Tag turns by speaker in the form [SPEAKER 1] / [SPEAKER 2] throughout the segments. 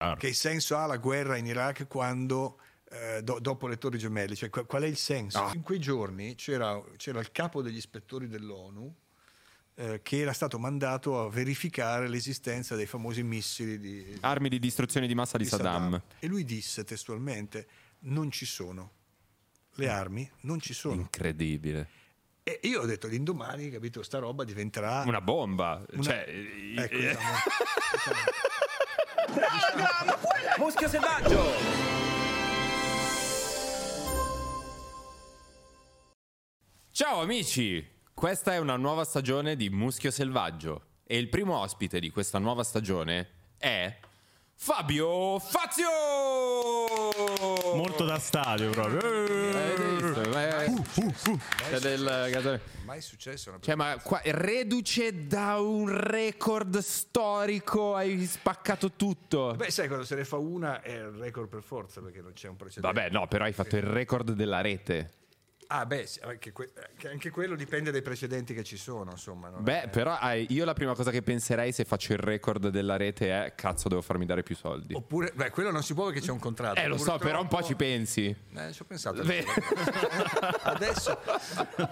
[SPEAKER 1] Chiaro.
[SPEAKER 2] Che senso ha la guerra in Iraq quando, eh, do- dopo le Torri Gemelle? Cioè, qu- qual è il senso? In quei giorni c'era, c'era il capo degli ispettori dell'ONU eh, che era stato mandato a verificare l'esistenza dei famosi missili di,
[SPEAKER 1] Armi di distruzione di massa Ah, di,
[SPEAKER 2] di
[SPEAKER 1] Saddam.
[SPEAKER 2] E lui disse testualmente: Non ci sono. Le
[SPEAKER 1] Mm.
[SPEAKER 2] armi non ci sono.
[SPEAKER 1] Incredibile.
[SPEAKER 2] E io ho detto l'indomani, capito, sta roba diventerà
[SPEAKER 1] Ah. Una bomba.
[SPEAKER 2] Una-
[SPEAKER 1] Cioè,
[SPEAKER 2] Ecco,
[SPEAKER 1] eh,
[SPEAKER 2] diciamo,
[SPEAKER 3] Muschio selvaggio!
[SPEAKER 1] Ciao amici, questa è una nuova stagione di Muschio Selvaggio e il primo ospite di questa nuova stagione è Fabio Fazio!
[SPEAKER 4] Molto da stadio proprio.
[SPEAKER 1] Hai visto? Eh, c'è del-
[SPEAKER 2] mai successo una
[SPEAKER 1] Cioè, ma qua, reduce da un record storico, hai spaccato tutto.
[SPEAKER 2] Beh, sai, quando se ne fa una è il record per forza perché non c'è un precedente.
[SPEAKER 1] Vabbè, no, però hai fatto il record della rete.
[SPEAKER 2] Ah, beh, sì, anche, que- eh, che anche quello dipende dai precedenti che ci sono, insomma. non è-
[SPEAKER 1] Beh, però hai- io la prima cosa che penserei se faccio il record della rete è cazzo, devo farmi dare più soldi.
[SPEAKER 2] Oppure, beh, quello non si può perché c'è un contratto.
[SPEAKER 1] eh, lo so,
[SPEAKER 2] Oh, Purtroppo-
[SPEAKER 1] però un po' ci pensi.
[SPEAKER 2] Eh, ci ho pensato.
[SPEAKER 1] Beh.
[SPEAKER 2] Adesso.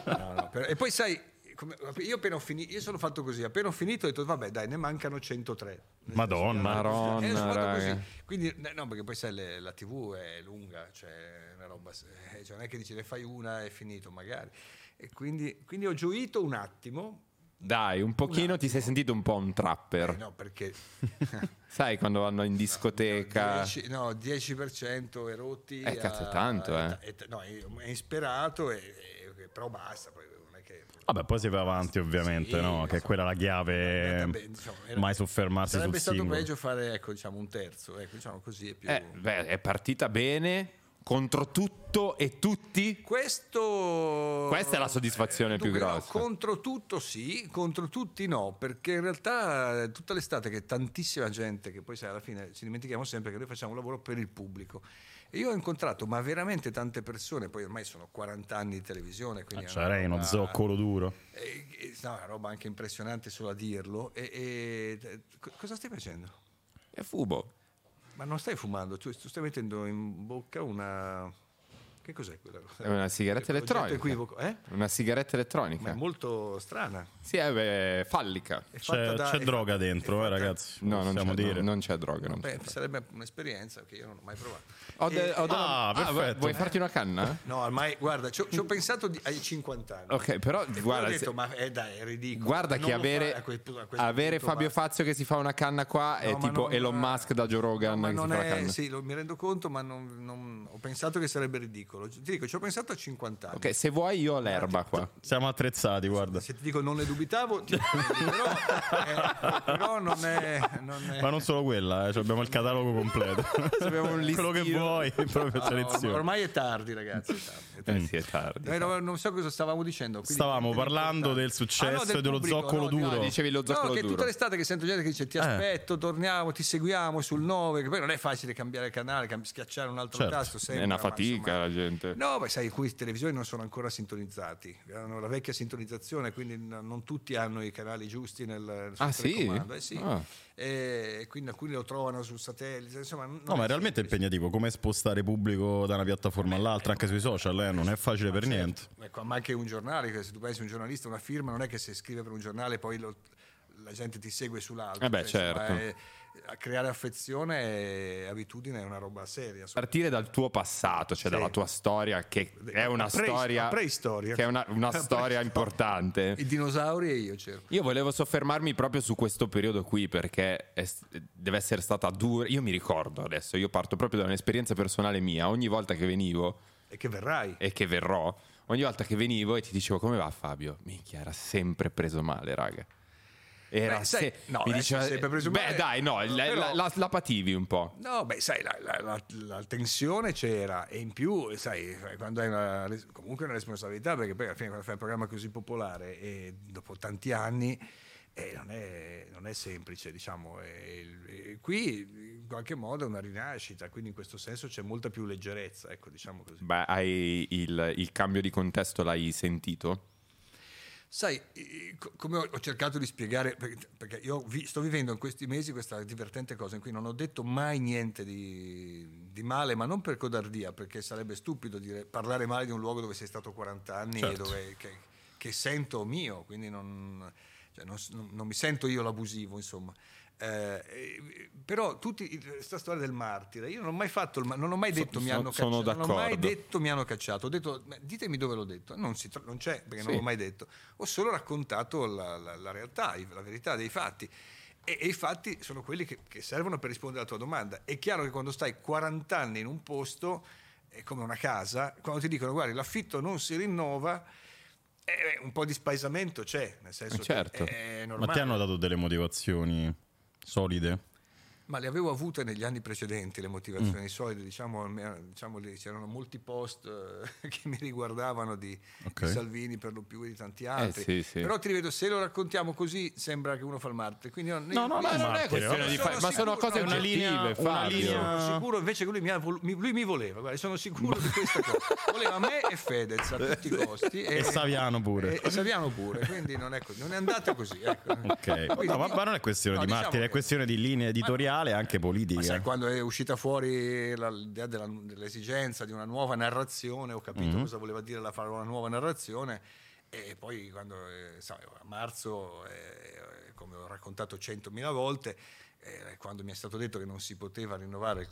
[SPEAKER 2] No, no, per- E poi sai, come- io appena ho finito, io sono fatto così, appena ho finito ho detto, vabbè, dai, ne mancano 103.
[SPEAKER 4] Madonna.
[SPEAKER 1] Maronna,
[SPEAKER 2] Eh, sono fatto
[SPEAKER 1] raga.
[SPEAKER 2] così. Quindi, eh, no, perché poi sai, le- la TV è lunga, cioè, è una roba, eh, cioè, non è che dici ne fai una e è finito, magari. E quindi, quindi ho gioito un attimo,
[SPEAKER 1] Dai, un pochino ti sei sentito un po' un trapper.
[SPEAKER 2] eh, no, perché
[SPEAKER 1] Sai quando vanno in discoteca?
[SPEAKER 2] 10, no, 10% erotti.
[SPEAKER 1] Eh, cazzo, è tanto, eh.
[SPEAKER 2] è, no, è, è insperato, e- e- però basta, poi non è che...
[SPEAKER 4] Vabbè, poi si va avanti ovviamente,
[SPEAKER 2] Sì,
[SPEAKER 4] no?
[SPEAKER 2] lo
[SPEAKER 4] Che è
[SPEAKER 2] so.
[SPEAKER 4] quella la chiave.
[SPEAKER 2] Vabbè, diciamo, era-
[SPEAKER 4] mai soffermarsi sul
[SPEAKER 2] Sarebbe stato
[SPEAKER 4] singolo. Ah,
[SPEAKER 2] peggio fare, ecco, diciamo, un terzo, ecco, diciamo così è più...
[SPEAKER 1] Eh, beh, è partita bene contro tutto e tutti.
[SPEAKER 2] Questo...
[SPEAKER 1] Questa è la soddisfazione più
[SPEAKER 2] dunque, no,
[SPEAKER 1] grossa.
[SPEAKER 2] contro tutto sì, contro tutti no, perché in realtà eh, tutta l'estate che tantissima gente, che poi sai alla fine ci dimentichiamo sempre che noi facciamo un lavoro per il pubblico. E io ho incontrato, ma veramente tante persone, poi ormai sono 40 anni di televisione, quindi... è una
[SPEAKER 4] Cioè, uno
[SPEAKER 2] roba-
[SPEAKER 4] zoccolo duro.
[SPEAKER 2] eh, eh, no, è una roba anche impressionante solo a dirlo. E, e- eh, co- cosa stai facendo?
[SPEAKER 1] E fubo.
[SPEAKER 2] Ma non stai fumando, tu, tu stai mettendo in bocca una... Che cos'è quella cosa?
[SPEAKER 1] È una sigaretta
[SPEAKER 2] Oggetto
[SPEAKER 1] elettronica.
[SPEAKER 2] equivoco, eh?
[SPEAKER 1] Una
[SPEAKER 2] Ma
[SPEAKER 1] sigaretta
[SPEAKER 2] è
[SPEAKER 1] elettronica.
[SPEAKER 2] molto strana.
[SPEAKER 1] Sì, è beh, fallica.
[SPEAKER 2] È fatta
[SPEAKER 4] C'è,
[SPEAKER 2] da-
[SPEAKER 4] c'è
[SPEAKER 2] è
[SPEAKER 4] droga
[SPEAKER 2] fatta-
[SPEAKER 4] dentro,
[SPEAKER 2] è
[SPEAKER 4] eh,
[SPEAKER 2] fatta-
[SPEAKER 4] ragazzi.
[SPEAKER 1] No, non c'è,
[SPEAKER 4] possiamo
[SPEAKER 1] no,
[SPEAKER 4] dire.
[SPEAKER 1] non c'è droga. non
[SPEAKER 2] Beh,
[SPEAKER 1] c'è.
[SPEAKER 2] sarebbe un'esperienza che io non ho mai provato.
[SPEAKER 1] Ho de-
[SPEAKER 2] E-
[SPEAKER 1] ho de-
[SPEAKER 4] Ah, perfetto. Eh.
[SPEAKER 1] vuoi farti una canna?
[SPEAKER 2] No, ormai, guarda, ci ho, ci ho pensato di- ai 50 anni.
[SPEAKER 1] Ok, però
[SPEAKER 2] E poi
[SPEAKER 1] guarda,
[SPEAKER 2] ho
[SPEAKER 1] se-
[SPEAKER 2] detto, ma eh, dai, è ridicolo.
[SPEAKER 1] guarda
[SPEAKER 2] Non
[SPEAKER 1] che
[SPEAKER 2] lo
[SPEAKER 1] avere,
[SPEAKER 2] fare a quel pu- a questo
[SPEAKER 1] avere
[SPEAKER 2] punto,
[SPEAKER 1] Fabio
[SPEAKER 2] basta.
[SPEAKER 1] Fazio che si fa una canna qua
[SPEAKER 2] No,
[SPEAKER 1] è
[SPEAKER 2] ma
[SPEAKER 1] tipo
[SPEAKER 2] non-
[SPEAKER 1] Elon Musk da Joe
[SPEAKER 2] No,
[SPEAKER 1] Rogan
[SPEAKER 2] ma
[SPEAKER 1] che si
[SPEAKER 2] non
[SPEAKER 1] fa la
[SPEAKER 2] è-
[SPEAKER 1] canna.
[SPEAKER 2] sì, lo- mi rendo conto, ma non, non- ho pensato che sarebbe ridicolo. Ti dico, ci ho pensato a 50 anni.
[SPEAKER 1] Ok, se vuoi io ho l'erba qua.
[SPEAKER 4] Siamo attrezzati, guarda.
[SPEAKER 2] Se ti dico non ne dubitavo, ti- però, eh, però non è... Non è...
[SPEAKER 4] Ma non solo quella, eh, cioè abbiamo il catalogo completo.
[SPEAKER 1] Abbiamo un
[SPEAKER 4] Quello che
[SPEAKER 1] listino.
[SPEAKER 4] vuoi, cioè, proprio
[SPEAKER 2] No,
[SPEAKER 4] selezione.
[SPEAKER 2] ormai è tardi, ragazzi. È tardi, è tardi.
[SPEAKER 1] Eh sì, è tardi.
[SPEAKER 2] Eh, no, non so cosa stavamo dicendo. quindi-
[SPEAKER 4] Stavamo
[SPEAKER 2] quindi-
[SPEAKER 4] parlando del
[SPEAKER 2] Ah, no,
[SPEAKER 4] successo
[SPEAKER 2] del
[SPEAKER 4] e dello
[SPEAKER 2] pubblico,
[SPEAKER 4] zoccolo
[SPEAKER 2] no, di-
[SPEAKER 4] duro. Eh.
[SPEAKER 2] no,
[SPEAKER 1] Dicevi lo zoccolo
[SPEAKER 2] no, che
[SPEAKER 1] duro.
[SPEAKER 2] tutta l'estate che sento gente che dice ti aspetto, torniamo, ti seguiamo sul 9, che poi non è facile cambiare canale, cam- schiacciare un altro
[SPEAKER 4] Certo,
[SPEAKER 2] tasto.
[SPEAKER 1] È
[SPEAKER 2] sembra,
[SPEAKER 1] una
[SPEAKER 2] ma
[SPEAKER 1] fatica
[SPEAKER 2] insomma-
[SPEAKER 1] la gente.
[SPEAKER 2] No, beh, sai, alcuni televisori non sono ancora sintonizzati, hanno la vecchia sintonizzazione, quindi n- non tutti hanno i canali giusti nel sul
[SPEAKER 1] Ah, sì?
[SPEAKER 2] telecomando, eh, sì.
[SPEAKER 1] Ah.
[SPEAKER 2] E quindi alcuni lo trovano sul satellite, insomma... non
[SPEAKER 4] No, ma
[SPEAKER 2] è
[SPEAKER 4] è realmente
[SPEAKER 2] semplice.
[SPEAKER 4] impegnativo. Come spostare pubblico da una piattaforma all'altra, anche sui social, eh, non è facile per niente.
[SPEAKER 2] Ecco, ma anche un giornale, che se tu pensi a un giornalista, una firma, non è che se scrive per un giornale poi lo- la gente ti segue sull'altro.
[SPEAKER 1] Eh beh,
[SPEAKER 2] Cioè, insomma,
[SPEAKER 1] certo.
[SPEAKER 2] è- a creare affezione e abitudine è una roba seria. insomma.
[SPEAKER 1] Partire dal tuo passato, cioè
[SPEAKER 2] Sì.
[SPEAKER 1] dalla tua storia, che è una
[SPEAKER 2] La pre-
[SPEAKER 1] storia.
[SPEAKER 2] la preistoria.
[SPEAKER 1] Che è una, una
[SPEAKER 2] La
[SPEAKER 1] storia
[SPEAKER 2] preistoria.
[SPEAKER 1] importante.
[SPEAKER 2] I dinosauri e io certo. c'ero.
[SPEAKER 1] Io volevo soffermarmi proprio su questo periodo qui perché è s- deve essere stata dura. Io mi ricordo adesso, io parto proprio da un'esperienza personale mia. Ogni volta che venivo
[SPEAKER 2] E che verrai.
[SPEAKER 1] e che verrò, ogni volta che venivo e ti dicevo come va Fabio, minchia, era sempre preso male, raga. Era
[SPEAKER 2] Beh, sai-
[SPEAKER 1] se-
[SPEAKER 2] no,
[SPEAKER 1] mi
[SPEAKER 2] eh,
[SPEAKER 1] diceva,
[SPEAKER 2] sempre preso
[SPEAKER 1] beh,
[SPEAKER 2] male,
[SPEAKER 1] dai, no, la,
[SPEAKER 2] però-
[SPEAKER 1] la- la- la pativi un po'.
[SPEAKER 2] No, beh, sai, la, la- la- la tensione c'era e in più, sai, quando hai una, res- comunque una responsabilità, perché poi alla fine quando fai un programma così popolare e dopo tanti anni eh, non, è, non è semplice, diciamo. E il- e qui in qualche modo è una rinascita, quindi in questo senso c'è molta più leggerezza, ecco, diciamo così.
[SPEAKER 1] Beh, hai il, il cambio di contesto l'hai sentito?
[SPEAKER 2] Sai, eh, co- come ho ho cercato di spiegare, perché perché io vi- sto vivendo in questi mesi questa divertente cosa in cui non ho detto mai niente di, di male, ma non per codardia, perché sarebbe stupido dire, parlare male di un luogo dove sei stato 40 anni e
[SPEAKER 4] Certo.
[SPEAKER 2] dove, che, che sento mio, quindi non, cioè, non s- non- non mi sento io l'abusivo, insomma. Eh, eh, però tutti questa storia del martire io non ho mai fatto il ma- non ho mai
[SPEAKER 1] So-
[SPEAKER 2] detto mi
[SPEAKER 1] so-
[SPEAKER 2] hanno
[SPEAKER 1] sono
[SPEAKER 2] cacciato non ho mai
[SPEAKER 1] d'accordo.
[SPEAKER 2] detto detto, mi hanno cacciato. Ho detto, "Ma ditemi dove l'ho detto. Non, si tro- non c'è, perché non
[SPEAKER 1] Sì.
[SPEAKER 2] l'ho mai detto. Ho solo raccontato la, la- la realtà, i- la verità dei fatti. E, e i fatti sono quelli che, che servono per rispondere alla tua domanda. È chiaro che quando stai 40 anni in un posto, è come una casa, quando ti dicono, guarda, l'affitto non si rinnova, eh, beh, un po' di spaesamento c'è, nel senso
[SPEAKER 1] Eh,
[SPEAKER 2] che
[SPEAKER 1] certo.
[SPEAKER 2] è- è
[SPEAKER 4] Ma ti
[SPEAKER 2] normale.
[SPEAKER 4] hanno dato delle motivazioni solide?
[SPEAKER 2] Ma le avevo avute negli anni precedenti le motivazioni
[SPEAKER 1] Mm.
[SPEAKER 2] solide, diciamo, almeno- diciamo, lì c'erano molti post eh, che mi riguardavano di,
[SPEAKER 4] Ok.
[SPEAKER 2] di Salvini per lo più e di tanti altri.
[SPEAKER 1] Eh, sì, sì.
[SPEAKER 2] Però ti rivedo, se lo raccontiamo così sembra che uno fa il martire. Quindi io-
[SPEAKER 1] No, no,
[SPEAKER 2] io
[SPEAKER 1] ma non
[SPEAKER 4] martire,
[SPEAKER 1] è questione
[SPEAKER 4] vabbè.
[SPEAKER 1] di fare, ma sono
[SPEAKER 2] Sono
[SPEAKER 1] cose
[SPEAKER 2] sicuro,
[SPEAKER 4] una linea-
[SPEAKER 1] oggettive,
[SPEAKER 4] una
[SPEAKER 1] Fabio.
[SPEAKER 4] linea-
[SPEAKER 2] sono sicuro, invece che lui mi, ha vol- mi- lui mi voleva, guarda, sono sicuro di questa cosa. Voleva me e Fedez a tutti i costi.
[SPEAKER 4] E Saviano pure.
[SPEAKER 2] E, e Saviano pure, quindi non è, così, non è andata così. Ecco.
[SPEAKER 4] Ok,
[SPEAKER 2] Quindi-
[SPEAKER 4] no, ma, ma non è questione
[SPEAKER 2] No,
[SPEAKER 4] di
[SPEAKER 2] diciamo
[SPEAKER 4] martire, è
[SPEAKER 2] che-
[SPEAKER 4] questione di linea editoriale e anche
[SPEAKER 2] Ma sai,
[SPEAKER 1] eh.
[SPEAKER 4] politica.
[SPEAKER 2] quando è uscita fuori la- l'idea della- dell'esigenza di una nuova narrazione, ho capito
[SPEAKER 1] Mm-hmm.
[SPEAKER 2] cosa voleva dire la parola nuova narrazione. E poi quando eh, sai, a marzo, eh, come ho raccontato centomila volte, eh, quando mi è stato detto che non si poteva rinnovare il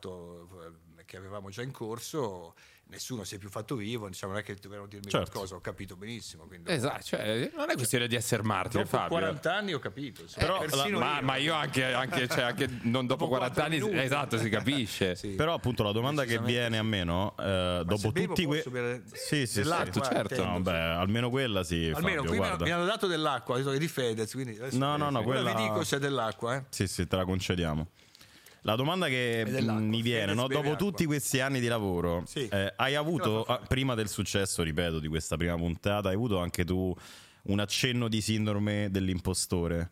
[SPEAKER 2] contratto eh, che avevamo già in corso, nessuno si è più fatto vivo, diciamo, non è che dovevano dirmi
[SPEAKER 4] Certo.
[SPEAKER 2] qualcosa, ho capito benissimo. Quindi
[SPEAKER 1] Esatto, cioè, non è questione di essere martire,
[SPEAKER 2] dopo
[SPEAKER 1] Fabio.
[SPEAKER 2] 40 anni ho capito. insomma.
[SPEAKER 4] Però la-
[SPEAKER 2] Eh, Persino
[SPEAKER 1] ma,
[SPEAKER 2] io.
[SPEAKER 1] ma io anche, anche- cioè, anche non dopo,
[SPEAKER 2] Dopo
[SPEAKER 1] 40 anni,
[SPEAKER 2] quattro minuti.
[SPEAKER 1] esatto, si capisce.
[SPEAKER 2] Sì.
[SPEAKER 4] Però appunto la domanda che
[SPEAKER 2] Decisamente
[SPEAKER 4] viene a me, no? Eh,
[SPEAKER 2] se
[SPEAKER 4] dopo
[SPEAKER 2] bevo
[SPEAKER 4] tutti
[SPEAKER 2] posso
[SPEAKER 4] que-
[SPEAKER 2] bere
[SPEAKER 4] Sì, sì, sì.
[SPEAKER 2] dell'acqua,
[SPEAKER 1] certo.
[SPEAKER 4] No,
[SPEAKER 2] intendo,
[SPEAKER 4] beh, almeno quella sì,
[SPEAKER 2] Almeno qui
[SPEAKER 4] Fabio,
[SPEAKER 2] mi hanno-
[SPEAKER 4] guarda.
[SPEAKER 2] mi hanno dato dell'acqua, ho detto che è di Fedez, quindi adesso-
[SPEAKER 4] No, no, no,
[SPEAKER 2] Ora
[SPEAKER 4] quella-
[SPEAKER 2] vi dico c'è dell'acqua, eh.
[SPEAKER 4] Sì, sì, te la concediamo. La domanda che
[SPEAKER 2] E dell'acqua.
[SPEAKER 4] mi viene,
[SPEAKER 2] Fedez
[SPEAKER 4] no?
[SPEAKER 2] beve
[SPEAKER 4] dopo
[SPEAKER 2] acqua.
[SPEAKER 4] tutti questi anni di lavoro,
[SPEAKER 2] Sì.
[SPEAKER 4] eh, hai avuto,
[SPEAKER 2] Io la faccio
[SPEAKER 4] ah, prima del successo, ripeto, di questa prima puntata, hai avuto anche tu un accenno di sindrome dell'impostore?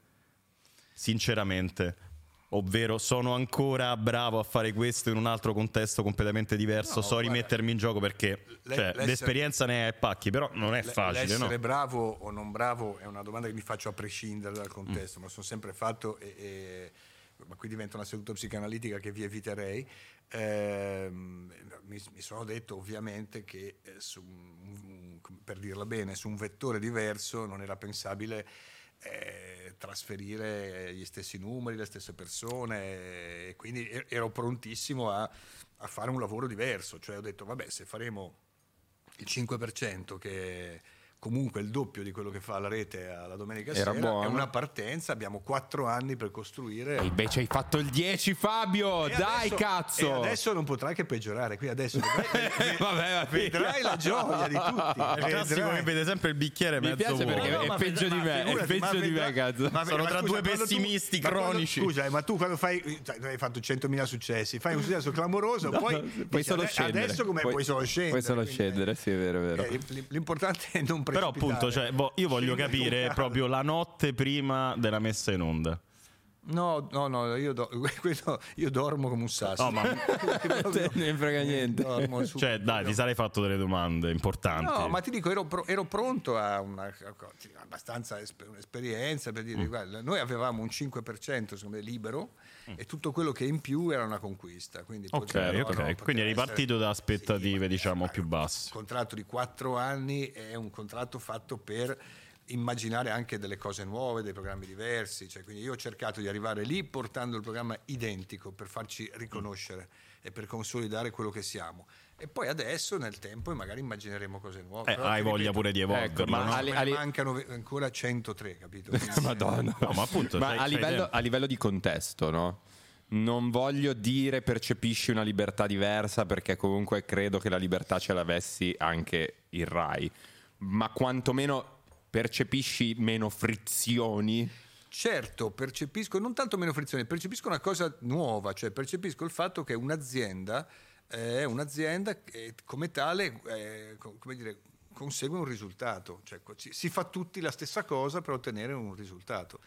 [SPEAKER 4] Sinceramente. Ovvero, sono ancora bravo a fare questo in un altro contesto completamente diverso,
[SPEAKER 2] No,
[SPEAKER 4] so
[SPEAKER 2] guarda,
[SPEAKER 4] rimettermi in gioco perché
[SPEAKER 2] le-
[SPEAKER 4] cioè,
[SPEAKER 2] l'essere-
[SPEAKER 4] l'esperienza ne è a pacchi, però non è
[SPEAKER 2] L-
[SPEAKER 4] facile, no?
[SPEAKER 2] L'essere bravo o non bravo è una domanda che mi faccio a prescindere dal
[SPEAKER 4] Mm.
[SPEAKER 2] contesto, ma sono sempre fatto e, e- ma qui diventa una seduta psicanalitica che vi eviterei. Ehm, mi, mi sono detto ovviamente che eh, su un- un- per dirla bene, su un vettore diverso non era pensabile eh, trasferire gli stessi numeri, le stesse persone eh, e quindi e- ero prontissimo a, a fare un lavoro diverso, cioè ho detto vabbè se faremo il 5% che comunque è il doppio di quello che fa la rete alla domenica
[SPEAKER 1] Era
[SPEAKER 2] sera
[SPEAKER 1] buono.
[SPEAKER 2] è una partenza, abbiamo quattro anni per costruire
[SPEAKER 1] E invece hai fatto il 10, Fabio.
[SPEAKER 2] E
[SPEAKER 1] Dai,
[SPEAKER 2] adesso-
[SPEAKER 1] cazzo.
[SPEAKER 2] E adesso non potrà che peggiorare, qui adesso vedrai,
[SPEAKER 1] Vabbè, vabbè.
[SPEAKER 2] vedrai la gioia di tutti.
[SPEAKER 4] È il classico
[SPEAKER 2] vedrai.
[SPEAKER 4] che vede sempre il bicchiere
[SPEAKER 1] Mi
[SPEAKER 4] mezzo
[SPEAKER 1] piace
[SPEAKER 4] vuoto.
[SPEAKER 1] perché- è
[SPEAKER 2] ma
[SPEAKER 1] peggio
[SPEAKER 2] vedrai-
[SPEAKER 1] di me,
[SPEAKER 2] ma
[SPEAKER 1] è
[SPEAKER 2] figurati,
[SPEAKER 1] peggio
[SPEAKER 2] ma
[SPEAKER 1] di me,
[SPEAKER 2] vedrai-
[SPEAKER 1] cazzo.
[SPEAKER 2] ma- ma
[SPEAKER 4] Sono tra due
[SPEAKER 2] quando tu-
[SPEAKER 4] pessimisti
[SPEAKER 2] ma quando-
[SPEAKER 4] cronici.
[SPEAKER 2] scusa, eh, ma tu quando fai cioè, hai fatto 100.000 successi, fai un successo clamoroso, poi
[SPEAKER 1] puoi
[SPEAKER 2] dici,
[SPEAKER 1] solo
[SPEAKER 2] "Ade-
[SPEAKER 1] scendere.
[SPEAKER 2] Adesso come
[SPEAKER 1] Puoi-
[SPEAKER 2] puoi, solo scendere?
[SPEAKER 1] puoi solo
[SPEAKER 2] quindi,
[SPEAKER 1] scendere, sì, è vero, è vero.
[SPEAKER 2] eh, l- l'importante è non
[SPEAKER 4] Però
[SPEAKER 2] precipitare.
[SPEAKER 4] appunto, cioè, boh, io voglio
[SPEAKER 2] Scendere con
[SPEAKER 4] capire
[SPEAKER 2] calma.
[SPEAKER 4] proprio la notte prima della messa in onda.
[SPEAKER 2] No, no, no, io, do- quello- io dormo come un sasso.
[SPEAKER 4] No, ma-
[SPEAKER 1] Te ne frega niente.
[SPEAKER 2] Dormo su-
[SPEAKER 4] Cioè, dai, ti sarei fatto delle domande importanti.
[SPEAKER 2] No, ma ti dico, ero, pro- ero pronto a una, a- abbastanza esper- un'esperienza per
[SPEAKER 4] Mm.
[SPEAKER 2] dire, guarda, noi avevamo un 5% secondo me, libero e tutto quello che è in più era una conquista. Quindi
[SPEAKER 4] Mm. Ok,
[SPEAKER 2] poteva- no, no,
[SPEAKER 4] ok.
[SPEAKER 2] poteva
[SPEAKER 4] Quindi eri
[SPEAKER 2] essere-
[SPEAKER 4] partito da aspettative,
[SPEAKER 2] Sì, ma- eh,
[SPEAKER 4] diciamo,
[SPEAKER 2] ma-
[SPEAKER 4] più
[SPEAKER 2] Un
[SPEAKER 4] basse.
[SPEAKER 2] contratto di quattro anni è un contratto fatto per immaginare anche delle cose nuove, dei programmi diversi, cioè, quindi io ho cercato di arrivare lì portando il programma identico per farci riconoscere e per consolidare quello che siamo. E poi adesso nel tempo magari immagineremo cose nuove.
[SPEAKER 4] Eh,
[SPEAKER 2] ecco, Però, ti
[SPEAKER 4] hai voglia
[SPEAKER 2] ripeto,
[SPEAKER 4] pure di evolverlo,
[SPEAKER 1] Ecco, ma
[SPEAKER 4] no?
[SPEAKER 1] a
[SPEAKER 2] me
[SPEAKER 1] li-
[SPEAKER 2] ne
[SPEAKER 1] a li-
[SPEAKER 2] mancano ve- ancora 103, capito?
[SPEAKER 1] Madonna.
[SPEAKER 4] No, ma appunto, c'hai-
[SPEAKER 1] a,
[SPEAKER 4] c'hai
[SPEAKER 1] livello,
[SPEAKER 4] tempo.
[SPEAKER 1] a livello di contesto, no? Non voglio dire percepisci una libertà diversa perché comunque credo che la libertà ce l'avessi anche il Rai, ma quantomeno percepisci meno frizioni.
[SPEAKER 2] Certo, percepisco, non tanto meno frizione, percepisco una cosa nuova, cioè percepisco il fatto che un'azienda eh, è un'azienda che come tale, eh, co- come dire, consegue un risultato, cioè co- ci- si fa tutti la stessa cosa per ottenere un risultato.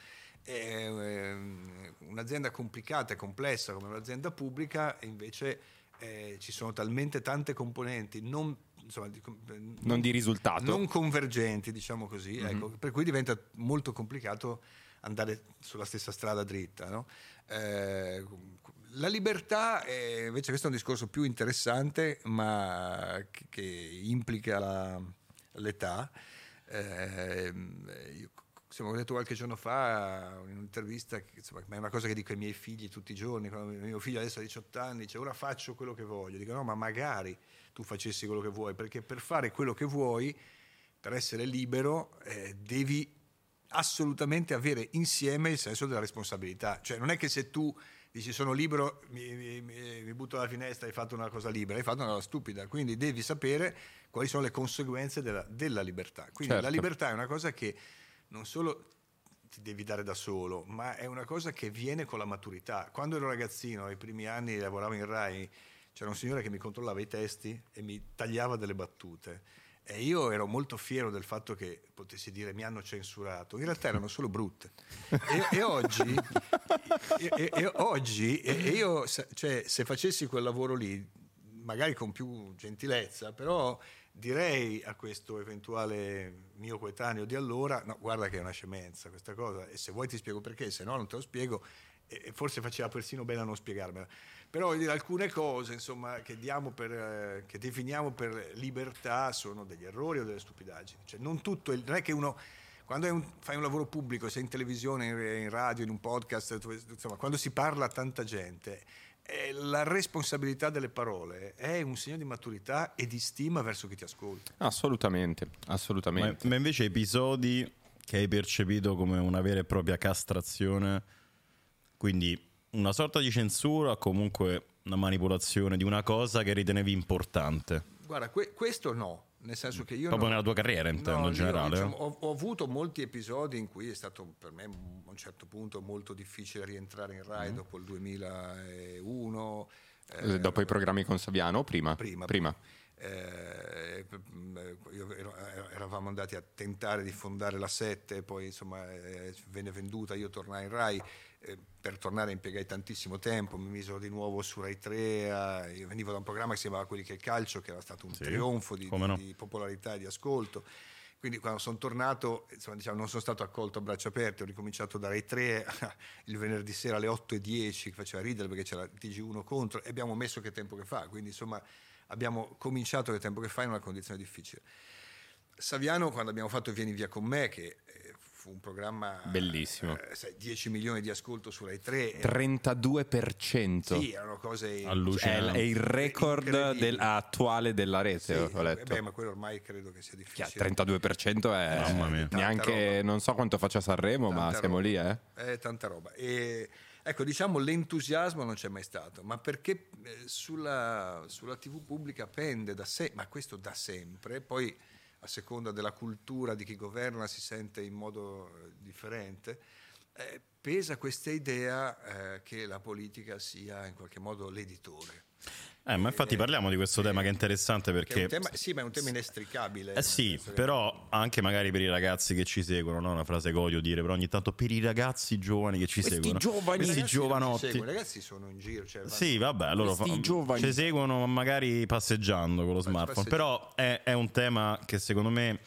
[SPEAKER 2] Eh, ehm, un'azienda complicata e complessa come un'azienda pubblica invece eh, ci sono talmente tante componenti non, insomma, di- com-
[SPEAKER 1] Non di risultato.
[SPEAKER 2] non convergenti, diciamo così, ecco, per cui diventa molto complicato andare sulla stessa strada dritta. no? Eh, la libertà, è- invece, questo è un discorso più interessante, ma che, che implica la- l'età. Ehm, io, insomma, ho detto qualche giorno fa in un'intervista, che, insomma, ma è una cosa che dico ai miei figli tutti i giorni, quando mio figlio adesso ha 18 anni, dice ora faccio quello che voglio, dico no, ma magari tu facessi quello che vuoi, perché per fare quello che vuoi, per essere libero, eh, devi assolutamente avere insieme il senso della responsabilità. Cioè non è che se tu dici sono libero, mi, mi- mi- mi butto alla finestra, hai fatto una cosa libera, hai fatto una cosa stupida, quindi devi sapere quali sono le conseguenze della, della libertà. Quindi
[SPEAKER 1] Certo.
[SPEAKER 2] la libertà è una cosa che non solo ti devi dare da solo, ma è una cosa che viene con la maturità. Quando ero ragazzino, ai primi anni lavoravo in Rai, c'era un signore che mi controllava i testi e mi tagliava delle battute. E io ero molto fiero del fatto che potessi dire mi hanno censurato, in realtà erano solo brutte. E, e oggi, e- e- e oggi e- e io, sa- cioè, se facessi quel lavoro lì, magari con più gentilezza, però direi a questo eventuale mio coetaneo di allora, no, guarda che è una scemenza questa cosa, e se vuoi ti spiego perché, se no non te lo spiego, e e forse faceva persino bene a non spiegarmela. Però voglio dire, alcune cose insomma, che, diamo per, eh, che definiamo per libertà sono degli errori o delle stupidaggini. Cioè, non, tutto, il- non è che uno, quando è un- fai un lavoro pubblico, sei in televisione, in, in radio, in un podcast, tu- insomma, quando si parla a tanta gente, eh, la responsabilità delle parole è un segno di maturità e di stima verso chi ti ascolta.
[SPEAKER 1] Assolutamente,
[SPEAKER 4] Ma,
[SPEAKER 1] assolutamente.
[SPEAKER 4] ma invece episodi che hai percepito come una vera e propria castrazione, quindi una sorta di censura o comunque una manipolazione di una cosa che ritenevi importante,
[SPEAKER 2] Guarda, que- questo no, nel senso che io... non-
[SPEAKER 4] proprio nella tua carriera
[SPEAKER 2] No,
[SPEAKER 4] intendo in
[SPEAKER 2] io,
[SPEAKER 4] generale.
[SPEAKER 2] diciamo,
[SPEAKER 4] eh?
[SPEAKER 2] ho, ho avuto molti episodi in cui è stato per me m- a un certo punto molto difficile rientrare in
[SPEAKER 4] Mm.
[SPEAKER 2] Rai dopo il 2001. eh,
[SPEAKER 1] Eh, Dopo i programmi con Saviano, o prima?
[SPEAKER 2] prima. Eh, p- io ero- er- eravamo andati a tentare di fondare la 7, poi insomma eh, venne venduta, io tornai in Rai, eh, per tornare impiegai tantissimo tempo, mi misero di nuovo su Rai 3, a- io venivo da un programma che si chiamava Quelli che è il calcio, che era stato un
[SPEAKER 4] Sì,
[SPEAKER 2] trionfo di,
[SPEAKER 4] come no.
[SPEAKER 2] di- di popolarità e di ascolto. Quindi quando sono tornato, insomma, diciamo, non sono stato accolto a braccia aperte, ho ricominciato da Rai 3 il venerdì sera alle 8.10, che faceva ridere perché c'era il TG1 contro, e abbiamo messo che tempo che fa, quindi insomma abbiamo cominciato che tempo che fa in una condizione difficile. Saviano, quando abbiamo fatto Vieni via con me, che eh, fu un programma...
[SPEAKER 1] Bellissimo.
[SPEAKER 2] eh, sai, 10 milioni di ascolto su Rai 3. eh,
[SPEAKER 1] 32%.
[SPEAKER 2] sì, erano cose...
[SPEAKER 1] È,
[SPEAKER 4] Allucinante.
[SPEAKER 1] è il record
[SPEAKER 2] Incredibile.
[SPEAKER 1] del- attuale della
[SPEAKER 2] Sì,
[SPEAKER 1] rete, ho
[SPEAKER 2] eh,
[SPEAKER 1] letto.
[SPEAKER 2] beh, ma quello ormai credo che sia
[SPEAKER 1] Chi ha
[SPEAKER 2] difficile.
[SPEAKER 1] 32% è
[SPEAKER 4] Mamma
[SPEAKER 2] Cioè,
[SPEAKER 4] mia.
[SPEAKER 2] Tanta
[SPEAKER 1] neanche
[SPEAKER 2] roba.
[SPEAKER 1] non so quanto faccia Sanremo, ma
[SPEAKER 2] Tanta
[SPEAKER 1] siamo
[SPEAKER 2] roba.
[SPEAKER 1] lì, eh.
[SPEAKER 2] Eh, tanta roba. E, ecco, diciamo l'entusiasmo non c'è mai stato, ma perché eh, sulla, sulla TV pubblica pende da sé, ma questo da sempre, poi a seconda della cultura di chi governa si sente in modo eh, differente, eh, pesa questa idea eh, che la politica sia in qualche modo l'editore.
[SPEAKER 4] Eh, ma infatti parliamo di questo tema che è interessante
[SPEAKER 2] Che è
[SPEAKER 4] perché
[SPEAKER 2] un tema- sì, ma è un tema inestricabile.
[SPEAKER 4] Eh sì,
[SPEAKER 2] nel senso che-
[SPEAKER 4] però anche magari per i ragazzi che ci seguono, no? una frase che odio dire, però ogni tanto per i ragazzi giovani che ci seguono.
[SPEAKER 1] giovani.
[SPEAKER 4] questi
[SPEAKER 2] ragazzi non ci seguono,
[SPEAKER 4] giovanotti.
[SPEAKER 2] I ragazzi sono in giro. Cioè, vanno-
[SPEAKER 4] Sì, vabbè, loro
[SPEAKER 1] Questi
[SPEAKER 4] fa-
[SPEAKER 1] giovani.
[SPEAKER 4] ci seguono magari passeggiando con lo smartphone,
[SPEAKER 2] passeggiando.
[SPEAKER 4] però è, è un tema che secondo me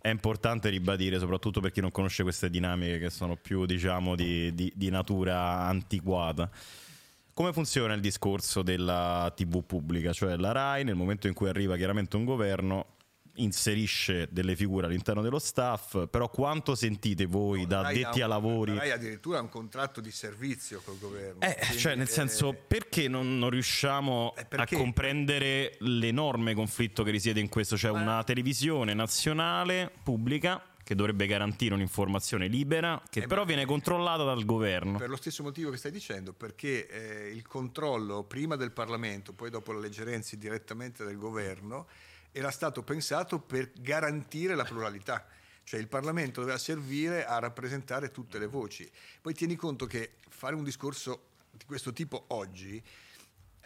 [SPEAKER 4] è importante ribadire, soprattutto per chi non conosce queste dinamiche che sono più, diciamo, di, di- di natura antiquata. Come funziona il discorso della TV pubblica? Cioè la RAI nel momento in cui arriva chiaramente un governo inserisce delle figure all'interno dello staff, però quanto sentite voi
[SPEAKER 2] La
[SPEAKER 4] da
[SPEAKER 2] Rai ha
[SPEAKER 4] detti a
[SPEAKER 2] un-
[SPEAKER 4] lavori?
[SPEAKER 2] La Rai addirittura ha un contratto di servizio col governo.
[SPEAKER 4] Eh,
[SPEAKER 2] quindi,
[SPEAKER 4] cioè, nel
[SPEAKER 2] eh,
[SPEAKER 4] senso, perché non, non riusciamo
[SPEAKER 2] Eh, perché?
[SPEAKER 4] a comprendere l'enorme conflitto che risiede in questo? C'è una televisione nazionale pubblica che dovrebbe garantire un'informazione libera, che
[SPEAKER 2] Eh,
[SPEAKER 4] però
[SPEAKER 2] ma-
[SPEAKER 4] viene controllata dal governo.
[SPEAKER 2] Per lo stesso motivo che stai dicendo, perché eh, il controllo prima del Parlamento, poi dopo la legge Renzi direttamente del governo, era stato pensato per garantire la pluralità. Cioè il Parlamento doveva servire a rappresentare tutte le voci. Poi tieni conto che fare un discorso di questo tipo oggi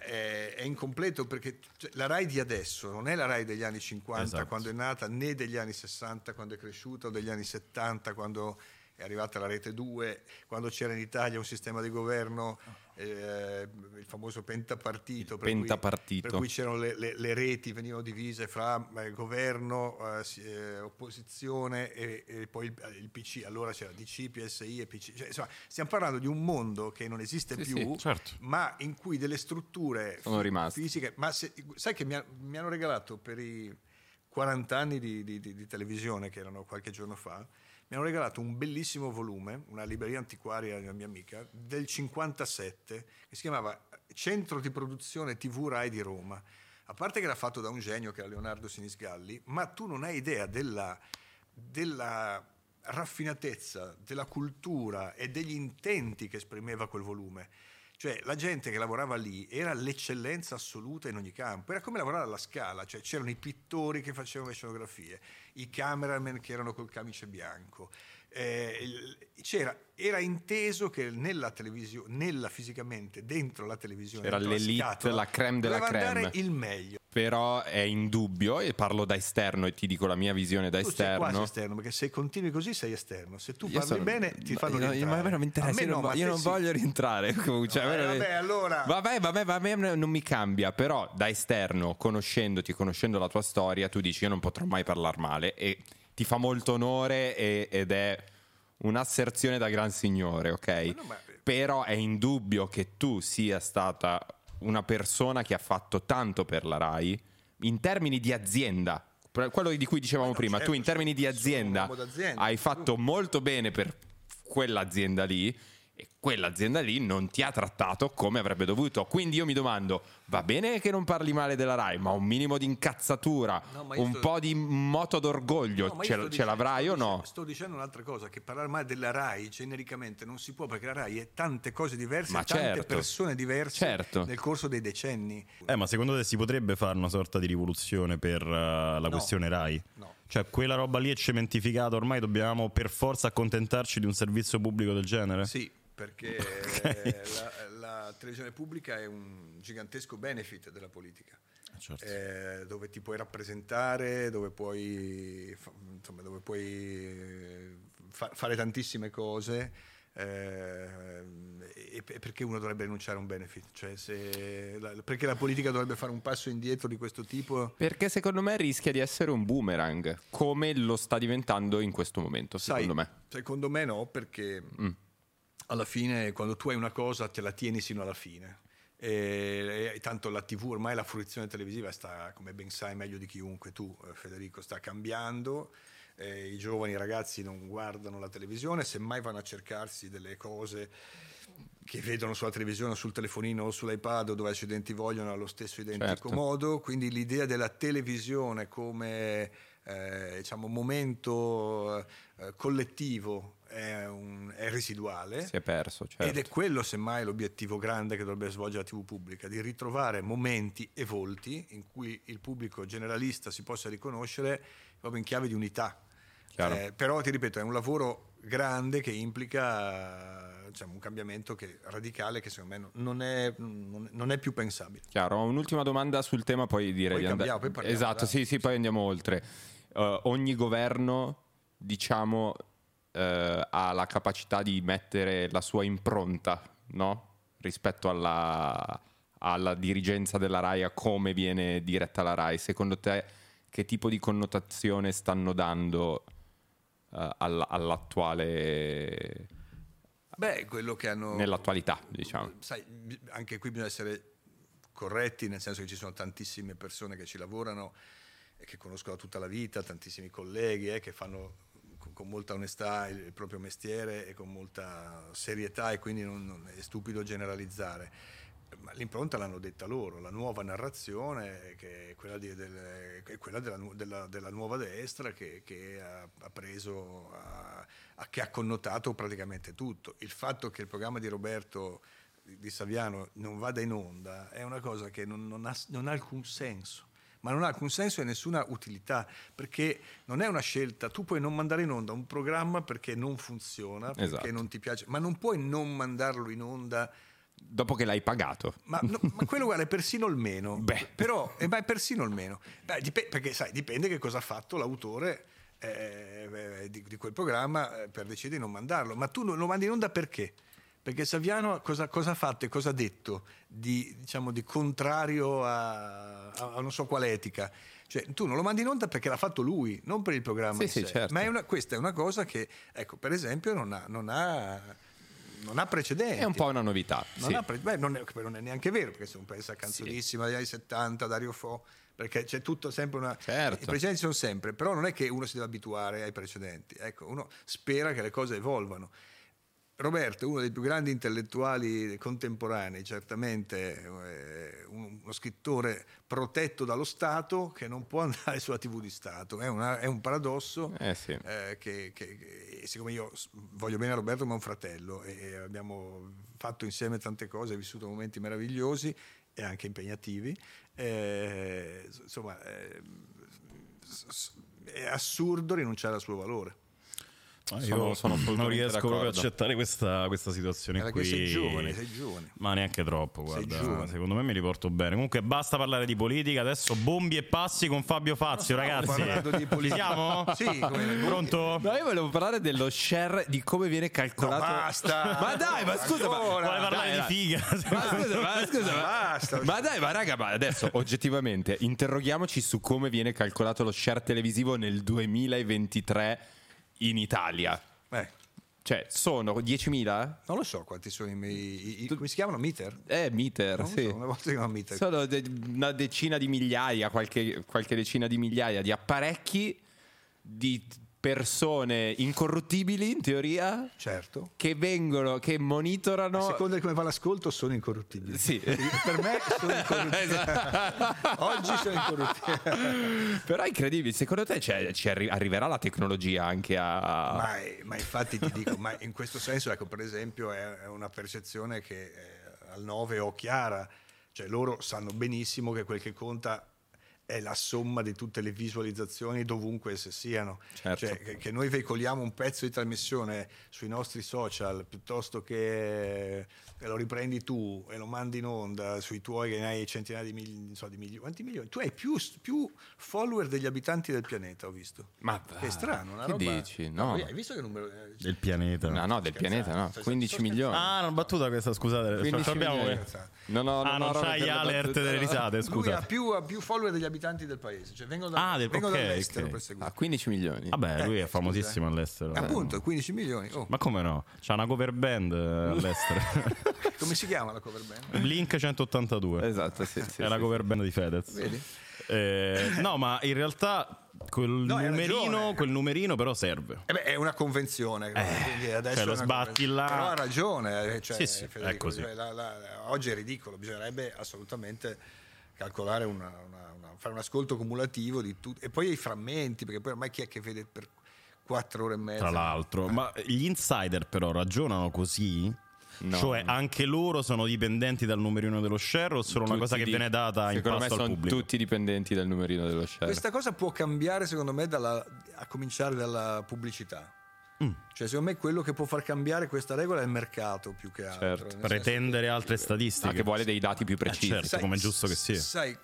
[SPEAKER 2] eh, è incompleto perché cioè, la RAI di adesso non è la RAI degli anni 50
[SPEAKER 4] Esatto.
[SPEAKER 2] quando è nata, né degli anni 60 quando è cresciuta, o degli anni 70 quando è arrivata la rete 2, quando c'era in Italia un sistema di governo, eh, il famoso pentapartito,
[SPEAKER 1] Il
[SPEAKER 2] per cui-
[SPEAKER 1] pentapartito.
[SPEAKER 2] per cui c'erano le, le- le reti, venivano divise fra eh, governo, eh, si- eh, opposizione e, e poi il, il PC, allora c'era DC, PSI e PC, Cioè, insomma stiamo parlando di un mondo che non esiste
[SPEAKER 1] Sì,
[SPEAKER 2] più,
[SPEAKER 1] sì,
[SPEAKER 4] certo.
[SPEAKER 2] ma in cui delle strutture
[SPEAKER 1] Sono
[SPEAKER 2] fi-
[SPEAKER 1] rimaste.
[SPEAKER 2] fisiche, ma se- sai che mi, ha- mi hanno regalato per i 40 anni di, di- di- di televisione che erano qualche giorno fa, mi hanno regalato un bellissimo volume, una libreria antiquaria di una mia amica, del 57, che si chiamava Centro di produzione TV Rai di Roma. A parte che era fatto da un genio che era Leonardo Sinisgalli, ma tu non hai idea della, della raffinatezza, della cultura e degli intenti che esprimeva quel volume. Cioè la gente che lavorava lì era l'eccellenza assoluta in ogni campo, era come lavorare alla scala, cioè c'erano i pittori che facevano le scenografie, i cameraman che erano col camice bianco, Eh, il- c'era- era inteso che nella televisione, nella fisicamente, dentro la televisione,
[SPEAKER 1] C'era
[SPEAKER 2] dentro
[SPEAKER 1] l'elite,
[SPEAKER 2] scatola,
[SPEAKER 1] la creme della
[SPEAKER 2] doveva
[SPEAKER 1] creme.
[SPEAKER 2] dare il meglio.
[SPEAKER 1] Però è in dubbio, e parlo da esterno e ti dico la mia visione da
[SPEAKER 2] Tu sei quasi
[SPEAKER 1] esterno.
[SPEAKER 2] esterno, perché se continui così sei esterno, se tu
[SPEAKER 1] Io
[SPEAKER 2] parli
[SPEAKER 1] sono-
[SPEAKER 2] bene ti
[SPEAKER 1] ma-
[SPEAKER 2] fanno
[SPEAKER 1] io-
[SPEAKER 2] rientrare.
[SPEAKER 1] Ma a me non mi
[SPEAKER 2] A
[SPEAKER 1] interessa,
[SPEAKER 2] me
[SPEAKER 1] io non,
[SPEAKER 2] no,
[SPEAKER 1] vo-
[SPEAKER 2] ma
[SPEAKER 1] io
[SPEAKER 2] te
[SPEAKER 1] non
[SPEAKER 2] sì.
[SPEAKER 1] voglio rientrare. cioè,
[SPEAKER 2] Eh,
[SPEAKER 1] veramente-
[SPEAKER 2] vabbè, allora.
[SPEAKER 1] Vabbè, vabbè, vabbè, a me non mi cambia, però da esterno, conoscendoti, conoscendo la tua storia, tu dici io non potrò mai parlare male e ti fa molto onore e- ed è un'asserzione da gran signore, ok?
[SPEAKER 2] no, ma-
[SPEAKER 1] Però è indubbio che tu sia stata una persona che ha fatto tanto per la RAI in termini di azienda. Per Quello di cui dicevamo
[SPEAKER 2] Ma no,
[SPEAKER 1] prima,
[SPEAKER 2] certo,
[SPEAKER 1] tu in termini di
[SPEAKER 2] sono un
[SPEAKER 1] azienda
[SPEAKER 2] uomo d'azienda,
[SPEAKER 1] hai fatto molto bene per quell'azienda lì e quell'azienda lì non ti ha trattato come avrebbe dovuto. Quindi io mi domando, va bene che non parli male della RAI, ma un minimo di incazzatura,
[SPEAKER 2] No, ma io
[SPEAKER 1] un
[SPEAKER 2] sto-
[SPEAKER 1] po' di moto d'orgoglio,
[SPEAKER 2] No, ma io
[SPEAKER 1] ce,
[SPEAKER 2] sto
[SPEAKER 1] ce
[SPEAKER 2] dicendo-
[SPEAKER 1] l'avrai
[SPEAKER 2] sto
[SPEAKER 1] o
[SPEAKER 2] dicendo-
[SPEAKER 1] no?
[SPEAKER 2] Sto dicendo un'altra cosa, che parlare male della RAI genericamente non si può perché la RAI è tante cose diverse,
[SPEAKER 1] Ma
[SPEAKER 2] tante
[SPEAKER 1] certo.
[SPEAKER 2] persone diverse
[SPEAKER 1] Certo.
[SPEAKER 2] nel corso dei decenni.
[SPEAKER 4] Eh, ma secondo te si potrebbe fare una sorta di rivoluzione per eh, la questione Rai?
[SPEAKER 2] No.
[SPEAKER 4] Cioè, quella roba lì è cementificata, ormai dobbiamo per forza accontentarci di un servizio pubblico del genere?
[SPEAKER 2] Sì, perché eh, la, la televisione pubblica è un gigantesco benefit della politica.
[SPEAKER 4] Certo.
[SPEAKER 2] Eh, dove ti puoi rappresentare, dove puoi, fa- insomma, dove puoi eh, fa- fare tantissime cose. ehm, e, e perché uno dovrebbe rinunciare a un benefit? Cioè, se la- perché la politica dovrebbe fare un passo indietro di questo tipo?
[SPEAKER 1] Perché secondo me rischia di essere un boomerang, come lo sta diventando in questo momento,
[SPEAKER 2] Sai,
[SPEAKER 1] secondo me. Mm.
[SPEAKER 2] secondo me no, perché alla fine quando tu hai una cosa te la tieni sino alla fine. E, e tanto la TV, ormai la fruizione televisiva sta, come ben sai, meglio di chiunque tu, eh, Federico, sta cambiando. eh, I giovani ragazzi non guardano la televisione, semmai vanno a cercarsi delle cose che vedono sulla televisione, o sul telefonino o sull'iPad o dove accidenti vogliono allo stesso identico
[SPEAKER 1] Certo.
[SPEAKER 2] modo, quindi l'idea della televisione come eh, diciamo, momento eh, collettivo è, un- è residuale.
[SPEAKER 1] Si è perso,
[SPEAKER 2] Ed
[SPEAKER 1] certo.
[SPEAKER 2] è quello semmai l'obiettivo grande che dovrebbe svolgere la TV pubblica, di ritrovare momenti e volti in cui il pubblico generalista si possa riconoscere proprio in chiave di unità. Eh,
[SPEAKER 1] Chiaro.
[SPEAKER 2] però ti ripeto, è un lavoro grande che implica eh, diciamo, un cambiamento che- radicale che secondo me no- non è, non- non è più pensabile.
[SPEAKER 1] Chiaro, ho un'ultima domanda sul tema, poi direi
[SPEAKER 2] Poi
[SPEAKER 1] di andare.
[SPEAKER 2] cambiamo, poi parliamo,
[SPEAKER 1] esatto,
[SPEAKER 2] dai.
[SPEAKER 1] sì, sì, poi andiamo oltre. Eh, ogni governo, diciamo, eh, ha la capacità di mettere la sua impronta, no? Rispetto alla, alla dirigenza della RAI, a come viene diretta la RAI. Secondo te, che tipo di connotazione stanno dando eh, alla- all'attuale.
[SPEAKER 2] Beh, quello che hanno...
[SPEAKER 1] nell'attualità, diciamo?
[SPEAKER 2] Eh, Sai, bi- anche qui bisogna essere corretti, nel senso che ci sono tantissime persone che ci lavorano e che conoscono tutta la vita, tantissimi colleghi eh, che fanno con, con molta onestà il, il proprio mestiere e con molta serietà e quindi non- non è stupido generalizzare. Ma l'impronta l'hanno detta loro, la nuova narrazione che è quella, di- del- è quella della, nu- della- della nuova destra che, che ha, ha preso, ha- ha- che ha connotato praticamente tutto. Il fatto che il programma di Roberto di di Saviano non vada in onda è una cosa che non, non ha, non ha alcun senso. Ma non ha alcun senso e nessuna utilità, perché non è una scelta. Tu puoi non mandare in onda un programma perché non funziona, perché
[SPEAKER 1] Esatto.
[SPEAKER 2] non ti piace, ma non puoi non mandarlo in onda
[SPEAKER 1] Dopo che l'hai pagato.
[SPEAKER 2] ma, no, ma quello guarda, è persino il meno.
[SPEAKER 1] Beh.
[SPEAKER 2] Però eh, ma è persino il meno. Beh, dip- perché sai, dipende che cosa ha fatto l'autore eh, di, di quel programma eh, per decidere di non mandarlo. Ma tu lo lo mandi in onda perché? Perché Saviano cosa, cosa ha fatto e cosa ha detto di, diciamo, di contrario a, a- a non so quale etica? Cioè, tu non lo mandi in onda perché l'ha fatto lui, non per il programma.
[SPEAKER 1] Sì,
[SPEAKER 2] in
[SPEAKER 1] sì,
[SPEAKER 2] sé.
[SPEAKER 1] certo.
[SPEAKER 2] Ma è una- questa è una cosa che, ecco, per esempio, non ha, non ha- non ha precedenti.
[SPEAKER 1] È un po' una novità.
[SPEAKER 2] Non,
[SPEAKER 1] sì.
[SPEAKER 2] ha pre- beh, non è, poi non è neanche vero, perché se un pensa a canzonissima degli anni 70, Dario Fo, perché c'è tutto sempre una...
[SPEAKER 1] Certo.
[SPEAKER 2] I precedenti ci sono sempre, però non è che uno si deve abituare ai precedenti, ecco, uno spera che le cose evolvano. Roberto, uno dei più grandi intellettuali contemporanei, certamente eh, un- uno scrittore protetto dallo Stato che non può andare sulla TV di Stato, è, una- è un paradosso
[SPEAKER 1] Eh sì.
[SPEAKER 2] eh, che, che- che- siccome io s- voglio bene a Roberto ma è un fratello e, e abbiamo fatto insieme tante cose, vissuto momenti meravigliosi e anche impegnativi, eh, s- insomma eh, s- s- è assurdo rinunciare al suo valore.
[SPEAKER 4] Ma
[SPEAKER 1] Sono-
[SPEAKER 4] Ah, io
[SPEAKER 1] sono
[SPEAKER 4] non
[SPEAKER 1] assolutamente
[SPEAKER 4] riesco proprio ad
[SPEAKER 1] d'accordo.
[SPEAKER 4] accettare questa, questa situazione
[SPEAKER 2] Perché
[SPEAKER 4] qui.
[SPEAKER 2] sei giovane, sei giovane.
[SPEAKER 4] Ma neanche troppo,
[SPEAKER 2] Sei
[SPEAKER 4] guarda.
[SPEAKER 2] giovane.
[SPEAKER 4] Secondo me mi riporto bene. Comunque basta parlare di politica, adesso bombi e passi con Fabio Fazio, ragazzi.
[SPEAKER 2] parlando di politica.
[SPEAKER 4] Ci siamo?
[SPEAKER 2] Sì, come-
[SPEAKER 4] Pronto?
[SPEAKER 1] No, io volevo parlare dello share, di come viene calcolato.
[SPEAKER 2] No, basta!
[SPEAKER 1] Ma dai, ma scusa, ma-
[SPEAKER 2] Ancora!
[SPEAKER 4] Vuole parlare
[SPEAKER 1] Dai,
[SPEAKER 4] di
[SPEAKER 1] dai.
[SPEAKER 4] figa?
[SPEAKER 1] Ma scusa, ma scusa, ma,
[SPEAKER 2] Basta.
[SPEAKER 1] ma dai, ma raga, ma adesso oggettivamente interroghiamoci su come viene calcolato lo share televisivo nel 2023 in Italia.
[SPEAKER 2] Eh,
[SPEAKER 1] Cioè, sono 10.000?
[SPEAKER 2] non lo so quanti sono i miei... i- i- come si chiamano? Meter?
[SPEAKER 1] Eh, meter,
[SPEAKER 2] Non lo
[SPEAKER 1] sì.
[SPEAKER 2] so, una volta che chiamano meter.
[SPEAKER 1] Sono de- una decina di migliaia, qualche, qualche decina di migliaia di apparecchi di persone incorruttibili, in teoria,
[SPEAKER 2] Certo.
[SPEAKER 1] che vengono, che monitorano...
[SPEAKER 2] A seconda di come va l'ascolto sono incorruttibili.
[SPEAKER 1] Sì.
[SPEAKER 2] per me sono incorruttibili.
[SPEAKER 1] Esatto.
[SPEAKER 2] Oggi sono incorruttibili.
[SPEAKER 1] Però è incredibile, secondo te c'è- ci arri- arriverà la tecnologia anche a...
[SPEAKER 2] ma, ma infatti ti dico, ma in questo senso, ecco, per esempio, è, è una percezione che eh, al 9 ho chiara, cioè loro sanno benissimo che quel che conta è la somma di tutte le visualizzazioni dovunque esse siano.
[SPEAKER 1] Certo.
[SPEAKER 2] Cioè, che, che noi veicoliamo un pezzo di trasmissione sui nostri social piuttosto che eh, lo riprendi tu e lo mandi in onda sui tuoi che ne hai centinaia di milioni, non so, di milioni, quanti milioni? Tu hai più, più follower degli abitanti del pianeta, ho visto.
[SPEAKER 1] Ma
[SPEAKER 2] Che è strano, una
[SPEAKER 1] Che
[SPEAKER 2] roba...
[SPEAKER 1] dici? No.
[SPEAKER 2] Hai visto che numero... eh,
[SPEAKER 4] Del pianeta.
[SPEAKER 1] No, no, del
[SPEAKER 2] Scherzate,
[SPEAKER 1] pianeta no,
[SPEAKER 2] sto-
[SPEAKER 1] 15
[SPEAKER 2] sto
[SPEAKER 1] milioni.
[SPEAKER 4] Ah, una battuta questa, scusate.
[SPEAKER 1] 15
[SPEAKER 4] Ce l'abbiamo
[SPEAKER 1] milioni.
[SPEAKER 4] questa?
[SPEAKER 1] No, no,
[SPEAKER 4] Ah,
[SPEAKER 1] ho
[SPEAKER 4] non
[SPEAKER 1] robe
[SPEAKER 4] c'hai
[SPEAKER 1] per le
[SPEAKER 4] alert
[SPEAKER 1] battute,
[SPEAKER 4] delle
[SPEAKER 1] no.
[SPEAKER 4] risate,
[SPEAKER 2] Lui ha
[SPEAKER 4] scusa.
[SPEAKER 2] più, ha più follower degli abitanti del paese, cioè vengono, da-
[SPEAKER 4] Ah, del-
[SPEAKER 2] vengono
[SPEAKER 4] ok,
[SPEAKER 2] dall'estero
[SPEAKER 4] ok.
[SPEAKER 2] per seguire.
[SPEAKER 1] A 15 Ah, milioni.
[SPEAKER 4] Vabbè, lui
[SPEAKER 2] Eh,
[SPEAKER 4] è
[SPEAKER 2] scusa.
[SPEAKER 4] famosissimo all'estero. eh.
[SPEAKER 2] Appunto, 15 milioni. Oh,
[SPEAKER 4] Ma come no? C'ha una cover band eh, all'estero.
[SPEAKER 2] Come si chiama la cover band?
[SPEAKER 4] Blink 182.
[SPEAKER 1] Esatto, sì, sì,
[SPEAKER 4] è la
[SPEAKER 1] sì.
[SPEAKER 4] cover band di Fedez.
[SPEAKER 2] Vedi?
[SPEAKER 4] Eh, no, ma in realtà quel,
[SPEAKER 2] No, hai
[SPEAKER 4] numerino,
[SPEAKER 2] ragione.
[SPEAKER 4] quel numerino però serve.
[SPEAKER 2] Eh beh, è una convenzione, eh, quindi adesso
[SPEAKER 4] cioè,
[SPEAKER 2] è
[SPEAKER 4] lo
[SPEAKER 2] una
[SPEAKER 4] sbatti
[SPEAKER 2] conven-
[SPEAKER 4] là.
[SPEAKER 2] Però ha ragione, eh, cioè,
[SPEAKER 4] Sì, sì, è
[SPEAKER 2] Federico,
[SPEAKER 4] così.
[SPEAKER 2] cioè, la- la- oggi è ridicolo, bisognerebbe assolutamente calcolare una, una- una- fare un ascolto cumulativo di tutto e poi i frammenti, perché poi ormai chi è che vede per quattro ore e mezza?
[SPEAKER 4] Tra l'altro, ma gli insider però ragionano così?
[SPEAKER 1] No.
[SPEAKER 4] Cioè, anche loro sono dipendenti dal numerino dello share o solo una
[SPEAKER 1] Tutti
[SPEAKER 4] cosa che
[SPEAKER 1] di-
[SPEAKER 4] viene data in
[SPEAKER 1] Secondo me
[SPEAKER 4] pasto al
[SPEAKER 1] sono
[SPEAKER 4] pubblico?
[SPEAKER 1] tutti dipendenti dal numerino dello share.
[SPEAKER 2] Questa cosa può cambiare, secondo me, dalla- a cominciare dalla pubblicità. Cioè, secondo me, quello che può far cambiare questa regola è il mercato più che altro.
[SPEAKER 1] Certo.
[SPEAKER 2] nel senso
[SPEAKER 4] Pretendere altre
[SPEAKER 1] Ah,
[SPEAKER 4] statistiche.
[SPEAKER 1] che vuole dei dati più precisi.
[SPEAKER 4] certo. come è giusto che sia.
[SPEAKER 2] Sai,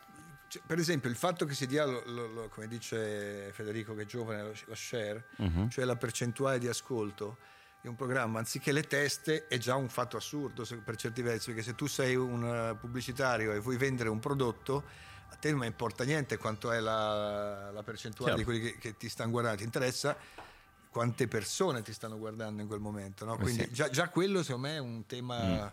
[SPEAKER 2] cioè, per esempio, il fatto che si dia, lo- lo- lo- come dice Federico, che è giovane, lo, lo share,
[SPEAKER 4] Mhm.
[SPEAKER 2] cioè la percentuale di ascolto di un programma, anziché le teste, è già un fatto assurdo se- per certi versi, perché se tu sei un eh, pubblicitario e vuoi vendere un prodotto, a te non importa niente quanto è la, la percentuale
[SPEAKER 4] Chiaro.
[SPEAKER 2] di quelli che, che ti stanno guardando, ti interessa quante persone ti stanno guardando in quel momento,
[SPEAKER 4] Eh
[SPEAKER 2] no? quindi
[SPEAKER 1] sì.
[SPEAKER 2] già, già quello secondo me è un tema...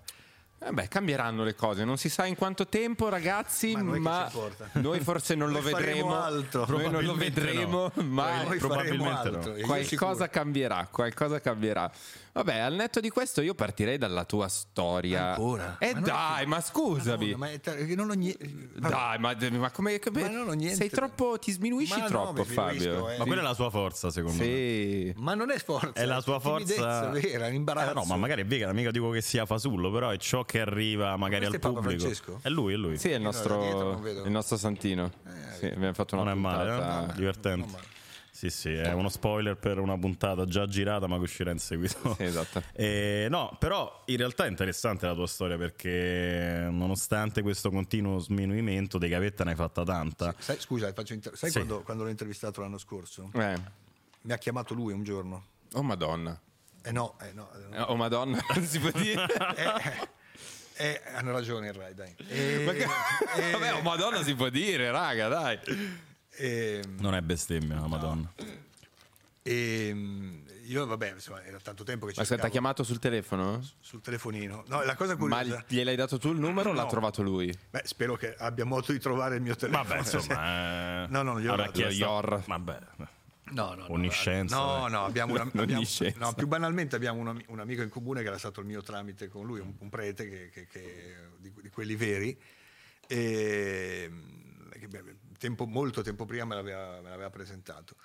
[SPEAKER 1] Eh beh, cambieranno le cose, non si sa in quanto tempo, ragazzi,
[SPEAKER 2] Ma
[SPEAKER 1] ma,
[SPEAKER 2] noi che ci importa?
[SPEAKER 1] noi forse non
[SPEAKER 2] Noi
[SPEAKER 1] lo
[SPEAKER 2] faremo
[SPEAKER 1] vedremo.
[SPEAKER 2] altro.
[SPEAKER 1] Noi non lo
[SPEAKER 4] Probabilmente
[SPEAKER 1] vedremo,
[SPEAKER 4] no.
[SPEAKER 1] ma
[SPEAKER 2] Noi faremo
[SPEAKER 4] Mm. probabilmente no.
[SPEAKER 2] altro, e io
[SPEAKER 1] qualcosa
[SPEAKER 2] sicuro.
[SPEAKER 1] cambierà, qualcosa cambierà. Vabbè, al netto di questo io partirei dalla tua storia.
[SPEAKER 2] Ancora?
[SPEAKER 1] E
[SPEAKER 2] Ma non è
[SPEAKER 1] dai,
[SPEAKER 2] che-
[SPEAKER 1] ma
[SPEAKER 2] Madonna,
[SPEAKER 1] scusami.
[SPEAKER 2] ma è tar- che non ho nie-
[SPEAKER 1] Dai, ma, ma come, come-
[SPEAKER 2] Ma non ho niente
[SPEAKER 1] sei
[SPEAKER 2] da-
[SPEAKER 1] troppo ti sminuisci
[SPEAKER 2] Ma no,
[SPEAKER 1] troppo,
[SPEAKER 2] mi sminuisco,
[SPEAKER 1] Fabio.
[SPEAKER 2] eh.
[SPEAKER 4] Ma quella è la sua forza, secondo me.
[SPEAKER 1] Sì.
[SPEAKER 2] Ma non è forza,
[SPEAKER 4] È la sua forza.
[SPEAKER 2] timidezza vera,
[SPEAKER 4] Eh,
[SPEAKER 2] l'imbarazzo.
[SPEAKER 4] no, ma magari è vegana, mica dico che sia fasullo, però è ciò che arriva magari
[SPEAKER 2] questo
[SPEAKER 4] al
[SPEAKER 2] è Papa
[SPEAKER 4] pubblico.
[SPEAKER 2] Francesco?
[SPEAKER 4] È lui, è lui.
[SPEAKER 1] Sì, è il
[SPEAKER 2] Io non ero dietro,
[SPEAKER 1] nostro,
[SPEAKER 2] non vedo. Eh,
[SPEAKER 1] il nostro Santino. Sì, abbiamo fatto
[SPEAKER 4] Non
[SPEAKER 1] una
[SPEAKER 4] è
[SPEAKER 1] puntata-
[SPEAKER 4] male, eh? divertente.
[SPEAKER 2] non male.
[SPEAKER 4] Sì, sì, è uno spoiler per una puntata già girata ma che uscirà in seguito.
[SPEAKER 1] Sì, esatto.
[SPEAKER 4] Eh, no, però in realtà è interessante la tua storia perché nonostante questo continuo sminuimento dei gavetta ne hai fatta tanta.
[SPEAKER 2] Sai, scusa, faccio inter- sai
[SPEAKER 4] Sì.
[SPEAKER 2] quando, quando l'ho intervistato l'anno scorso?
[SPEAKER 1] Eh,
[SPEAKER 2] Mi ha chiamato lui un giorno.
[SPEAKER 1] Oh madonna.
[SPEAKER 2] Eh no, eh no. eh no.
[SPEAKER 1] Oh madonna, non si può dire.
[SPEAKER 2] Eh, eh, hanno ragione il Rai, dai. Eh,
[SPEAKER 1] Ma che-
[SPEAKER 2] eh,
[SPEAKER 1] Vabbè, oh madonna si può dire, raga, dai.
[SPEAKER 2] ehm,
[SPEAKER 4] Non è bestemmia, la madonna.
[SPEAKER 2] ehm, io, vabbè, insomma, era tanto tempo che ci
[SPEAKER 1] Ma aspetta, ha chiamato sul telefono?
[SPEAKER 2] sul telefonino. No, la cosa
[SPEAKER 1] Ma
[SPEAKER 2] curiosa...
[SPEAKER 1] gliel'hai dato tu il numero o
[SPEAKER 2] esatto.
[SPEAKER 1] l'ha
[SPEAKER 2] No.
[SPEAKER 1] trovato lui?
[SPEAKER 2] Beh, spero che abbia modo di trovare il mio telefono.
[SPEAKER 4] Vabbè, insomma, eh,
[SPEAKER 2] No, no, io
[SPEAKER 4] avrà
[SPEAKER 2] lo-
[SPEAKER 4] chiesto-
[SPEAKER 1] lo Ior.
[SPEAKER 4] Vabbè.
[SPEAKER 2] No, no, no.
[SPEAKER 4] Onniscienza,
[SPEAKER 2] No,
[SPEAKER 4] eh.
[SPEAKER 2] no, abbiamo, una, abbiamo-
[SPEAKER 1] Onniscienza.
[SPEAKER 2] no, più banalmente abbiamo un, ami- un amico in comune che era stato il mio tramite con lui, un, un prete che- che- che- di, di quelli veri. E, mm, che beh, tempo- molto tempo prima me l'aveva, me l'aveva presentato.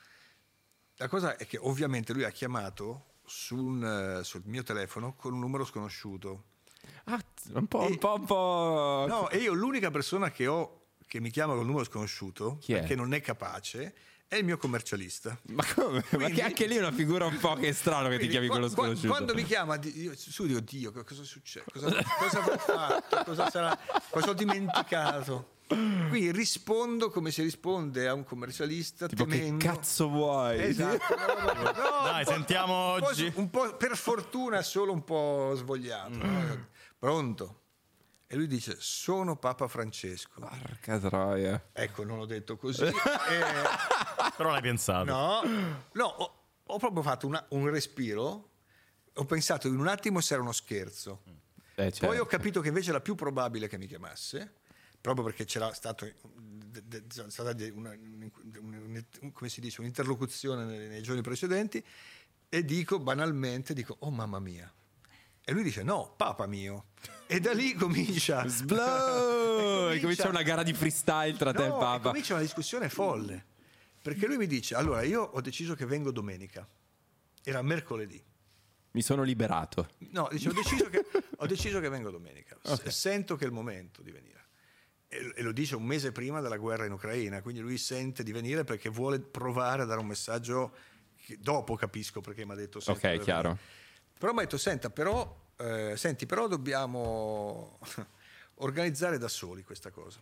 [SPEAKER 2] La cosa è che ovviamente lui ha chiamato su un, eh, sul mio telefono con un numero sconosciuto.
[SPEAKER 1] Ah, un po', un
[SPEAKER 2] E-
[SPEAKER 1] po', un po'...
[SPEAKER 2] No, e io l'unica persona che ho che mi chiama col numero sconosciuto,
[SPEAKER 1] Chi è?
[SPEAKER 2] che non è capace, è il mio commercialista.
[SPEAKER 1] Ma come? Ma che anche lì è una figura un po' che è strano che ti
[SPEAKER 2] Quindi,
[SPEAKER 1] chiami
[SPEAKER 2] qua-
[SPEAKER 1] quello
[SPEAKER 2] qua-
[SPEAKER 1] sconosciuto.
[SPEAKER 2] Quando mi chiama, di- io su dico, Dio, co- cosa succede? Cosa, cosa avrò fatto? Cosa, sarà? cosa ho dimenticato? Quindi rispondo come si risponde a un commercialista
[SPEAKER 1] Tipo, che
[SPEAKER 2] temendo...
[SPEAKER 1] cazzo vuoi?
[SPEAKER 2] Esatto. No, no, no, no,
[SPEAKER 4] Dai,
[SPEAKER 2] un po'-
[SPEAKER 4] sentiamo
[SPEAKER 2] un po'
[SPEAKER 4] oggi.
[SPEAKER 2] s- Un po', per fortuna solo un po' svogliato.
[SPEAKER 4] Mm.
[SPEAKER 2] no? Pronto? E lui dice, sono Papa
[SPEAKER 1] Ah.
[SPEAKER 2] Francesco.
[SPEAKER 1] Porca troia.
[SPEAKER 2] Ecco, non l'ho detto così. eh,
[SPEAKER 4] Però l'hai pensato.
[SPEAKER 2] No, no, ho, ho proprio fatto una- un respiro. Ho pensato in un attimo se era uno scherzo.
[SPEAKER 1] Eh, certo.
[SPEAKER 2] Poi ho capito che invece era più probabile che mi chiamasse, proprio perché c'era stato de- de- c'era stata de- una- un- un- un- come si dice, un'interlocuzione nei, nei giorni precedenti e dico banalmente, dico, oh mamma mia. E lui dice, no, papa mio. E da lì comincia...
[SPEAKER 1] Sblow!
[SPEAKER 2] E
[SPEAKER 1] e comincia una gara di freestyle tra te e il
[SPEAKER 2] No, e
[SPEAKER 1] Papa.
[SPEAKER 2] comincia una discussione folle. Perché lui mi dice: Allora, io ho deciso che vengo domenica. Era mercoledì.
[SPEAKER 1] Mi sono liberato.
[SPEAKER 2] No, dice, ho, deciso che, ho deciso che vengo domenica. S- Sento che è il momento di venire. E, e lo dice un mese prima della guerra in Ucraina, quindi lui sente di venire perché vuole provare a dare un messaggio che dopo capisco perché mi ha detto sento
[SPEAKER 1] Ok,
[SPEAKER 2] di venire.
[SPEAKER 1] chiaro.
[SPEAKER 2] Però mi ha detto, senta, però, eh, senti, però dobbiamo organizzare da soli questa cosa.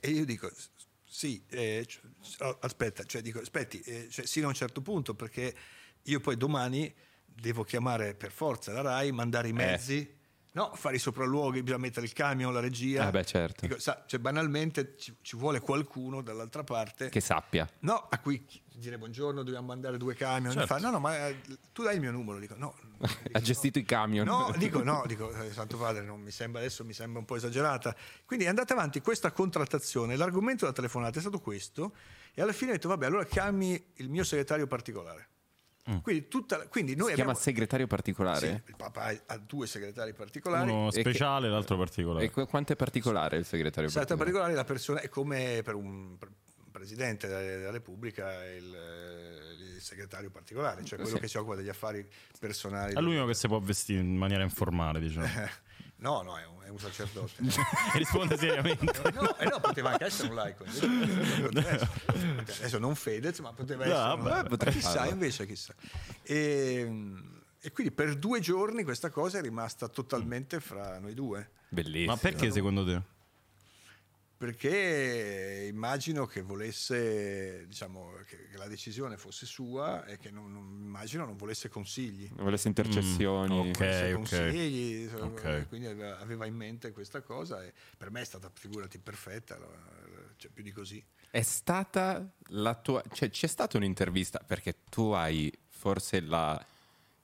[SPEAKER 2] E io dico, s- sì, eh, c- oh, aspetta, cioè dico, aspetti, eh, cioè, sino a un certo punto, perché io poi domani devo chiamare per forza la RAI,
[SPEAKER 1] Eh.
[SPEAKER 2] mandare i mezzi, no, fare i sopralluoghi, bisogna mettere il camion, la regia.
[SPEAKER 1] Ah, beh, certo.
[SPEAKER 2] Dico, sa, cioè, banalmente ci, ci vuole qualcuno dall'altra parte.
[SPEAKER 1] Che sappia.
[SPEAKER 2] No, a cui chi- dire buongiorno, dobbiamo mandare due camion.
[SPEAKER 4] Certo.
[SPEAKER 2] Fa, no, no, ma eh, tu dai il mio numero. Dico, no.
[SPEAKER 1] Ha gestito i camion.
[SPEAKER 2] No, dico no, dico eh, Santo Padre, non mi sembra adesso mi sembra un po' esagerata. Quindi è andata avanti questa contrattazione, l'argomento della telefonata è stato questo e alla fine ho detto vabbè, allora chiami il mio segretario particolare. Quindi tutta la- quindi noi
[SPEAKER 1] Mm. si chiama
[SPEAKER 2] abbiamo
[SPEAKER 1] segretario
[SPEAKER 2] sì,
[SPEAKER 1] particolare.
[SPEAKER 2] il papà ha- ha due segretari particolari.
[SPEAKER 4] Uno
[SPEAKER 1] E che-
[SPEAKER 4] speciale e l'altro particolare.
[SPEAKER 1] E qu- quanto è particolare il segretario
[SPEAKER 2] Il segretario
[SPEAKER 1] particolare?
[SPEAKER 2] particolare la persona è come per un pre- presidente della, della Repubblica il, eh, il segretario particolare, cioè quello
[SPEAKER 1] Eh, Sì.
[SPEAKER 2] che si occupa degli affari personali.
[SPEAKER 4] È l'unico che si può vestire in maniera informale, diciamo.
[SPEAKER 2] No, no, è un, è un sacerdote.
[SPEAKER 4] E risponde seriamente.
[SPEAKER 2] No, eh no, poteva anche essere un laico. invece. Poteva essere. Adesso non Fedez, ma poteva
[SPEAKER 4] No,
[SPEAKER 2] essere. un
[SPEAKER 4] vabbè,
[SPEAKER 2] laico.
[SPEAKER 1] potrebbe
[SPEAKER 2] chissà,
[SPEAKER 1] farlo.
[SPEAKER 2] invece, chissà. E, e quindi per due giorni questa cosa è rimasta totalmente fra noi due.
[SPEAKER 1] Bellissimo.
[SPEAKER 4] Ma perché secondo te?
[SPEAKER 2] Perché immagino che volesse, diciamo, che, che la decisione fosse sua e che non, non- immagino non volesse consigli.
[SPEAKER 1] Volesse intercessioni.
[SPEAKER 4] Mm, ok.
[SPEAKER 2] Volesse
[SPEAKER 4] ok.
[SPEAKER 2] consigli, insomma, eh,
[SPEAKER 4] Ok.
[SPEAKER 2] quindi aveva aveva in mente questa cosa e per me è stata, figurati, perfetta, allora, cioè più di così.
[SPEAKER 1] È stata la tua. Cioè, c'è stata un'intervista perché tu hai forse la-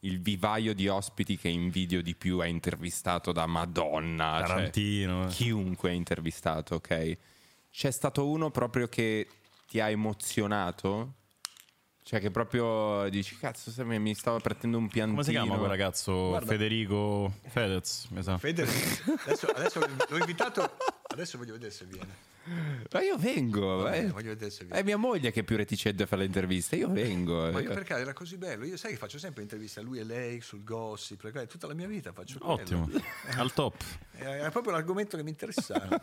[SPEAKER 1] il vivaio di ospiti che invidio di più. Hai intervistato da Madonna. cioè,
[SPEAKER 4] Tarantino, eh.
[SPEAKER 1] chiunque hai intervistato, ok? C'è stato uno proprio che ti ha emozionato. Cioè, che proprio dici, cazzo, sai, mi mi stavo partendo un piantino.
[SPEAKER 4] Come si chiama quel ragazzo?
[SPEAKER 2] Guarda.
[SPEAKER 4] Federico Fedez, mi sa.
[SPEAKER 2] Fede, adesso, adesso l'ho invitato, adesso voglio vedere se viene.
[SPEAKER 1] Ma io vengo.
[SPEAKER 2] bene,
[SPEAKER 1] eh.
[SPEAKER 2] voglio vedere se viene.
[SPEAKER 1] È mia moglie che è più reticente a fare le interviste. Io vengo.
[SPEAKER 2] Ma
[SPEAKER 1] eh.
[SPEAKER 2] io per caso era così bello, io sai che faccio sempre interviste a lui e lei sul gossip, perché guarda, tutta la mia vita faccio quello.
[SPEAKER 4] Ottimo, al top.
[SPEAKER 2] Era proprio l'argomento che mi interessava.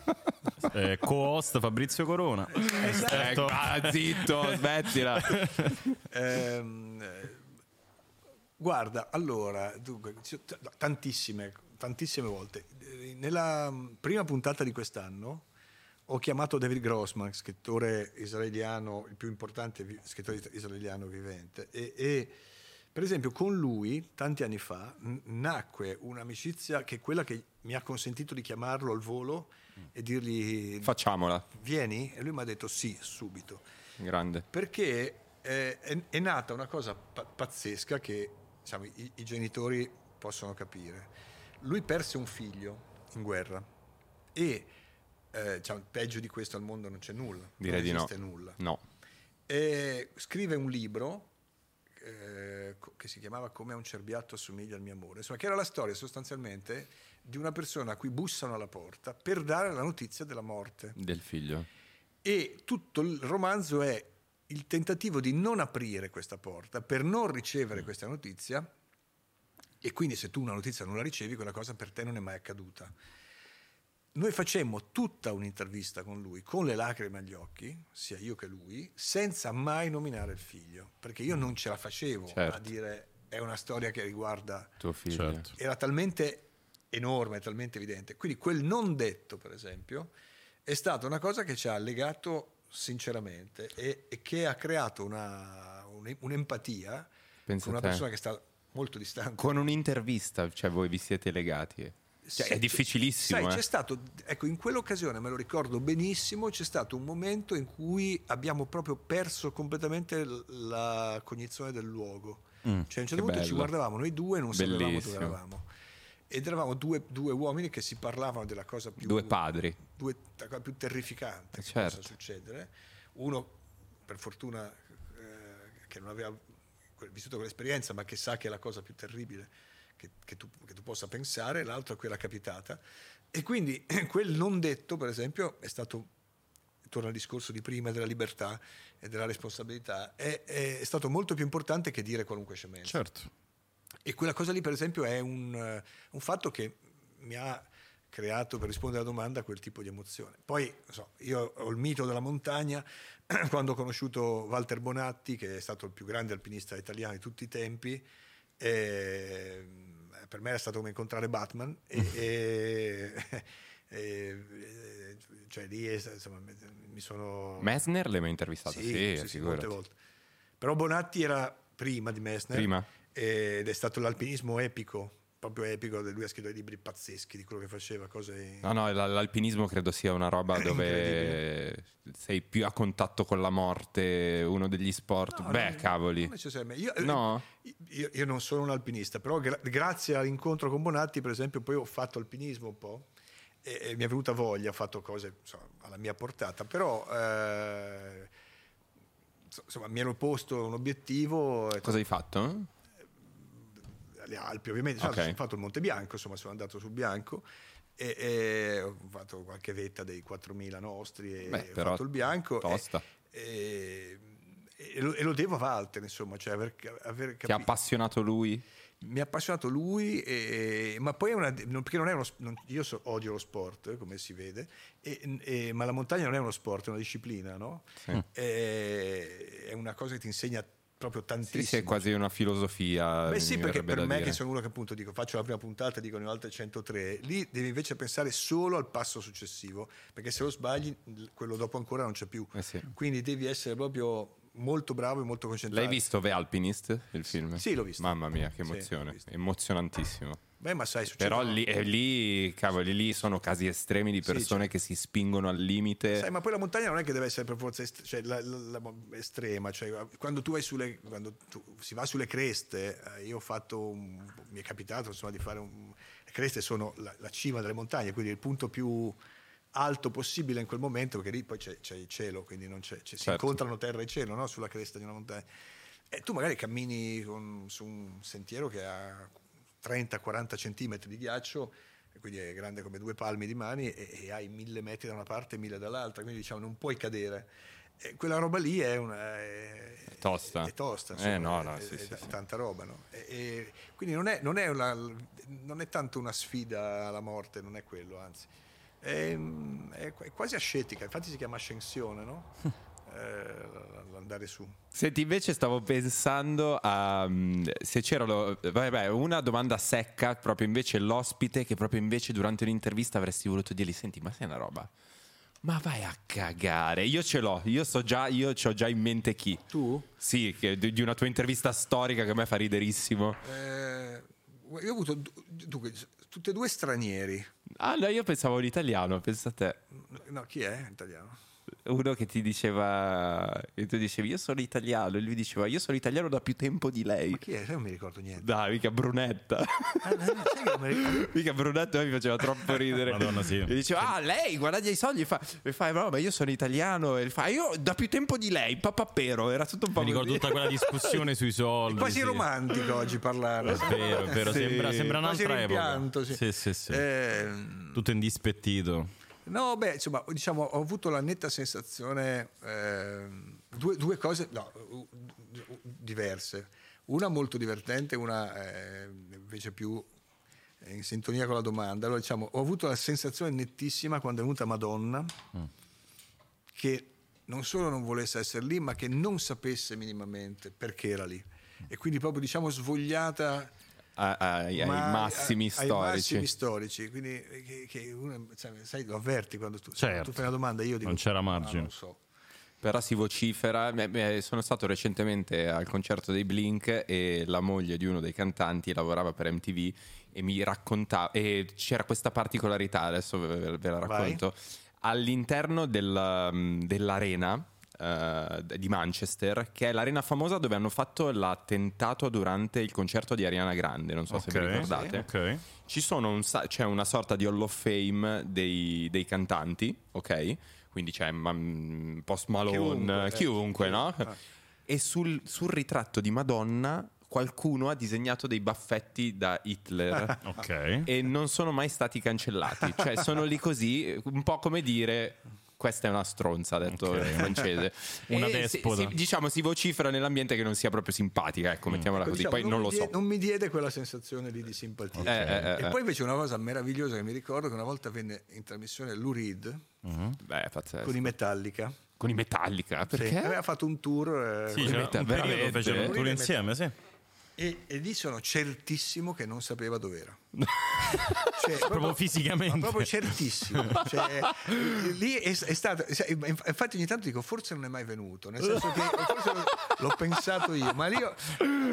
[SPEAKER 4] Eh, co-host Fabrizio Corona. Certo.
[SPEAKER 1] Ecco,
[SPEAKER 2] Esatto.
[SPEAKER 4] Esperto.
[SPEAKER 1] ah, zitto, smettila.
[SPEAKER 2] Ehm, eh, guarda, allora, dunque, ci- t- tantissime, tantissime volte. Eh, Nella mh, prima puntata di quest'anno ho chiamato David Grossman, scrittore israeliano, il più importante vi- scrittore is- israeliano vivente, e, e, per esempio con lui, tanti anni fa, n- nacque un'amicizia che è quella che mi ha consentito di chiamarlo al volo e dirgli
[SPEAKER 1] Facciamola,
[SPEAKER 2] vieni? E lui mi ha detto sì, subito
[SPEAKER 1] grande.
[SPEAKER 2] perché eh, è, è nata una cosa pa- pazzesca che diciamo, i, i genitori possono capire. Lui perse un figlio in guerra e eh, diciamo, peggio di questo al mondo non c'è nulla,
[SPEAKER 1] Direi di
[SPEAKER 2] non
[SPEAKER 1] no.
[SPEAKER 2] esiste nulla.
[SPEAKER 1] No.
[SPEAKER 2] E scrive un libro eh, co- che si chiamava Come un cerbiatto assomiglia al mio amore, insomma, che era la storia sostanzialmente di una persona a cui bussano alla porta per dare la notizia della morte
[SPEAKER 1] Del figlio.
[SPEAKER 2] e tutto il romanzo è il tentativo di non aprire questa porta per non ricevere questa notizia e quindi se tu una notizia non la ricevi quella cosa per te non è mai accaduta. Noi facemmo tutta un'intervista con lui, con le lacrime agli occhi, sia io che lui, senza mai nominare il figlio, perché io non ce la facevo
[SPEAKER 1] Certo.
[SPEAKER 2] a dire è una storia che riguarda
[SPEAKER 1] Tuo figlio.
[SPEAKER 4] Certo.
[SPEAKER 2] era talmente enorme, talmente evidente. Quindi quel non detto, per esempio, è stata una cosa che ci ha legato sinceramente e, e che ha creato una, un- un'empatia
[SPEAKER 1] Pensa
[SPEAKER 2] con una
[SPEAKER 1] te.
[SPEAKER 2] persona che sta molto distante.
[SPEAKER 1] Con un'intervista, cioè voi vi siete legati. Cioè,
[SPEAKER 2] Sai,
[SPEAKER 1] è difficilissimo.
[SPEAKER 2] sai,
[SPEAKER 1] eh.
[SPEAKER 2] c'è stato, ecco, in quell'occasione, me lo ricordo benissimo, c'è stato un momento in cui abbiamo proprio perso completamente l- la cognizione del luogo. cioè, a un certo
[SPEAKER 1] Mm, che
[SPEAKER 2] punto ci
[SPEAKER 1] bello.
[SPEAKER 2] guardavamo noi due e non sapevamo dove
[SPEAKER 1] Bellissimo.
[SPEAKER 2] eravamo. Ed eravamo due, due uomini che si parlavano della cosa più
[SPEAKER 1] Due padri.
[SPEAKER 2] due- la cosa più terrificante che
[SPEAKER 1] Certo.
[SPEAKER 2] possa succedere. Uno, per fortuna, eh, che non aveva que- vissuto quell'esperienza, ma che sa che è la cosa più terribile che, che tu, che tu possa pensare, l'altro è quella capitata. E quindi quel non detto, per esempio, è stato torna al discorso di prima della libertà e della responsabilità, è, è stato molto più importante che dire qualunque scemenza.
[SPEAKER 4] Certo.
[SPEAKER 2] E quella cosa lì, per esempio, è un, eh, un fatto che mi ha creato, per rispondere alla domanda, quel tipo di emozione. Poi, non so, io ho il mito della montagna, quando ho conosciuto Walter Bonatti, che è stato il più grande alpinista italiano di tutti i tempi, ehm, per me era stato come incontrare Batman.
[SPEAKER 1] Mm.
[SPEAKER 2] E, e- e- e- cioè lì è sta- insomma, mi sono
[SPEAKER 1] Messner l'hai mai intervistato?
[SPEAKER 2] sì, sì, sì, molte
[SPEAKER 1] figurati.
[SPEAKER 2] volte. Però Bonatti era prima di Messner
[SPEAKER 1] Prima?
[SPEAKER 2] ed è stato l'alpinismo epico, proprio epico, lui ha scritto dei libri pazzeschi di quello che faceva, cose...
[SPEAKER 1] No, no, la- l'alpinismo credo sia una roba dove sei più a contatto con la morte, uno degli sport.
[SPEAKER 2] No,
[SPEAKER 1] Beh,
[SPEAKER 2] non-
[SPEAKER 1] cavoli.
[SPEAKER 2] non necessariamente. Io, eh,
[SPEAKER 1] No?
[SPEAKER 2] io- io non sono un alpinista, però gra- grazie all'incontro con Bonatti, per esempio, poi ho fatto alpinismo un po'. E, e mi è venuta voglia, ho fatto cose insomma, alla mia portata, però eh, so- insomma, mi ero posto un obiettivo, e
[SPEAKER 1] Cosa hai fatto?
[SPEAKER 2] alle Alpi ovviamente, Tra l'altro
[SPEAKER 1] Ok.
[SPEAKER 2] sono fatto il Monte Bianco, insomma sono andato sul Bianco e, e ho fatto qualche vetta dei 4000 nostri e
[SPEAKER 1] Beh,
[SPEAKER 2] ho
[SPEAKER 1] però
[SPEAKER 2] fatto il Bianco e-
[SPEAKER 1] tosta.
[SPEAKER 2] e, e lo, e lo devo a Walter insomma, cioè aver, aver
[SPEAKER 1] Ti ha
[SPEAKER 2] capito.
[SPEAKER 1] appassionato lui?
[SPEAKER 2] Mi ha appassionato lui, e- ma poi è una, non- perché non è uno, s- non- io so- odio lo sport, eh, come si vede, e- e- ma la montagna non è uno sport, è una disciplina, no? E- è una cosa che ti insegna proprio tantissimo.
[SPEAKER 1] Sì, sì, è quasi una filosofia.
[SPEAKER 2] Beh sì,
[SPEAKER 1] mi
[SPEAKER 2] perché
[SPEAKER 1] verrebbe
[SPEAKER 2] per
[SPEAKER 1] da
[SPEAKER 2] me
[SPEAKER 1] dire.
[SPEAKER 2] che sono uno che appunto dico faccio la prima puntata, dico ne ho altre 103, lì devi invece pensare solo al passo successivo, perché se lo sbagli l- quello dopo ancora non c'è più.
[SPEAKER 1] Eh sì.
[SPEAKER 2] Quindi devi essere proprio molto bravo e molto concentrato.
[SPEAKER 1] L'hai visto The Alpinist, il film?
[SPEAKER 2] Sì, l'ho visto.
[SPEAKER 1] Mamma mia, che
[SPEAKER 2] Sì, l'ho
[SPEAKER 1] emozione.
[SPEAKER 2] visto.
[SPEAKER 1] Emozionantissimo.
[SPEAKER 2] Beh, ma sai, succede.
[SPEAKER 1] Però lì, eh, lì, cavoli, lì sono casi estremi di
[SPEAKER 2] Sì,
[SPEAKER 1] persone che si spingono al limite.
[SPEAKER 2] Sai, ma poi la montagna non è che deve essere per forza est- cioè, la- la- la- estrema, cioè, quando tu vai sulle, quando tu- si va sulle creste, eh, io ho fatto, un- mi è capitato insomma di fare un, le creste sono la, la cima delle montagne, quindi il punto più alto possibile in quel momento, perché lì poi c'è, c'è il cielo, quindi non c'è, c'è- si
[SPEAKER 1] Certo.
[SPEAKER 2] incontrano terra e cielo no? sulla cresta di una montagna. E tu magari cammini con- su un sentiero che ha 30-40 centimetri di ghiaccio, e quindi è grande come due palmi di mani, e, e hai mille metri da una parte e mille dall'altra, quindi diciamo non puoi cadere. E quella roba lì è una. È,
[SPEAKER 1] tosta.
[SPEAKER 2] È, tosta,
[SPEAKER 1] Eh,
[SPEAKER 2] insomma,
[SPEAKER 1] no, no,
[SPEAKER 2] è-
[SPEAKER 1] sì,
[SPEAKER 2] è
[SPEAKER 1] sì,
[SPEAKER 2] t-
[SPEAKER 1] sì.
[SPEAKER 2] tanta roba, no? E- e quindi non è, non è una- non è tanto una sfida alla morte, non è quello, anzi. È, è qu- è quasi ascetica, infatti si chiama ascensione, no? Eh, l'andare su.
[SPEAKER 1] Senti, invece stavo pensando a mm, se c'era lo- vabbè, una domanda secca, proprio invece l'ospite, che proprio invece durante un'intervista avresti voluto dirgli, senti, ma sei una roba, Ma vai a cagare, io ce l'ho, io so già, io ho già in mente chi.
[SPEAKER 2] Tu?
[SPEAKER 1] Sì, che- di di una tua intervista storica che a me fa riderissimo.
[SPEAKER 2] Eh, io ho avuto du- dunque, s- tutti e due stranieri.
[SPEAKER 1] Ah, no, io pensavo all'italiano, pensa a te.
[SPEAKER 2] No, chi è in italiano?
[SPEAKER 1] Uno che ti diceva, e tu dicevi io sono italiano, e lui diceva io sono italiano da più tempo di lei.
[SPEAKER 2] Ma chi è? Sai, non mi ricordo niente.
[SPEAKER 1] Dai, mica Brunetta.
[SPEAKER 2] Eh, sai che non mi ricordo.
[SPEAKER 1] mica Brunetta mi faceva troppo ridere.
[SPEAKER 4] Madonna, sì.
[SPEAKER 1] E diceva, ah, lei guadagna i soldi. E fa, e fa, "Eh, no, ma io sono italiano. E fa, "Ah, io da più tempo di lei, papapero. Era tutto un po'
[SPEAKER 4] Mi ricordo
[SPEAKER 1] così.
[SPEAKER 4] tutta quella discussione sui soldi.
[SPEAKER 2] Quasi
[SPEAKER 4] sì.
[SPEAKER 2] romantico oggi parlare.
[SPEAKER 4] È vero, è vero,
[SPEAKER 1] Sì.
[SPEAKER 4] sembra, sembra
[SPEAKER 2] Quasi
[SPEAKER 4] un'altra
[SPEAKER 2] rimpianto,
[SPEAKER 4] epoca.
[SPEAKER 2] sì.
[SPEAKER 4] Sì, sì, sì.
[SPEAKER 2] Ehm,
[SPEAKER 4] Tutto indispettito.
[SPEAKER 2] No, beh, insomma, diciamo, ho avuto la netta sensazione, ehm, due, due cose no, u- u- diverse. Una molto divertente, una eh, invece più eh, in sintonia con la domanda. Allora, diciamo, ho avuto la sensazione nettissima quando è venuta Madonna che non solo non volesse essere lì, ma che non sapesse minimamente perché era lì. E quindi proprio, diciamo, svogliata
[SPEAKER 1] A- Ah, ai, ai
[SPEAKER 2] ma- eh,
[SPEAKER 1] massimi
[SPEAKER 2] ai
[SPEAKER 1] storici.
[SPEAKER 2] massimi storici, quindi eh, che, che uno, sai, sai, lo avverti quando tu, se
[SPEAKER 4] Certo.
[SPEAKER 2] tu fai una domanda, io dico,
[SPEAKER 4] Non c'era
[SPEAKER 2] "Ah,
[SPEAKER 4] margine."
[SPEAKER 2] non so.
[SPEAKER 1] Però si vocifera. Beh, beh, Sono stato recentemente al concerto dei Blink e la moglie di uno dei cantanti lavorava per MTV e mi raccontava. E c'era questa particolarità, adesso ve, ve- ve la
[SPEAKER 2] Vai.
[SPEAKER 1] racconto. All'interno del, mm, dell'arena eh, di Manchester, che è l'arena famosa dove hanno fatto l'attentato durante il concerto di Ariana Grande. Non so se vi
[SPEAKER 4] Ok,
[SPEAKER 1] ricordate.
[SPEAKER 4] ok.
[SPEAKER 1] Ci sono un sa- c'è una sorta di Hall of Fame dei, dei cantanti, ok? Quindi c'è ma- mm, Post Malone,
[SPEAKER 2] Chiunque,
[SPEAKER 1] chiunque,
[SPEAKER 2] eh,
[SPEAKER 1] no?
[SPEAKER 2] chiunque, ah.
[SPEAKER 1] E sul, sul ritratto di Madonna qualcuno ha disegnato dei baffetti da Hitler.
[SPEAKER 2] Eh,
[SPEAKER 4] Ok.
[SPEAKER 1] e non sono mai stati cancellati, cioè sono lì così, un po' come dire questa è una stronza, ha detto
[SPEAKER 4] Ok.
[SPEAKER 1] in francese.
[SPEAKER 4] Una
[SPEAKER 1] E si-
[SPEAKER 4] despota.
[SPEAKER 1] si- diciamo si vocifera nell'ambiente che non sia proprio simpatica, ecco, mettiamola così,
[SPEAKER 2] Diciamo,
[SPEAKER 1] poi non
[SPEAKER 2] mi
[SPEAKER 1] lo so.
[SPEAKER 2] die- non mi diede quella sensazione lì di simpatia.
[SPEAKER 1] Eh, eh,
[SPEAKER 2] E
[SPEAKER 1] eh.
[SPEAKER 2] poi invece una cosa meravigliosa che mi ricordo che una volta venne in trasmissione Lou Reed
[SPEAKER 1] Beh, pazzesco.
[SPEAKER 2] con i Metallica.
[SPEAKER 1] Con i Metallica? Ecco. Perché?
[SPEAKER 2] Sì, Aveva fatto un tour eh,
[SPEAKER 4] Sì,
[SPEAKER 1] c'era
[SPEAKER 4] c'era
[SPEAKER 1] un
[SPEAKER 4] un
[SPEAKER 1] periodo
[SPEAKER 4] periodo
[SPEAKER 1] veramente?
[SPEAKER 4] fecero un tour insieme, sì.
[SPEAKER 2] e, e lì sono certissimo che non sapeva dove era. Cioè,
[SPEAKER 4] Proprio
[SPEAKER 2] Ma
[SPEAKER 4] fisicamente.
[SPEAKER 2] proprio certissimo. Cioè, lì è, è stato. sai, ma inf- Infatti, ogni tanto dico: forse non è mai venuto. Nel senso che forse l'ho- l'ho pensato io. Ma lì, a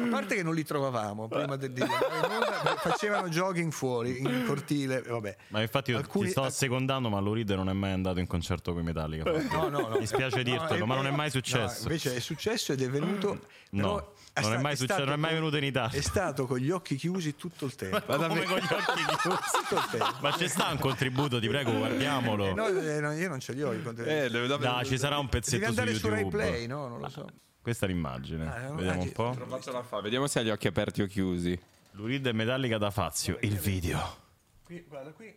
[SPEAKER 2] parte che non li trovavamo prima del di andare in onda, facevano jogging fuori in cortile. e Vabbè.
[SPEAKER 4] Ma infatti io
[SPEAKER 2] Alcuni-
[SPEAKER 4] ti sto assecondando, ma Loride non è mai andato in concerto con i Metallica.
[SPEAKER 2] No, no, no.
[SPEAKER 4] Mi spiace dirtelo,
[SPEAKER 2] No,
[SPEAKER 4] ma
[SPEAKER 2] eh,
[SPEAKER 4] non è mai
[SPEAKER 2] no,
[SPEAKER 4] successo.
[SPEAKER 2] invece è successo ed è venuto. però
[SPEAKER 4] No, non è mai successo,
[SPEAKER 2] stato
[SPEAKER 4] non è mai
[SPEAKER 2] con-
[SPEAKER 4] venuto in Italia.
[SPEAKER 2] È stato con gli occhi chiusi tutto il tempo.
[SPEAKER 4] Ma come con gli occhi chiusi.
[SPEAKER 2] Tutto il tempo.
[SPEAKER 4] Ma ci sta un contributo, ti prego, guardiamolo.
[SPEAKER 2] No, eh, no, io non ce li ho. i contenuti.
[SPEAKER 1] Eh, dove- dove-
[SPEAKER 4] Dai, ci sarà un
[SPEAKER 2] Devi
[SPEAKER 4] pezzetto su
[SPEAKER 2] andare su, Rai
[SPEAKER 4] YouTube.
[SPEAKER 2] Play, no? Non lo
[SPEAKER 1] Ah.
[SPEAKER 2] so.
[SPEAKER 4] Questa è l'immagine.
[SPEAKER 2] Ah, no,
[SPEAKER 4] Vediamo
[SPEAKER 2] ah,
[SPEAKER 4] un
[SPEAKER 2] che-
[SPEAKER 4] po'.
[SPEAKER 1] Faccio la fa, vediamo se ha gli occhi aperti o chiusi.
[SPEAKER 4] Lurid e Metallica da Fazio, il video.
[SPEAKER 2] Qui, guarda qui.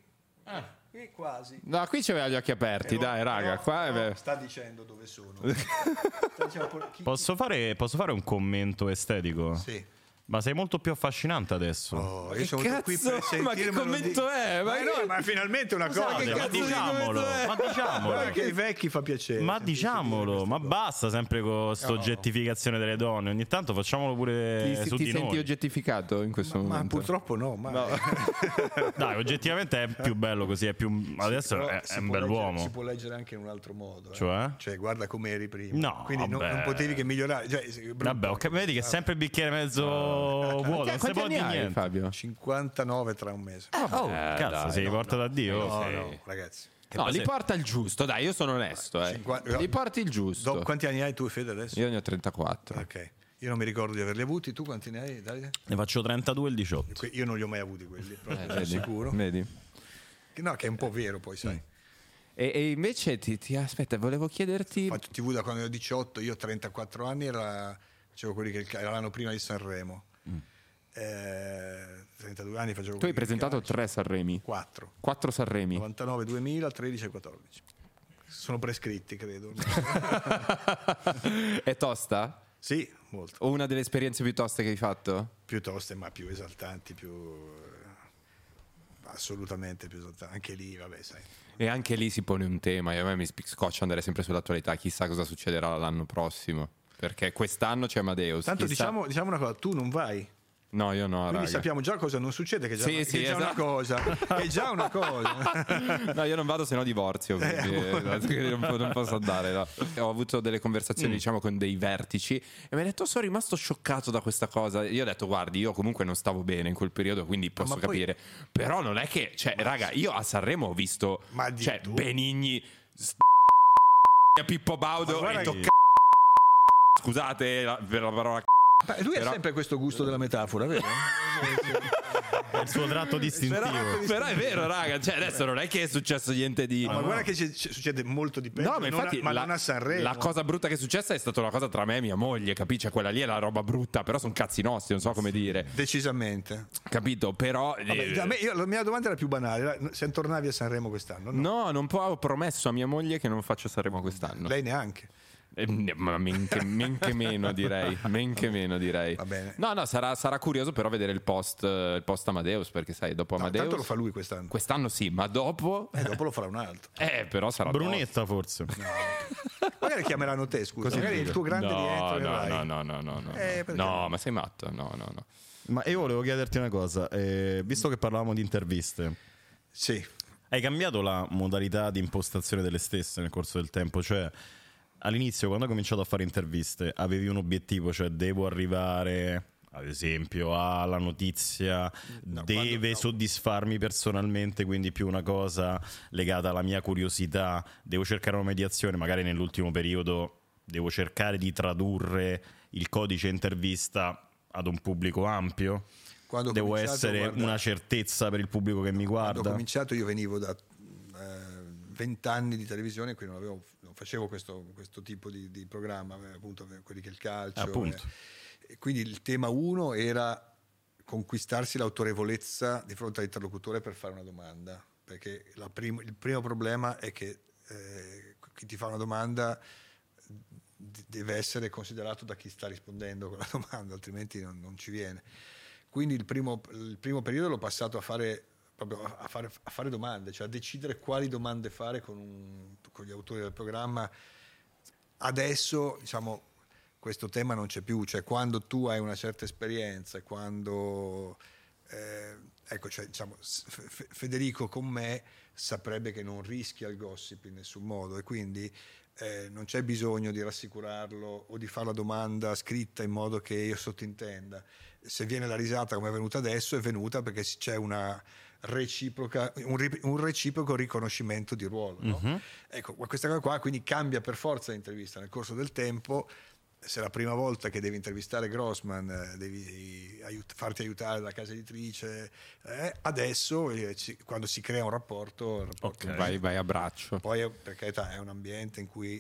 [SPEAKER 2] Qui quasi.
[SPEAKER 1] No, qui c'aveva gli occhi aperti, Ah. dai, raga. Qua è... beh.
[SPEAKER 2] Sta dicendo dove sono. Sta dicendo pure- chi-
[SPEAKER 4] Posso fare, posso fare un commento estetico?
[SPEAKER 2] Sì.
[SPEAKER 4] Ma sei molto più affascinante adesso.
[SPEAKER 2] Oh,
[SPEAKER 1] che
[SPEAKER 2] io sono venuto qui
[SPEAKER 1] cazzo?
[SPEAKER 2] per
[SPEAKER 1] Ma che
[SPEAKER 2] sentirmelo
[SPEAKER 1] commento
[SPEAKER 2] di-
[SPEAKER 1] è? Ma
[SPEAKER 2] Ma, no,
[SPEAKER 1] che-
[SPEAKER 2] ma finalmente una cosa. diciamo,
[SPEAKER 4] Scusate,
[SPEAKER 1] che
[SPEAKER 4] ma
[SPEAKER 1] cazzo di
[SPEAKER 4] diciamolo,
[SPEAKER 2] eh?
[SPEAKER 1] commento è?
[SPEAKER 4] ma diciamolo.
[SPEAKER 2] Guarda che ai vecchi fa piacere.
[SPEAKER 4] Ma
[SPEAKER 2] sentirsi
[SPEAKER 4] diciamolo,
[SPEAKER 2] dire
[SPEAKER 4] ma
[SPEAKER 2] queste cose.
[SPEAKER 4] basta sempre con questa
[SPEAKER 2] Oh.
[SPEAKER 4] oggettificazione delle donne. Ogni tanto facciamolo pure
[SPEAKER 1] ti
[SPEAKER 4] Eh, su
[SPEAKER 1] ti
[SPEAKER 4] di
[SPEAKER 1] senti
[SPEAKER 4] noi.
[SPEAKER 1] oggettificato in questo
[SPEAKER 2] Ma
[SPEAKER 1] momento?
[SPEAKER 2] purtroppo no, ma
[SPEAKER 4] Dai, oggettivamente è più bello così, è più... adesso
[SPEAKER 2] però
[SPEAKER 4] è,
[SPEAKER 2] si
[SPEAKER 4] è un
[SPEAKER 2] può leggere-
[SPEAKER 4] bell'uomo.
[SPEAKER 2] Si può leggere anche in un altro modo. eh.
[SPEAKER 4] Cioè?
[SPEAKER 2] guarda come eri prima.
[SPEAKER 4] No,
[SPEAKER 2] Quindi non,
[SPEAKER 4] vabbè.
[SPEAKER 2] non potevi che migliorare. Cioè, sei brutto.
[SPEAKER 4] Vabbè, ok, vedi che è sempre il bicchiere mezzo vuoto, non
[SPEAKER 1] Quanti-
[SPEAKER 4] si
[SPEAKER 1] Cioè, quanti
[SPEAKER 4] può
[SPEAKER 1] anni
[SPEAKER 4] dire
[SPEAKER 1] hai,
[SPEAKER 4] niente.
[SPEAKER 1] Fabio?
[SPEAKER 2] 59 tra un
[SPEAKER 1] Eh,
[SPEAKER 2] mese.
[SPEAKER 1] Ah,
[SPEAKER 4] Oh, cazzo, si porta da Dio.
[SPEAKER 2] no,
[SPEAKER 4] Sì.
[SPEAKER 2] no, ragazzi.
[SPEAKER 1] No,
[SPEAKER 4] poi
[SPEAKER 1] li
[SPEAKER 4] se-
[SPEAKER 1] porta il giusto, dai, io sono onesto. Eh.
[SPEAKER 2] Cinquanta-
[SPEAKER 1] Li porti il giusto.
[SPEAKER 2] Do- quanti anni hai tu, Fede, adesso? Ah,
[SPEAKER 1] Io ne ho
[SPEAKER 4] Eh,
[SPEAKER 1] 34.
[SPEAKER 2] Ok. Io non mi ricordo di averli avuti, tu quanti ne hai? Davide?
[SPEAKER 4] Ne faccio 32 il 18.
[SPEAKER 2] Que- Io non li ho mai avuti quelli, proprio,
[SPEAKER 1] Eh,
[SPEAKER 2] sono sicuro.
[SPEAKER 1] vedi. Eh.
[SPEAKER 2] Che- No, che è un po' vero poi, sai.
[SPEAKER 1] Mm. E, e invece ti, ti- aspetta, volevo chiederti.
[SPEAKER 2] Ho fatto TV da quando ero 18, io ho 34 anni, era, facevo quelli che era l'anno prima di Sanremo. Eh, 32 anni facevo
[SPEAKER 1] Mm. Tu hai presentato tre Sanremi,
[SPEAKER 2] 4,
[SPEAKER 1] quattro Sanremi.
[SPEAKER 2] 99, 2000, 13 e 14. Sono prescritti, credo.
[SPEAKER 1] È tosta?
[SPEAKER 2] sì, molto.
[SPEAKER 1] O una delle esperienze più toste che hai fatto?
[SPEAKER 2] piuttosto ma più esaltanti, più eh, assolutamente più esaltanti. Anche lì, vabbè, sai.
[SPEAKER 1] E anche lì si pone un tema. E a me mi spi- scoccia andare sempre sull'attualità. Chissà cosa succederà l'anno prossimo. Perché quest'anno c'è Amadeus.
[SPEAKER 2] Tanto
[SPEAKER 1] chissà-
[SPEAKER 2] diciamo, diciamo una cosa, tu non vai.
[SPEAKER 1] No, io no,
[SPEAKER 2] Quindi
[SPEAKER 1] Ah, raga.
[SPEAKER 2] sappiamo già cosa non succede, che è già,
[SPEAKER 1] Sì,
[SPEAKER 2] che
[SPEAKER 1] sì,
[SPEAKER 2] è già una
[SPEAKER 1] esatto.
[SPEAKER 2] cosa. È già una cosa.
[SPEAKER 1] No, io non vado se no divorzio, quindi, eh, esatto, quindi non, po- non posso andare. no. Ho avuto delle
[SPEAKER 2] Mm.
[SPEAKER 1] conversazioni, diciamo, con dei vertici e mi hanno detto "Oh, sono rimasto scioccato da questa cosa. Io ho detto guardi, io comunque non stavo bene in quel periodo, quindi posso
[SPEAKER 2] ma poi-
[SPEAKER 1] capire. Però non è che, cioè, raga, io a Sanremo ho visto
[SPEAKER 2] Ma di
[SPEAKER 1] cioè,
[SPEAKER 2] tu.
[SPEAKER 1] Benigni, st- Pippo Baudo
[SPEAKER 2] guarda
[SPEAKER 1] e
[SPEAKER 2] che-
[SPEAKER 1] tocca Scusate la- per la parola c***o.
[SPEAKER 2] Ma lui
[SPEAKER 1] Però-
[SPEAKER 2] ha sempre questo gusto della metafora, vero?
[SPEAKER 4] È il suo tratto distintivo.
[SPEAKER 1] Però è vero, raga, cioè adesso non è che è successo niente di
[SPEAKER 2] Eh, Ma guarda che ci- ci succede molto di peggio.
[SPEAKER 1] No, ma
[SPEAKER 2] non a-
[SPEAKER 1] infatti
[SPEAKER 2] ma
[SPEAKER 1] la,
[SPEAKER 2] non a Sanremo.
[SPEAKER 1] la cosa brutta che è successa è stata una cosa tra me e mia moglie, capisci? Quella lì è la roba brutta, però sono cazzi nostri, non so come dire,
[SPEAKER 2] Decisamente.
[SPEAKER 1] capito? Però... eh,
[SPEAKER 2] Vabbè, a me- io- la mia domanda era più banale. era Se tornavi a Sanremo quest'anno? No.
[SPEAKER 1] No, non po- ho promesso a mia moglie che non faccio Sanremo quest'anno.
[SPEAKER 2] Lei neanche.
[SPEAKER 1] Eh, ne- ma men che, men che meno direi, men che meno direi.
[SPEAKER 2] Va bene.
[SPEAKER 1] No, no, sarà, sarà curioso però vedere il post, eh, il post Amadeus, perché sai, dopo
[SPEAKER 2] No,
[SPEAKER 1] Amadeus...
[SPEAKER 2] tanto lo fa lui quest'anno.
[SPEAKER 1] Quest'anno sì, ma dopo...
[SPEAKER 2] E dopo lo farà un altro.
[SPEAKER 1] Eh, però sarà... dopo.
[SPEAKER 4] Brunetta forse.
[SPEAKER 2] Magari chiameranno te, scusa.
[SPEAKER 1] Così
[SPEAKER 2] Magari il
[SPEAKER 1] dico.
[SPEAKER 2] tuo grande
[SPEAKER 1] no,
[SPEAKER 2] rientro. in Rai.
[SPEAKER 1] No, no, no, no, no, no.
[SPEAKER 2] Eh, perché
[SPEAKER 1] no,
[SPEAKER 2] no?
[SPEAKER 1] ma sei matto? No, no, no.
[SPEAKER 4] Ma io volevo chiederti una cosa, eh, visto che parlavamo di interviste,
[SPEAKER 2] Sì.
[SPEAKER 4] hai cambiato la modalità di impostazione delle stesse nel corso del tempo? Cioè, all'inizio, quando hai cominciato a fare interviste, avevi un obiettivo, cioè devo arrivare, ad esempio, alla notizia, deve
[SPEAKER 2] quando- no.
[SPEAKER 4] soddisfarmi personalmente, quindi più una cosa legata alla mia curiosità, devo cercare una mediazione, magari nell'ultimo periodo devo cercare di tradurre il codice intervista ad un pubblico ampio.
[SPEAKER 2] Quando ho
[SPEAKER 4] Devo
[SPEAKER 2] cominciato,
[SPEAKER 4] essere
[SPEAKER 2] guarda-
[SPEAKER 4] una certezza per il pubblico che mi guarda.
[SPEAKER 2] Quando ho cominciato io venivo da eh, vent'anni di televisione, quindi non, avevo- non facevo questo, questo tipo di, di programma, eh, appunto eh, quelli che il calcio.
[SPEAKER 4] Appunto.
[SPEAKER 2] eh. E quindi il tema uno era conquistarsi l'autorevolezza di fronte all'interlocutore per fare una domanda, perché la prim- il primo problema è che eh, chi ti fa una domanda d- deve essere considerato da chi sta rispondendo con la domanda, altrimenti non, non ci viene. Quindi il primo, il primo periodo l'ho passato a fare, proprio a fare, a fare domande, cioè a decidere quali domande fare con, un- con gli autori del programma. Adesso, diciamo, questo tema non c'è più, cioè quando tu hai una certa esperienza, quando... eh, ecco, cioè, diciamo, s- Fe- Fe- Federico con me saprebbe che non rischia il gossip in nessun modo e quindi eh, non c'è bisogno di rassicurarlo o di fare la domanda scritta in modo che io sottintenda. Se viene la risata come è venuta adesso, è venuta perché si- c'è una reciproca- un, ri- un reciproco riconoscimento di ruolo. no? Ecco, ma questa cosa qua quindi cambia per forza l'intervista nel corso del tempo. Se è la prima volta che devi intervistare Grossman, eh, devi aiut- farti aiutare dalla casa editrice, eh, adesso eh, ci- quando si crea un rapporto, il rapporto
[SPEAKER 4] Ok.
[SPEAKER 1] Eh. Vai, vai a braccio.
[SPEAKER 2] poi eh, per carità è un ambiente in cui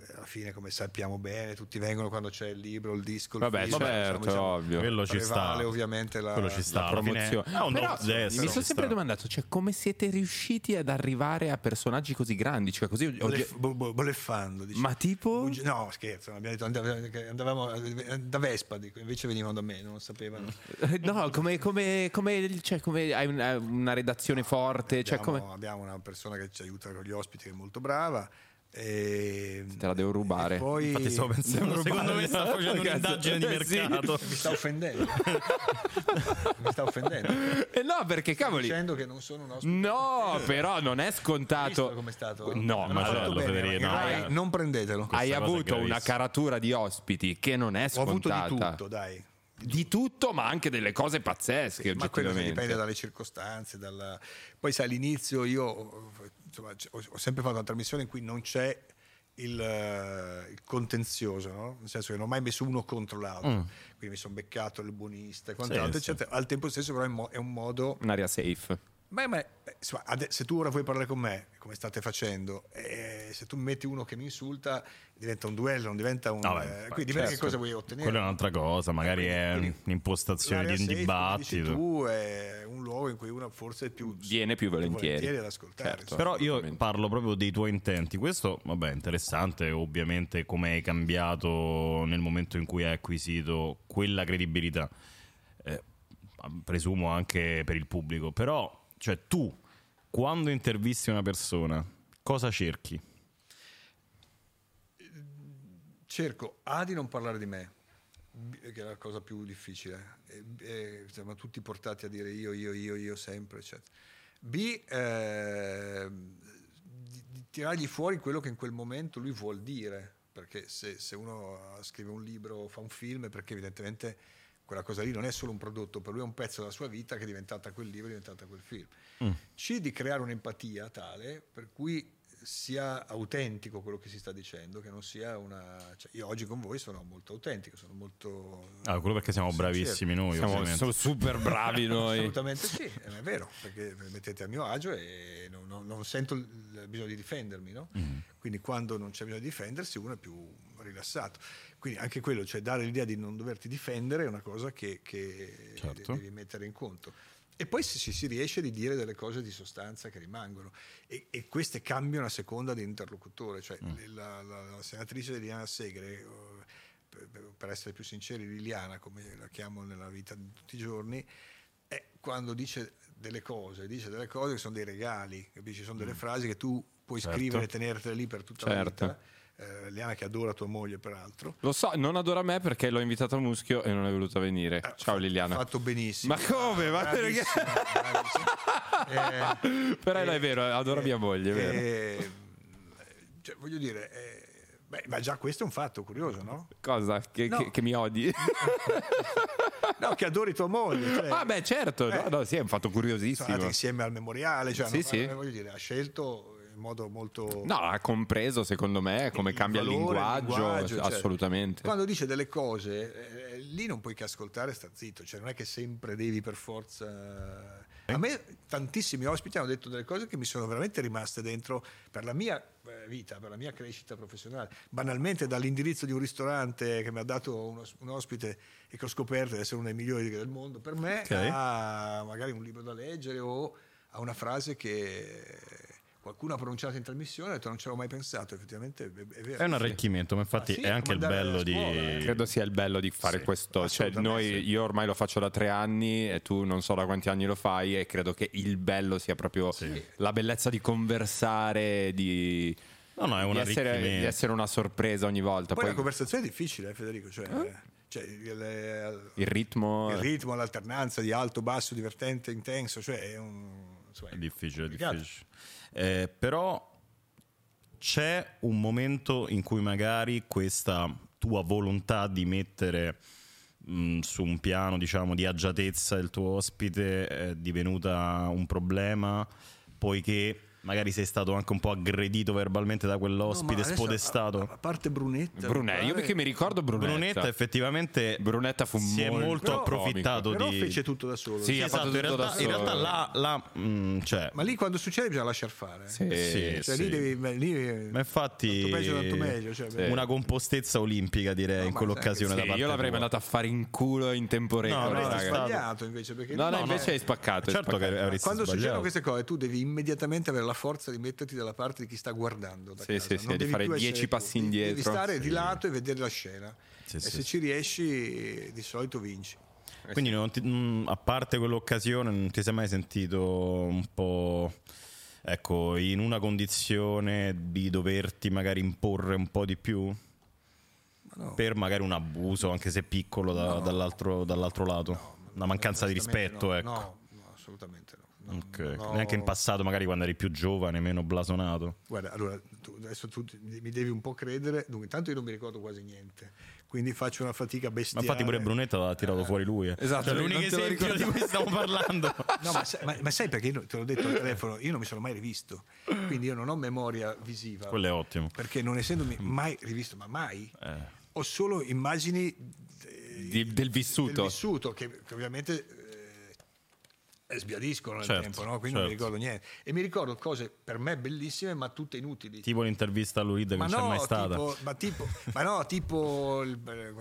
[SPEAKER 2] eh, alla fine come sappiamo bene tutti vengono quando c'è il libro, il disco, il
[SPEAKER 1] Vabbè,
[SPEAKER 2] film,
[SPEAKER 1] certo,
[SPEAKER 2] diciamo,
[SPEAKER 1] ovvio.
[SPEAKER 4] Quello ci
[SPEAKER 2] prevale
[SPEAKER 4] sta.
[SPEAKER 2] ovviamente la-
[SPEAKER 4] Quello ci sta. alla fine-
[SPEAKER 1] promozione.
[SPEAKER 4] Ah, un
[SPEAKER 1] Però,
[SPEAKER 4] dopo destro,
[SPEAKER 1] mi
[SPEAKER 4] ci
[SPEAKER 1] sono sempre
[SPEAKER 4] sta.
[SPEAKER 1] domandato cioè, come siete riusciti ad arrivare a personaggi così grandi? Cioè, così oggi-
[SPEAKER 2] Blef- bo- bo- bleffando dice.
[SPEAKER 1] Ma tipo?
[SPEAKER 2] Bugia- no scherzo abbiamo detto andav- che andavamo eh, da Vespa dico, invece venivano da me non lo sapevano
[SPEAKER 1] Mm. No, come, come- come- cioè, come- hai una, una redazione forte? Cioè,
[SPEAKER 2] abbiamo,
[SPEAKER 1] come-
[SPEAKER 2] abbiamo una persona che ci aiuta con gli ospiti che è molto brava ehm, e
[SPEAKER 1] Te la devo rubare.
[SPEAKER 2] e poi
[SPEAKER 4] Infatti stavo pensando, secondo me sta facendo
[SPEAKER 1] Cazzo.
[SPEAKER 4] un'indagine di
[SPEAKER 1] Eh, sì.
[SPEAKER 4] mercato.
[SPEAKER 2] mi sta offendendo mi sta offendendo
[SPEAKER 1] Eh no, perché cavoli.
[SPEAKER 2] dicendo che non sono un ospite
[SPEAKER 1] No, però non è
[SPEAKER 2] Visto
[SPEAKER 1] scontato.
[SPEAKER 2] com'è stato?
[SPEAKER 1] No,
[SPEAKER 2] Hanno
[SPEAKER 1] ma
[SPEAKER 2] fatto
[SPEAKER 4] bello,
[SPEAKER 2] bene,
[SPEAKER 4] Federico,
[SPEAKER 2] in
[SPEAKER 4] no,
[SPEAKER 2] Rai
[SPEAKER 4] eh.
[SPEAKER 2] non prendetelo.
[SPEAKER 1] hai
[SPEAKER 4] cosa è
[SPEAKER 1] avuto una
[SPEAKER 4] gravissima.
[SPEAKER 1] caratura di ospiti che non è
[SPEAKER 2] Ho avuto
[SPEAKER 1] scontata.
[SPEAKER 2] di tutto, dai.
[SPEAKER 1] Di tutto, ma anche delle cose pazzesche.
[SPEAKER 2] Ma quello
[SPEAKER 1] oggettivamente.
[SPEAKER 2] dipende dalle circostanze. dalla- Poi sai, all'inizio io insomma, c- ho, ho sempre fatto una trasmissione in cui non c'è il, eh, il contenzioso, no? nel senso che non ho mai messo uno contro l'altro. Quindi mi sono beccato il buonista e quant'altro.
[SPEAKER 4] Mm. sì.
[SPEAKER 2] eccetera. Al tempo stesso però è, mo- è un modo...
[SPEAKER 1] Un'area safe.
[SPEAKER 2] Ma, ma- beh, insomma, ade- se tu ora vuoi parlare con me, come state facendo, eh, se tu mi metti uno che mi insulta, diventa un duello, non diventa un.
[SPEAKER 4] No, beh,
[SPEAKER 2] eh,
[SPEAKER 4] certo.
[SPEAKER 2] quindi dipende che cosa vuoi ottenere.
[SPEAKER 4] Quella è un'altra cosa, magari è
[SPEAKER 2] Eh, Quindi-
[SPEAKER 4] un'impostazione
[SPEAKER 2] l'area
[SPEAKER 4] di un
[SPEAKER 2] safe, come dici
[SPEAKER 4] dibattito.
[SPEAKER 2] Tu è un luogo in cui uno forse è più.
[SPEAKER 1] Viene più volentieri.
[SPEAKER 2] ad ascoltare.
[SPEAKER 1] Certo.
[SPEAKER 2] insomma.
[SPEAKER 4] Però io
[SPEAKER 1] Assolutamente.
[SPEAKER 4] parlo proprio dei tuoi intenti. Questo, vabbè, è interessante, ovviamente, come hai cambiato nel momento in cui hai acquisito quella credibilità. Eh, presumo anche per il pubblico. Però, cioè, tu, quando intervisti una persona, cosa cerchi?
[SPEAKER 2] cerco A di non parlare di me, che è la cosa più difficile, eh, b- eh, siamo tutti portati a dire io, io, io, io sempre, eccetera. B, eh, di- di tirargli fuori quello che in quel momento lui vuol dire, perché se, se uno scrive un libro, fa un film, è perché evidentemente quella cosa lì non è solo un prodotto, per lui è un pezzo della sua vita che è diventata quel libro, è diventata quel film. C, di creare un'empatia tale per cui sia autentico quello che si sta dicendo, che non sia una... cioè, io oggi con voi sono molto autentico, sono molto... certo.
[SPEAKER 4] Ah, quello perché siamo
[SPEAKER 2] Sincero.
[SPEAKER 4] bravissimi noi,
[SPEAKER 1] Siamo,
[SPEAKER 4] ovviamente.
[SPEAKER 1] siamo super bravi noi.
[SPEAKER 2] Assolutamente sì, eh, è vero, perché mi mettete a mio agio e non, non- non sento il bisogno di difendermi, no?
[SPEAKER 1] Mm.
[SPEAKER 2] Quindi quando non c'è bisogno di difendersi uno è più rilassato. Quindi anche quello, cioè dare l'idea di non doverti difendere è una cosa che, che
[SPEAKER 4] Certo.
[SPEAKER 2] devi mettere in conto. E poi se si, si riesce di dire delle cose di sostanza che rimangono e, e queste cambiano a seconda dell'interlocutore, cioè
[SPEAKER 1] Mm.
[SPEAKER 2] la, la- la senatrice Liliana Segre, eh, per, per- per essere più sinceri, Liliana come la chiamo nella vita di tutti i giorni, è quando dice delle cose, dice delle cose che sono dei regali, capisci? Sono
[SPEAKER 1] Mm.
[SPEAKER 2] delle frasi che tu puoi
[SPEAKER 4] Certo.
[SPEAKER 2] scrivere e tenertele lì per tutta
[SPEAKER 1] Certo.
[SPEAKER 2] la vita. Eh, Liliana che adora tua moglie peraltro.
[SPEAKER 1] Lo so, non adora me perché l'ho invitato a Muschio e non è voluta venire. Ciao Liliana.
[SPEAKER 2] Ha Eh, fatto benissimo.
[SPEAKER 1] Ma come? Ma perché?
[SPEAKER 2] Bravissima, bravissima. Eh,
[SPEAKER 1] Però no, è vero, adora mia moglie, è vero.
[SPEAKER 2] Eh, cioè, voglio dire, eh, beh, ma già questo è un fatto curioso, no?
[SPEAKER 1] Cosa? Che,
[SPEAKER 2] No. Eh,
[SPEAKER 1] che- che mi odi?
[SPEAKER 2] No, che adori tua moglie. Cioè,
[SPEAKER 1] ah, beh, certo. No,
[SPEAKER 2] Eh.
[SPEAKER 1] no, sì, è un fatto
[SPEAKER 2] sono andati
[SPEAKER 1] curiosissimo.
[SPEAKER 2] insieme al memoriale, cioè,
[SPEAKER 1] Sì,
[SPEAKER 2] no,
[SPEAKER 1] sì.
[SPEAKER 2] eh, voglio dire, ha scelto in modo molto...
[SPEAKER 1] No, ha compreso, secondo me, come
[SPEAKER 2] il
[SPEAKER 1] cambia il
[SPEAKER 2] valore,
[SPEAKER 1] linguaggio.
[SPEAKER 2] cioè,
[SPEAKER 1] assolutamente.
[SPEAKER 2] Quando dice delle cose, eh, lì non puoi che ascoltare e star zitto, cioè non è che sempre devi per forza... A me tantissimi ospiti hanno detto delle cose che mi sono veramente rimaste dentro per la mia eh, vita, per la mia crescita professionale. Banalmente dall'indirizzo di un ristorante che mi ha dato uno- un ospite e che ho scoperto essere uno dei migliori del mondo per me,
[SPEAKER 4] Ok.
[SPEAKER 2] a magari un libro da leggere o a una frase che qualcuno ha pronunciato in trasmissione e ho detto non ci avevo mai pensato, effettivamente è, è vero.
[SPEAKER 4] È un arricchimento, ma infatti
[SPEAKER 2] Ah, sì,
[SPEAKER 4] è anche il
[SPEAKER 2] come andare
[SPEAKER 4] bello
[SPEAKER 2] alla
[SPEAKER 4] di...
[SPEAKER 2] scuola, eh.
[SPEAKER 1] Credo sia il bello di fare
[SPEAKER 4] Sì,
[SPEAKER 1] questo. Cioè,
[SPEAKER 2] assolutamente
[SPEAKER 1] noi, io ormai lo faccio da tre anni e tu non so da quanti anni lo fai, e credo che il bello sia proprio la bellezza di conversare, di,
[SPEAKER 4] No, no, è un
[SPEAKER 1] di essere,
[SPEAKER 4] arricchimento.
[SPEAKER 1] di essere una sorpresa ogni volta.
[SPEAKER 2] Poi
[SPEAKER 1] Poi,
[SPEAKER 2] la conversazione è difficile, eh, Federico. Cioè, cioè, il,
[SPEAKER 1] il ritmo.
[SPEAKER 2] il ritmo, l'alternanza di alto, basso, divertente, intenso. Cioè, è un, insomma,
[SPEAKER 4] È difficile, è
[SPEAKER 2] complicato.
[SPEAKER 4] difficile. Eh, però c'è un momento in cui magari questa tua volontà di mettere mh, su un piano, diciamo, di agiatezza il tuo ospite eh, è divenuta un problema, poiché magari sei stato anche un po' aggredito verbalmente da
[SPEAKER 2] No, ma
[SPEAKER 4] quell'ospite
[SPEAKER 2] adesso,
[SPEAKER 4] spodestato.
[SPEAKER 2] A, a parte Brunetta.
[SPEAKER 1] Brunetta, io perché mi ricordo Brunetta.
[SPEAKER 4] Brunetta effettivamente
[SPEAKER 1] Brunetta fu
[SPEAKER 4] si è
[SPEAKER 1] molto
[SPEAKER 4] molto
[SPEAKER 1] comico.
[SPEAKER 4] approfittato
[SPEAKER 2] Però
[SPEAKER 4] di...
[SPEAKER 2] fece tutto da solo.
[SPEAKER 1] Sì,
[SPEAKER 4] Sì,
[SPEAKER 1] ha
[SPEAKER 4] esatto,
[SPEAKER 1] fatto
[SPEAKER 4] in
[SPEAKER 1] tutto
[SPEAKER 4] realtà,
[SPEAKER 1] da
[SPEAKER 4] in
[SPEAKER 1] solo.
[SPEAKER 4] realtà la... la- mm, cioè,
[SPEAKER 2] Ma lì quando succede bisogna lasciar fare.
[SPEAKER 1] Sì,
[SPEAKER 4] Sì,
[SPEAKER 2] Cioè,
[SPEAKER 4] Eh, sì.
[SPEAKER 2] lì devi. ma Lì,
[SPEAKER 4] Ma infatti-
[SPEAKER 2] Tanto peggio, tanto meglio. Cioè,
[SPEAKER 1] Sì.
[SPEAKER 2] beh,
[SPEAKER 4] una compostezza olimpica direi
[SPEAKER 2] No,
[SPEAKER 4] in
[SPEAKER 2] ma
[SPEAKER 4] quell'occasione
[SPEAKER 1] Sì,
[SPEAKER 4] da parte
[SPEAKER 1] io l'avrei
[SPEAKER 4] tua.
[SPEAKER 1] mandato a fare in culo in tempo record,
[SPEAKER 4] no,
[SPEAKER 2] avresti
[SPEAKER 1] raga.
[SPEAKER 4] sta-
[SPEAKER 2] sbagliato invece. Perché
[SPEAKER 1] No, no, invece hai spaccato. hai
[SPEAKER 4] certo
[SPEAKER 1] spaccato.
[SPEAKER 4] che avresti
[SPEAKER 2] Quando succedono
[SPEAKER 4] sbagliato.
[SPEAKER 2] queste cose, tu devi immediatamente avere la forza di metterti dalla parte di chi sta guardando. Da
[SPEAKER 1] Sì,
[SPEAKER 2] casa.
[SPEAKER 1] sì, sì,
[SPEAKER 2] Non
[SPEAKER 1] di
[SPEAKER 2] devi
[SPEAKER 1] fare
[SPEAKER 2] più essere
[SPEAKER 1] dieci
[SPEAKER 2] tu.
[SPEAKER 1] passi
[SPEAKER 2] Devi-
[SPEAKER 1] indietro.
[SPEAKER 2] Devi stare di
[SPEAKER 1] Sì.
[SPEAKER 2] lato e vedere la scena.
[SPEAKER 4] Sì,
[SPEAKER 2] e
[SPEAKER 4] sì,
[SPEAKER 2] se
[SPEAKER 4] sì.
[SPEAKER 2] ci riesci, di solito vinci.
[SPEAKER 4] Quindi non ti- mm, a parte quell'occasione non ti sei mai sentito un po' ecco, in una condizione di doverti magari imporre un po' di più?
[SPEAKER 2] no.
[SPEAKER 4] Per magari un abuso, anche se piccolo, da- dall'altro, dall'altro lato. Una mancanza di
[SPEAKER 2] Assolutamente
[SPEAKER 4] rispetto,
[SPEAKER 2] no,
[SPEAKER 4] ecco.
[SPEAKER 2] No, no, assolutamente no. No,
[SPEAKER 4] Ok,
[SPEAKER 2] no.
[SPEAKER 4] Neanche in passato, magari quando eri più giovane, meno blasonato.
[SPEAKER 2] Guarda, allora, tu- adesso tu ti- mi devi un po' credere. Dunque, intanto io non mi ricordo quasi niente, quindi faccio una fatica
[SPEAKER 4] Ma
[SPEAKER 2] bestiale.
[SPEAKER 4] infatti pure Brunetta l'ha tirato fuori lui. eh.
[SPEAKER 1] Esatto,
[SPEAKER 4] Cioè,
[SPEAKER 1] non
[SPEAKER 4] l'unico
[SPEAKER 1] te lo
[SPEAKER 4] esempio di cui stiamo parlando.
[SPEAKER 2] No, ma, sai- ma- ma sai perché io te l'ho detto al telefono, io non mi sono mai rivisto, quindi io non ho memoria visiva.
[SPEAKER 4] Quello è ottimo. Eh,
[SPEAKER 2] perché non essendomi
[SPEAKER 4] Mm.
[SPEAKER 2] mai rivisto, ma mai, ho solo immagini eh,
[SPEAKER 1] Di- del vissuto.
[SPEAKER 2] del vissuto che, che ovviamente eh, sbiadiscono nel
[SPEAKER 4] Certo,
[SPEAKER 2] tempo, no? quindi non mi
[SPEAKER 4] certo.
[SPEAKER 2] ricordo niente. E mi ricordo cose per me bellissime, ma tutte inutili.
[SPEAKER 4] Tipo l'intervista a Lurid che
[SPEAKER 2] ma,
[SPEAKER 4] non c'è
[SPEAKER 2] no,
[SPEAKER 4] mai stata.
[SPEAKER 2] tipo, ma, tipo, ma no, tipo il- eh,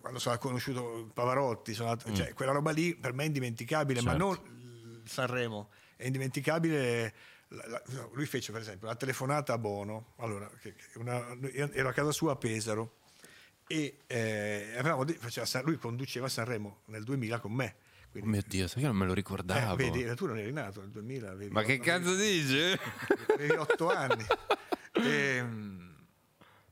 [SPEAKER 2] quando sono conosciuto Pavarotti, sono andato- cioè, quella roba lì per me è indimenticabile, ma
[SPEAKER 4] Mm. Certo.
[SPEAKER 2] non il Sanremo, è indimenticabile. la- la- no, lui fece per esempio la telefonata a Bono, allora, che- che una- ero a casa sua a Pesaro e eh, avevamo de- faceva San- lui conduceva Sanremo nel 2000 con me.
[SPEAKER 1] Oh
[SPEAKER 2] Quindi,
[SPEAKER 1] mio Dio, sai che non me lo
[SPEAKER 2] eh,
[SPEAKER 1] ricordavo.
[SPEAKER 2] vedi, tu non eri nato nel 2000. avevi-
[SPEAKER 1] Ma che cazzo dici?
[SPEAKER 2] avevi otto anni. Ehm,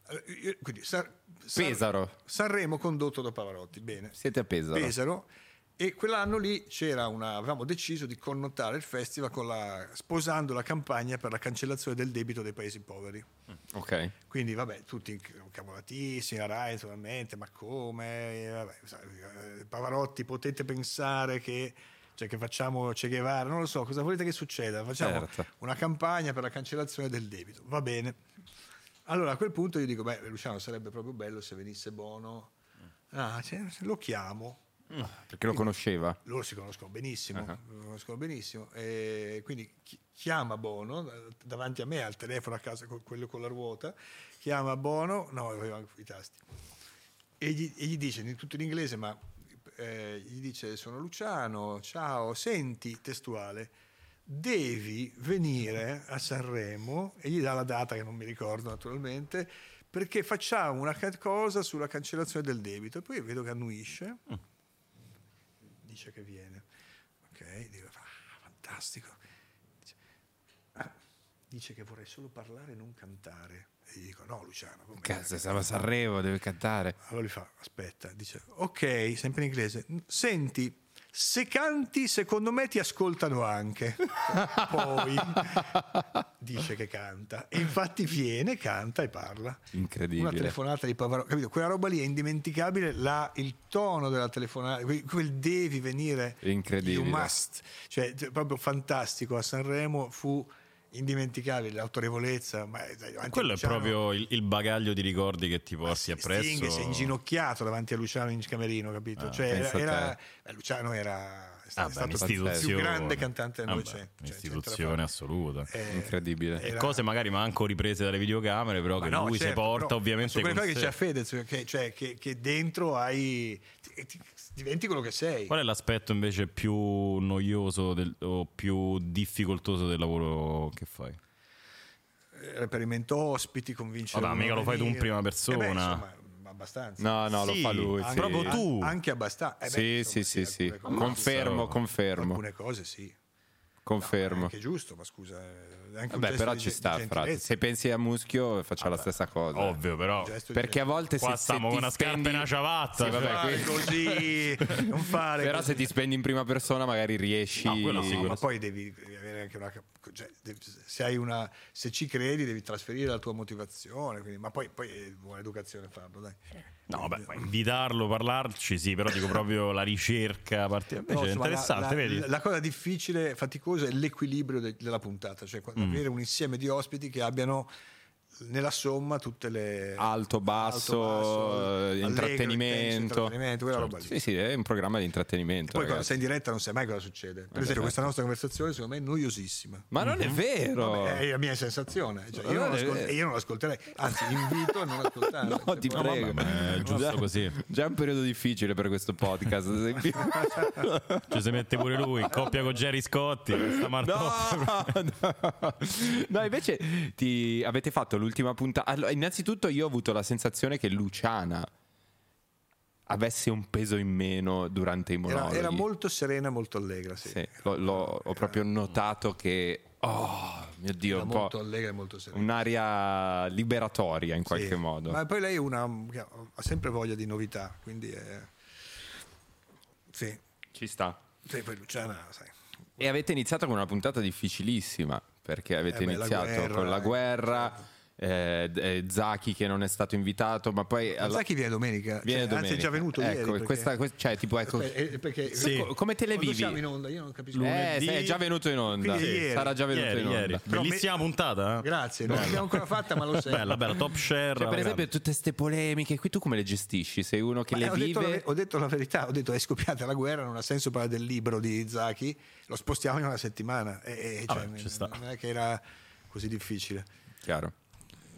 [SPEAKER 2] allora, io- quindi San- San-
[SPEAKER 1] Pesaro.
[SPEAKER 2] Sanremo condotto da Pavarotti, bene.
[SPEAKER 1] Siete a Pesaro.
[SPEAKER 2] Pesaro. E quell'anno lì c'era una, avevamo deciso di connotare il festival con la- sposando la campagna per la cancellazione del debito dei paesi poveri.
[SPEAKER 1] Ok.
[SPEAKER 2] Quindi, vabbè, tutti inc- cavolatissimi, la Rai naturalmente, ma come? Eh, vabbè, sai, eh, Pavarotti, potete pensare che, cioè, che facciamo Che Guevara? Non lo so, cosa volete che succeda? Facciamo
[SPEAKER 1] Certo.
[SPEAKER 2] una campagna per la cancellazione del debito, va bene. Allora a quel punto io dico, beh, Luciano sarebbe proprio bello se venisse Bono. Ah, cioè, lo chiamo,
[SPEAKER 1] Perché lo conosceva?
[SPEAKER 2] loro si conoscono benissimo, lo conoscono benissimo. E quindi chi- chiama Bono eh, davanti a me al telefono a casa, con quello con la ruota, chiama Bono, no, aveva anche i tasti, e gli, e gli dice in tutto in inglese, ma eh, gli dice sono Luciano, ciao, senti testuale, devi venire a Sanremo e gli dà la data che non mi ricordo naturalmente, perché facciamo una ca- cosa sulla cancellazione del debito e poi vedo che annuisce dice che viene. Ok, dico, "Ah, fantastico. Dice, "Ah, dice che vorrei solo parlare e non cantare. E gli dico, no Luciano, come
[SPEAKER 1] Cazzo, stava a Sanremo, deve cantare.
[SPEAKER 2] allora gli fa, aspetta, dice, ok, sempre in inglese, senti, se canti secondo me ti ascoltano anche. Poi dice che canta. E infatti viene, canta e parla. Una
[SPEAKER 1] Incredibile.
[SPEAKER 2] telefonata di Pavarotti, capito? Quella roba lì è indimenticabile, la- il tono della telefonata, quel, quel devi venire,
[SPEAKER 1] Incredibile.
[SPEAKER 2] you must, cioè t- proprio fantastico a Sanremo fu indimenticabile l'autorevolezza, ma eh, davanti a
[SPEAKER 4] Quello è
[SPEAKER 2] Luciano-
[SPEAKER 4] proprio il, il bagaglio di ricordi che ti porti
[SPEAKER 2] si
[SPEAKER 4] appresso.
[SPEAKER 2] si è inginocchiato davanti a Luciano in camerino, capito? Cioè, era-
[SPEAKER 1] pensa a
[SPEAKER 2] era-
[SPEAKER 1] te.
[SPEAKER 2] eh, Luciano era è
[SPEAKER 4] Ah, beh,
[SPEAKER 2] stato il più
[SPEAKER 4] un'istituzione.
[SPEAKER 2] grande cantante del
[SPEAKER 4] Ah, beh,
[SPEAKER 2] Novecento. cioè,
[SPEAKER 4] Un'istituzione
[SPEAKER 2] c'entra
[SPEAKER 4] assoluta.
[SPEAKER 2] fa- eh,
[SPEAKER 1] Incredibile.
[SPEAKER 2] era-
[SPEAKER 4] Cose magari manco riprese dalle videocamere, però
[SPEAKER 2] ma
[SPEAKER 4] che
[SPEAKER 2] no,
[SPEAKER 4] lui si
[SPEAKER 2] certo,
[SPEAKER 4] porta
[SPEAKER 2] però
[SPEAKER 4] ovviamente
[SPEAKER 2] sono
[SPEAKER 4] con
[SPEAKER 2] quelle cose che
[SPEAKER 4] sé.
[SPEAKER 2] c'è Fedez, che, cioè, che, che dentro hai ti- ti- diventi quello che sei.
[SPEAKER 4] Qual è l'aspetto invece più noioso del- o più difficoltoso del lavoro che fai?
[SPEAKER 2] Eh, Reperimento ospiti, convincere.
[SPEAKER 4] Vabbè,
[SPEAKER 2] uno
[SPEAKER 4] mica
[SPEAKER 2] a
[SPEAKER 4] lo fai tu in
[SPEAKER 2] venire.
[SPEAKER 4] prima
[SPEAKER 2] Eh beh,
[SPEAKER 4] persona.
[SPEAKER 2] insomma, abbastanza.
[SPEAKER 1] No, no,
[SPEAKER 4] Sì,
[SPEAKER 1] lo fa lui.
[SPEAKER 4] anche-
[SPEAKER 1] sì.
[SPEAKER 4] proprio tu.
[SPEAKER 2] Anche abbastanza. Eh beh,
[SPEAKER 1] Sì,
[SPEAKER 2] insomma,
[SPEAKER 1] sì, sì, sì.
[SPEAKER 2] alcune cose-
[SPEAKER 1] Confermo,
[SPEAKER 4] Alcune
[SPEAKER 1] confermo,
[SPEAKER 2] Alcune cose sì.
[SPEAKER 1] confermo.
[SPEAKER 2] Che giusto, ma scusa. eh, è anche un
[SPEAKER 1] Vabbè,
[SPEAKER 2] gesto
[SPEAKER 1] però
[SPEAKER 2] di
[SPEAKER 1] ci
[SPEAKER 2] ge-
[SPEAKER 1] sta,
[SPEAKER 2] di
[SPEAKER 1] frate.
[SPEAKER 2] gentilezza,
[SPEAKER 1] Se pensi a Muschio, faccia la stessa cosa.
[SPEAKER 4] Ovvio, però.
[SPEAKER 2] un gesto di
[SPEAKER 1] Perché a volte
[SPEAKER 4] Qua
[SPEAKER 1] se, se
[SPEAKER 4] stiamo
[SPEAKER 1] ti
[SPEAKER 4] con una scarpa
[SPEAKER 1] spendi-
[SPEAKER 4] e una ciabatta.
[SPEAKER 1] Sì, vabbè,
[SPEAKER 4] cioè.
[SPEAKER 1] que-
[SPEAKER 2] gentilezza. Fare così, non fare
[SPEAKER 1] Però
[SPEAKER 2] così.
[SPEAKER 1] se ti spendi in prima persona, magari riesci.
[SPEAKER 4] No, quello
[SPEAKER 2] No,
[SPEAKER 4] sicuro.
[SPEAKER 2] ma poi devi devi avere anche una. cap- cioè, devi- se, hai una se ci credi, devi trasferire la tua motivazione. quindi- ma poi, poi è buona educazione farlo, dai.
[SPEAKER 4] No, beh, ma invitarlo, parlarci, sì, però dico proprio la ricerca. part- Invece
[SPEAKER 2] No,
[SPEAKER 4] è
[SPEAKER 2] insomma, la- la,
[SPEAKER 4] interessante, vedi?
[SPEAKER 2] La cosa difficile, faticosa, è l'equilibrio de- della puntata, cioè
[SPEAKER 1] Mm.
[SPEAKER 2] quando- avere un insieme di ospiti che abbiano nella somma tutte le
[SPEAKER 1] Alto,
[SPEAKER 2] alto,
[SPEAKER 1] basso,
[SPEAKER 2] basso,
[SPEAKER 1] eh,
[SPEAKER 2] allegro, intenso,
[SPEAKER 1] intrattenimento.
[SPEAKER 2] intrattenimento, quella roba lì.
[SPEAKER 1] Sì, sì, è un programma di intrattenimento.
[SPEAKER 2] Poi quando
[SPEAKER 1] ragazzi. Eh,
[SPEAKER 2] sei
[SPEAKER 1] certo.
[SPEAKER 2] in diretta non sai mai cosa succede. Per esempio, questa nostra conversazione secondo me è noiosissima.
[SPEAKER 1] Ma non è vero.
[SPEAKER 2] Mhm. Vabbè, è la mia sensazione. cioè, io,
[SPEAKER 1] Allora
[SPEAKER 2] non
[SPEAKER 1] deve-
[SPEAKER 2] ascol- io non l'ascolterei, anzi, invito a non ascoltare.
[SPEAKER 1] Eh, No, ti
[SPEAKER 2] Cioè,
[SPEAKER 4] vabbè,
[SPEAKER 1] prego.
[SPEAKER 4] ma è giusto
[SPEAKER 1] Già-
[SPEAKER 4] così.
[SPEAKER 1] Già è un periodo difficile per questo podcast. ad esempio.
[SPEAKER 4] Ci si mette pure lui in coppia con Jerry Scotti, questa Martotta.
[SPEAKER 1] No, no. No, invece ti- avete fatto l'ultima puntata. Allora, innanzitutto io ho avuto la sensazione che Luciana avesse un peso in meno durante i
[SPEAKER 2] era,
[SPEAKER 1] monologhi.
[SPEAKER 2] era molto serena, molto allegra. Sì.
[SPEAKER 1] Sì, l'ho- l'ho- ho proprio notato che... Oh, mio Dio,
[SPEAKER 2] Era
[SPEAKER 1] un
[SPEAKER 2] molto
[SPEAKER 1] po'
[SPEAKER 2] allegra e molto serena.
[SPEAKER 1] un'aria liberatoria in qualche
[SPEAKER 2] Sì.
[SPEAKER 1] modo.
[SPEAKER 2] Ma poi lei è una, ha sempre voglia di novità, quindi è... Sì,
[SPEAKER 1] Ci sta.
[SPEAKER 2] Sì, poi Luciana, sai.
[SPEAKER 1] E avete iniziato con una puntata difficilissima, perché avete
[SPEAKER 2] Eh beh, la
[SPEAKER 1] iniziato
[SPEAKER 2] guerra,
[SPEAKER 1] con la
[SPEAKER 2] eh,
[SPEAKER 1] guerra, eh, d- eh, Zaki che non è stato invitato, ma poi... alla-
[SPEAKER 2] Sai chi viene domenica?
[SPEAKER 1] Viene
[SPEAKER 2] Cioè, Anzi, è già
[SPEAKER 1] domenica.
[SPEAKER 2] venuto
[SPEAKER 1] Ecco,
[SPEAKER 2] ieri. perché-
[SPEAKER 1] questa- que- cioè, tipo, ecco-
[SPEAKER 2] Eh, eh, perché-
[SPEAKER 1] Sì.
[SPEAKER 2] co-
[SPEAKER 1] Come te le
[SPEAKER 2] quando
[SPEAKER 1] vivi?
[SPEAKER 2] siamo in onda, io non capisco.
[SPEAKER 1] Eh,
[SPEAKER 4] lunedì-
[SPEAKER 1] sì, è già venuto in onda.
[SPEAKER 2] Quindi ieri.
[SPEAKER 1] Sarà già venuto
[SPEAKER 4] Ieri,
[SPEAKER 1] in onda.
[SPEAKER 4] ieri.
[SPEAKER 1] Cioè,
[SPEAKER 4] Bellissima puntata. eh?
[SPEAKER 2] Grazie, non l'abbiamo ancora fatta, ma lo Cioè, sento.
[SPEAKER 4] Bella, bella, top share. alla
[SPEAKER 1] per
[SPEAKER 4] grande.
[SPEAKER 1] esempio, tutte ste polemiche, qui tu come le gestisci? Sei uno che
[SPEAKER 2] Ma, eh,
[SPEAKER 1] le
[SPEAKER 2] ho, detto la,
[SPEAKER 1] vive?
[SPEAKER 2] ve- ho detto la verità, ho detto è scoppiata la guerra, non ha senso parlare del libro di Zaki, lo spostiamo in una settimana. E,
[SPEAKER 1] Ah,
[SPEAKER 2] e, cioè,
[SPEAKER 4] Vabbè, ci
[SPEAKER 2] n-
[SPEAKER 4] sta.
[SPEAKER 2] Non è che era così difficile.
[SPEAKER 1] Chiaro.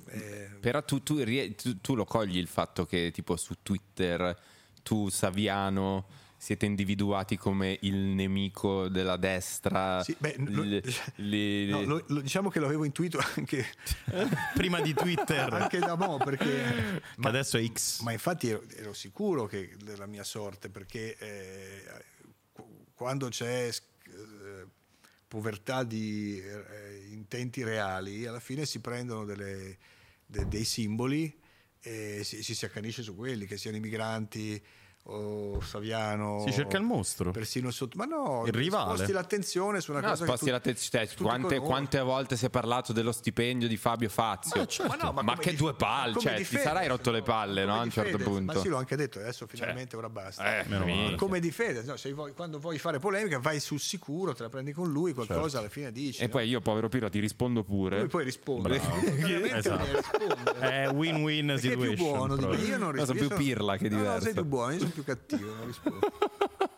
[SPEAKER 2] Eh,
[SPEAKER 1] Però tu, tu rie- tu- tu lo cogli il fatto che, tipo, su Twitter tu, Saviano, siete individuati come il nemico della destra.
[SPEAKER 2] sì, beh,
[SPEAKER 1] l-
[SPEAKER 2] lo-
[SPEAKER 1] li-
[SPEAKER 2] no, lo- lo- diciamo che l'avevo intuito anche,
[SPEAKER 4] prima di Twitter,
[SPEAKER 2] anche da mo' perché
[SPEAKER 4] che adesso è X.
[SPEAKER 2] Ma infatti ero, ero sicuro che della mia sorte, perché eh, qu- quando c'è eh, povertà di eh, intenti reali, alla fine si prendono delle- de- dei simboli e si, ci si accanisce su quelli, che siano i migranti o Saviano.
[SPEAKER 4] Si cerca il mostro.
[SPEAKER 2] Persino il sotto. Ma no,
[SPEAKER 4] Il rivale.
[SPEAKER 2] sposti l'attenzione su una
[SPEAKER 1] No,
[SPEAKER 2] cosa. che
[SPEAKER 1] sposti
[SPEAKER 2] tu-
[SPEAKER 1] la tez- cioè,
[SPEAKER 2] tutti
[SPEAKER 1] quante,
[SPEAKER 2] conoscono.
[SPEAKER 1] quante volte si è parlato dello stipendio di Fabio Fazio?
[SPEAKER 4] Ma certo.
[SPEAKER 1] Ma,
[SPEAKER 2] no, come
[SPEAKER 1] che
[SPEAKER 2] di-
[SPEAKER 1] due palle,
[SPEAKER 2] come
[SPEAKER 1] cioè,
[SPEAKER 2] di
[SPEAKER 1] ti
[SPEAKER 2] Fedez,
[SPEAKER 1] sarai rotto le palle
[SPEAKER 2] Come
[SPEAKER 1] no, a
[SPEAKER 2] di
[SPEAKER 1] un certo
[SPEAKER 2] Fedez,
[SPEAKER 1] punto. Cioè.
[SPEAKER 2] Ma sì, l'ho anche detto, adesso finalmente ora basta.
[SPEAKER 1] Eh,
[SPEAKER 4] Meno
[SPEAKER 1] minchia.
[SPEAKER 4] male.
[SPEAKER 2] come di Fedez, no, se vuoi- quando vuoi fare polemica vai sul sicuro, te la prendi con lui, qualcosa alla fine dici.
[SPEAKER 1] Certo. E
[SPEAKER 2] no?
[SPEAKER 1] poi io, povero Piro, ti rispondo pure.
[SPEAKER 2] lui poi risponde.
[SPEAKER 4] Bravo.
[SPEAKER 2] Veramente
[SPEAKER 4] Esatto.
[SPEAKER 2] mi risponde.
[SPEAKER 1] Eh,
[SPEAKER 4] È win-win
[SPEAKER 2] Perché è
[SPEAKER 4] situation.
[SPEAKER 2] più buono di me.
[SPEAKER 4] proprio.
[SPEAKER 2] Io non
[SPEAKER 1] No, sono
[SPEAKER 2] rispondo.
[SPEAKER 1] più pirla che
[SPEAKER 2] No, No,
[SPEAKER 1] diverso.
[SPEAKER 2] sei più buono, io sono più cattivo, non rispondo.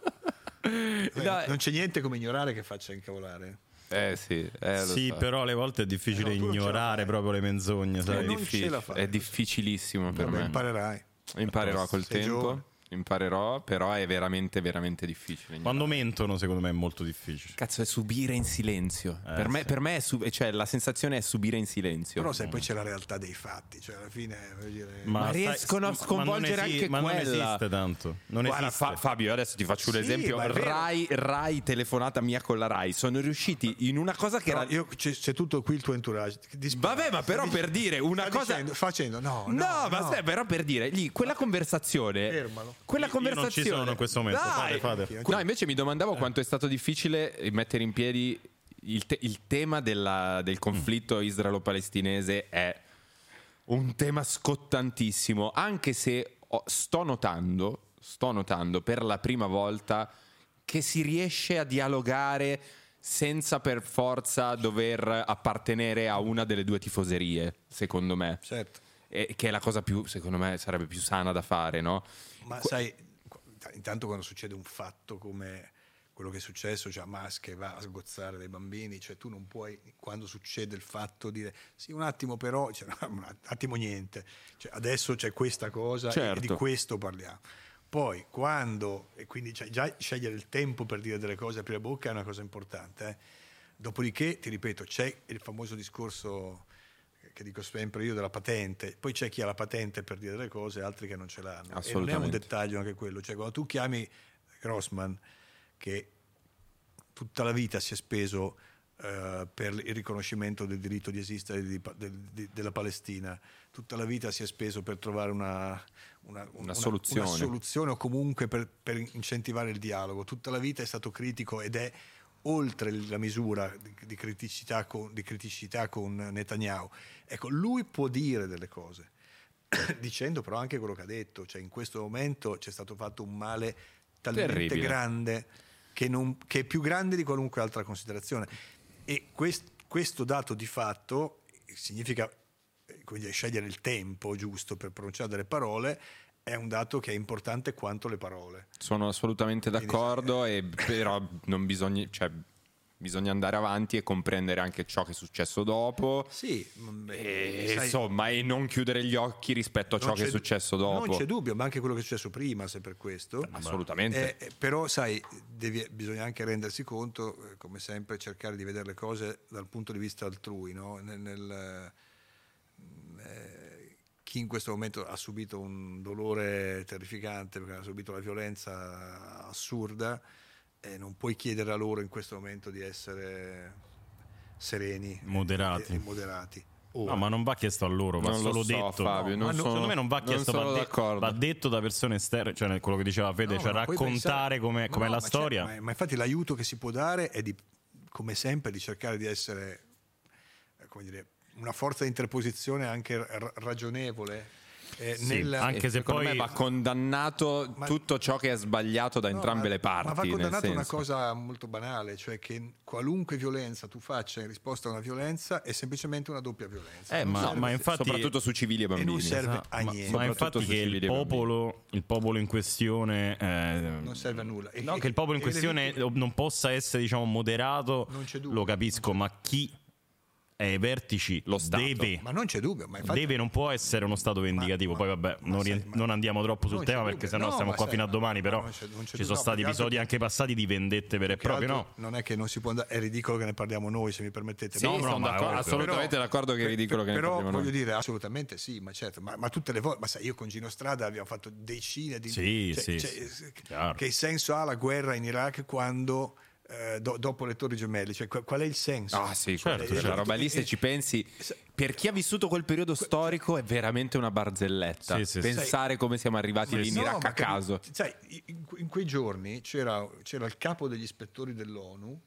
[SPEAKER 2] Eh,
[SPEAKER 1] Dai.
[SPEAKER 2] Non c'è niente come ignorare che faccia incavolare.
[SPEAKER 1] Eh sì, eh, lo
[SPEAKER 4] Sì,
[SPEAKER 1] so.
[SPEAKER 4] però alle volte è difficile
[SPEAKER 2] Eh no, tu non ce la
[SPEAKER 4] ignorare
[SPEAKER 2] fai. Eh,
[SPEAKER 4] proprio le menzogne,
[SPEAKER 1] È,
[SPEAKER 4] sai?
[SPEAKER 2] non
[SPEAKER 1] difficile-
[SPEAKER 2] ce la fai.
[SPEAKER 1] è difficilissimo per
[SPEAKER 2] Vabbè,
[SPEAKER 1] me.
[SPEAKER 2] imparerai.
[SPEAKER 1] Imparerò col
[SPEAKER 2] Sei
[SPEAKER 1] tempo.
[SPEAKER 2] giovane.
[SPEAKER 1] Imparerò, però è veramente, veramente difficile.
[SPEAKER 4] Quando mentono, secondo me, è molto difficile.
[SPEAKER 1] Cazzo, è subire in silenzio.
[SPEAKER 4] Eh,
[SPEAKER 1] per me,
[SPEAKER 4] sì.
[SPEAKER 1] per me è sub- cioè, la sensazione è subire in silenzio.
[SPEAKER 2] Però sai, poi c'è la realtà dei fatti, cioè alla fine voglio dire
[SPEAKER 1] Ma
[SPEAKER 4] stai-
[SPEAKER 1] riescono a
[SPEAKER 4] ma non
[SPEAKER 1] sconvolgere
[SPEAKER 4] esi-
[SPEAKER 1] anche
[SPEAKER 4] ma non
[SPEAKER 1] quella.
[SPEAKER 4] esiste tanto. Non
[SPEAKER 1] Guarda,
[SPEAKER 4] esiste.
[SPEAKER 1] Fa- Fabio, io adesso ti faccio un
[SPEAKER 2] Sì,
[SPEAKER 1] esempio.
[SPEAKER 2] ma è vero.
[SPEAKER 1] Rai, Rai, telefonata mia con la Rai. Sono riusciti in una cosa che
[SPEAKER 2] No,
[SPEAKER 1] era.
[SPEAKER 2] io- c'è, c'è tutto qui il tuo entourage. che dispara.
[SPEAKER 1] Vabbè, ma
[SPEAKER 2] Sta
[SPEAKER 1] però
[SPEAKER 2] dic-
[SPEAKER 1] per dire una
[SPEAKER 2] sta
[SPEAKER 1] cosa.
[SPEAKER 2] dicendo- facendo, no, no,
[SPEAKER 1] No, ma
[SPEAKER 2] no.
[SPEAKER 1] stai, però per dire lì, quella conversazione.
[SPEAKER 2] Fermalo.
[SPEAKER 1] Quella
[SPEAKER 4] Io- io non ci
[SPEAKER 1] conversazione.
[SPEAKER 4] sono in questo momento,
[SPEAKER 1] Dai!
[SPEAKER 4] fate, fate.
[SPEAKER 1] No, invece mi domandavo
[SPEAKER 2] Eh.
[SPEAKER 1] quanto è stato difficile mettere in piedi il, te- il tema della- del
[SPEAKER 4] Mm.
[SPEAKER 1] conflitto israelo-palestinese è un tema scottantissimo, anche se ho- sto notando, sto notando per la prima volta che si riesce a dialogare senza per forza dover appartenere a una delle due tifoserie, secondo me.
[SPEAKER 2] Certo.
[SPEAKER 1] E- che è la cosa più, secondo me, sarebbe più sana da fare, no?
[SPEAKER 2] Ma sai, qu- intanto quando succede un fatto come quello che è successo, cioè Hamas che va a sgozzare dei bambini, cioè tu non puoi, quando succede il fatto, dire sì, un attimo però, cioè, un attimo niente, Cioè, adesso c'è questa cosa
[SPEAKER 1] Certo.
[SPEAKER 2] e di questo parliamo. Poi quando, e quindi cioè, già scegliere il tempo per dire delle cose, aprire bocca è una cosa importante. eh. Dopodiché, ti ripeto, c'è il famoso discorso che dico sempre io della patente, poi c'è chi ha la patente per dire delle cose, altri che non ce l'hanno. E non è un
[SPEAKER 1] Assolutamente.
[SPEAKER 2] dettaglio anche quello, cioè quando tu chiami Grossman che tutta la vita si è speso eh, per il riconoscimento del diritto di esistere di- di- di- della Palestina, tutta la vita si è speso per trovare una, una- una-
[SPEAKER 1] soluzione.
[SPEAKER 2] una soluzione o comunque per, per incentivare il dialogo, tutta la vita è stato critico ed è oltre la misura di, di criticità, con, di criticità con Netanyahu. Ecco, lui può dire delle cose, dicendo però anche quello che ha detto, cioè in questo momento c'è stato fatto un male talmente
[SPEAKER 1] Terribile.
[SPEAKER 2] grande che, non- che è più grande di qualunque altra considerazione. E quest- questo dato di fatto significa eh, come dire, scegliere il tempo giusto per pronunciare delle parole, è un dato che è importante quanto le parole.
[SPEAKER 1] Sono assolutamente d'accordo, e però non bisogna, cioè, bisogna andare avanti e comprendere anche ciò che è successo dopo.
[SPEAKER 2] Sì, mm, eh,
[SPEAKER 1] E, insomma, e non chiudere gli occhi rispetto a Eh, ciò
[SPEAKER 2] Non
[SPEAKER 1] che è
[SPEAKER 2] c'è-
[SPEAKER 1] successo dopo.
[SPEAKER 2] Non c'è dubbio, ma anche quello che è successo prima, se per questo.
[SPEAKER 1] Assolutamente.
[SPEAKER 2] Eh, eh, però, sai, devi- bisogna anche rendersi conto, eh, come sempre, cercare di vedere le cose dal punto di vista altrui, no? Nel- nel, eh, chi in questo momento ha subito un dolore terrificante perché ha subito la violenza assurda, eh, non puoi chiedere a loro in questo momento di essere sereni, e-
[SPEAKER 4] Moderati.
[SPEAKER 2] e, e moderati. Ora.
[SPEAKER 4] No, ma non va chiesto a loro, va
[SPEAKER 1] Non lo
[SPEAKER 4] solo
[SPEAKER 1] so,
[SPEAKER 4] detto.
[SPEAKER 1] Fabio,
[SPEAKER 4] Ma
[SPEAKER 1] non sono-
[SPEAKER 4] no, secondo me non va
[SPEAKER 1] non
[SPEAKER 4] chiesto,
[SPEAKER 1] sono
[SPEAKER 4] va, de-
[SPEAKER 1] d'accordo.
[SPEAKER 4] va detto da persone esterne, cioè quello che diceva Fede,
[SPEAKER 2] No,
[SPEAKER 4] cioè
[SPEAKER 2] ma puoi
[SPEAKER 4] raccontare
[SPEAKER 2] pensare-
[SPEAKER 4] come
[SPEAKER 2] ma
[SPEAKER 4] com'è
[SPEAKER 2] no,
[SPEAKER 4] la
[SPEAKER 2] ma certo,
[SPEAKER 4] storia.
[SPEAKER 2] ma, ma infatti l'aiuto che si può dare è di, come sempre, di cercare di essere eh, come dire, una forza di interposizione anche ra- ragionevole. eh,
[SPEAKER 4] Sì, anche
[SPEAKER 1] E
[SPEAKER 4] se
[SPEAKER 1] secondo
[SPEAKER 4] poi-
[SPEAKER 1] me va condannato
[SPEAKER 2] Ma-
[SPEAKER 1] tutto ciò che è sbagliato da
[SPEAKER 2] no,
[SPEAKER 1] entrambe
[SPEAKER 2] ma-
[SPEAKER 1] le parti.
[SPEAKER 2] Ma va
[SPEAKER 1] nel
[SPEAKER 2] condannata una
[SPEAKER 1] senso.
[SPEAKER 2] cosa molto banale, cioè che qualunque violenza tu faccia in risposta a una violenza è semplicemente una doppia violenza.
[SPEAKER 4] Eh,
[SPEAKER 2] Non
[SPEAKER 4] ma-
[SPEAKER 2] serve-
[SPEAKER 4] ma infatti-
[SPEAKER 1] soprattutto su civili e
[SPEAKER 2] e
[SPEAKER 1] bambini.
[SPEAKER 2] non serve
[SPEAKER 4] Esatto,
[SPEAKER 2] a
[SPEAKER 4] ma-
[SPEAKER 2] ah, niente.
[SPEAKER 4] Ma,
[SPEAKER 1] Soprattutto
[SPEAKER 4] infatti che
[SPEAKER 1] sui civili
[SPEAKER 4] il
[SPEAKER 1] e bambini.
[SPEAKER 4] popolo, il popolo in questione... eh,
[SPEAKER 2] non serve a nulla. E-
[SPEAKER 4] no, che il popolo in
[SPEAKER 2] e le
[SPEAKER 4] questione
[SPEAKER 2] vittime-
[SPEAKER 4] non possa essere diciamo, moderato,
[SPEAKER 2] Non c'è dubbio,
[SPEAKER 4] lo capisco, ma chi è ai vertici
[SPEAKER 1] Lo Stato.
[SPEAKER 4] deve,
[SPEAKER 2] Ma non c'è dubbio, ma infatti
[SPEAKER 4] deve, non può essere uno stato vendicativo.
[SPEAKER 2] ma-
[SPEAKER 4] Poi vabbè,
[SPEAKER 2] ma
[SPEAKER 4] non,
[SPEAKER 2] sai,
[SPEAKER 4] rien-
[SPEAKER 2] ma-
[SPEAKER 4] non andiamo troppo sul
[SPEAKER 2] non c'è
[SPEAKER 4] tema
[SPEAKER 2] dubbio.
[SPEAKER 4] perché sennò
[SPEAKER 2] No,
[SPEAKER 4] stiamo
[SPEAKER 2] ma
[SPEAKER 4] qua
[SPEAKER 2] sai,
[SPEAKER 4] fino a
[SPEAKER 2] ma-
[SPEAKER 4] domani,
[SPEAKER 2] ma
[SPEAKER 4] però
[SPEAKER 2] non c'è- non c'è
[SPEAKER 4] ci
[SPEAKER 2] dubbio.
[SPEAKER 4] sono
[SPEAKER 2] No,
[SPEAKER 4] stati
[SPEAKER 2] più che altro
[SPEAKER 4] episodi
[SPEAKER 2] che-
[SPEAKER 4] anche passati di vendette vere e
[SPEAKER 2] Che
[SPEAKER 4] proprie,
[SPEAKER 2] altro-
[SPEAKER 4] no?
[SPEAKER 2] Non è che non si può andare, è ridicolo che ne parliamo noi, se mi permettete.
[SPEAKER 1] Sì,
[SPEAKER 4] No, no,
[SPEAKER 1] sono
[SPEAKER 4] ma
[SPEAKER 1] d'accordo-
[SPEAKER 4] ovvio.
[SPEAKER 1] assolutamente
[SPEAKER 2] Però-
[SPEAKER 1] d'accordo che è
[SPEAKER 2] per-
[SPEAKER 1] ridicolo che ne
[SPEAKER 2] Però
[SPEAKER 1] parliamo noi.
[SPEAKER 2] voglio dire, assolutamente sì, ma certo, ma, ma tutte le volte, ma sai, io con Gino Strada abbiamo fatto decine di...
[SPEAKER 4] Sì, sì, sì,
[SPEAKER 2] eh,
[SPEAKER 4] chiaro.
[SPEAKER 2] Che senso ha la guerra in Iraq quando eh, do- dopo le Torri Gemelle? Cioè, qu- qual è il senso?
[SPEAKER 1] Ah sì, certo,
[SPEAKER 2] Esatto.
[SPEAKER 1] quella roba lì se
[SPEAKER 2] Eh,
[SPEAKER 1] ci pensi, per chi ha vissuto quel periodo storico è veramente una barzelletta.
[SPEAKER 4] Sì, sì, sì.
[SPEAKER 1] Pensare come siamo arrivati lì in
[SPEAKER 2] No,
[SPEAKER 1] Iraq
[SPEAKER 2] ma
[SPEAKER 1] a caso.
[SPEAKER 2] capi- Sai, in, que- in quei giorni c'era, c'era il capo degli ispettori dell'ONU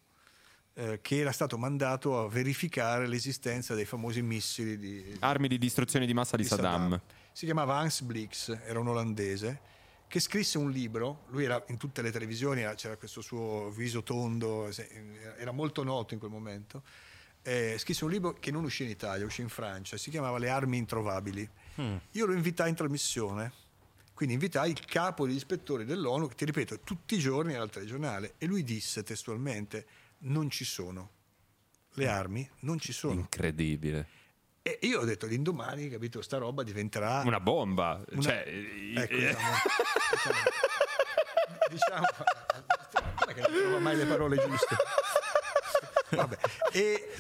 [SPEAKER 2] eh, che era stato mandato a verificare l'esistenza dei famosi missili di,
[SPEAKER 1] Armi di distruzione di massa di,
[SPEAKER 2] di
[SPEAKER 1] Saddam.
[SPEAKER 2] Si chiamava Hans Blix, era un olandese che scrisse un libro, lui era in tutte le televisioni, era- c'era questo suo viso tondo, se- era molto noto in quel momento, eh, scrisse un libro che non uscì in Italia, uscì in Francia, si chiamava Le armi introvabili.
[SPEAKER 1] Mm.
[SPEAKER 2] Io lo invitai in trasmissione, quindi invitai il capo degli ispettori dell'ONU, che ti ripeto, tutti i giorni era al telegiornale, e lui disse testualmente, non ci sono,
[SPEAKER 1] Mm.
[SPEAKER 2] le armi non ci sono.
[SPEAKER 1] Incredibile.
[SPEAKER 2] E io ho detto l'indomani, capito, sta roba diventerà
[SPEAKER 1] Una bomba.
[SPEAKER 2] Ah. una-
[SPEAKER 1] Cioè,
[SPEAKER 2] Ecco, diciamo, diciamo, diciamo- guarda che non trovo mai le parole giuste. Vabbè, e,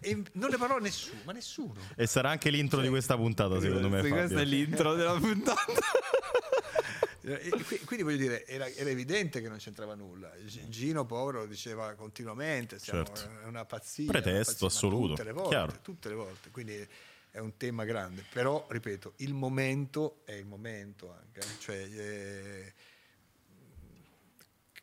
[SPEAKER 2] e non le parlò nessuno, ma nessuno.
[SPEAKER 4] E sarà anche l'intro di questa puntata, secondo me.
[SPEAKER 1] Sì,
[SPEAKER 4] Fabio.
[SPEAKER 1] questo è l'intro della puntata.
[SPEAKER 2] E- Eh, e qui- quindi voglio dire, era, era evidente che non c'entrava nulla. G- Gino Povero diceva continuamente, siamo,
[SPEAKER 4] Certo.
[SPEAKER 2] è una pazzia.
[SPEAKER 4] Pretesto
[SPEAKER 2] una pazzia, ma
[SPEAKER 4] assoluto,
[SPEAKER 2] Tutte le, volte,
[SPEAKER 4] chiaro.
[SPEAKER 2] tutte le volte, quindi è un tema grande. Però, ripeto, il momento è il momento anche. eh. Cioè, eh,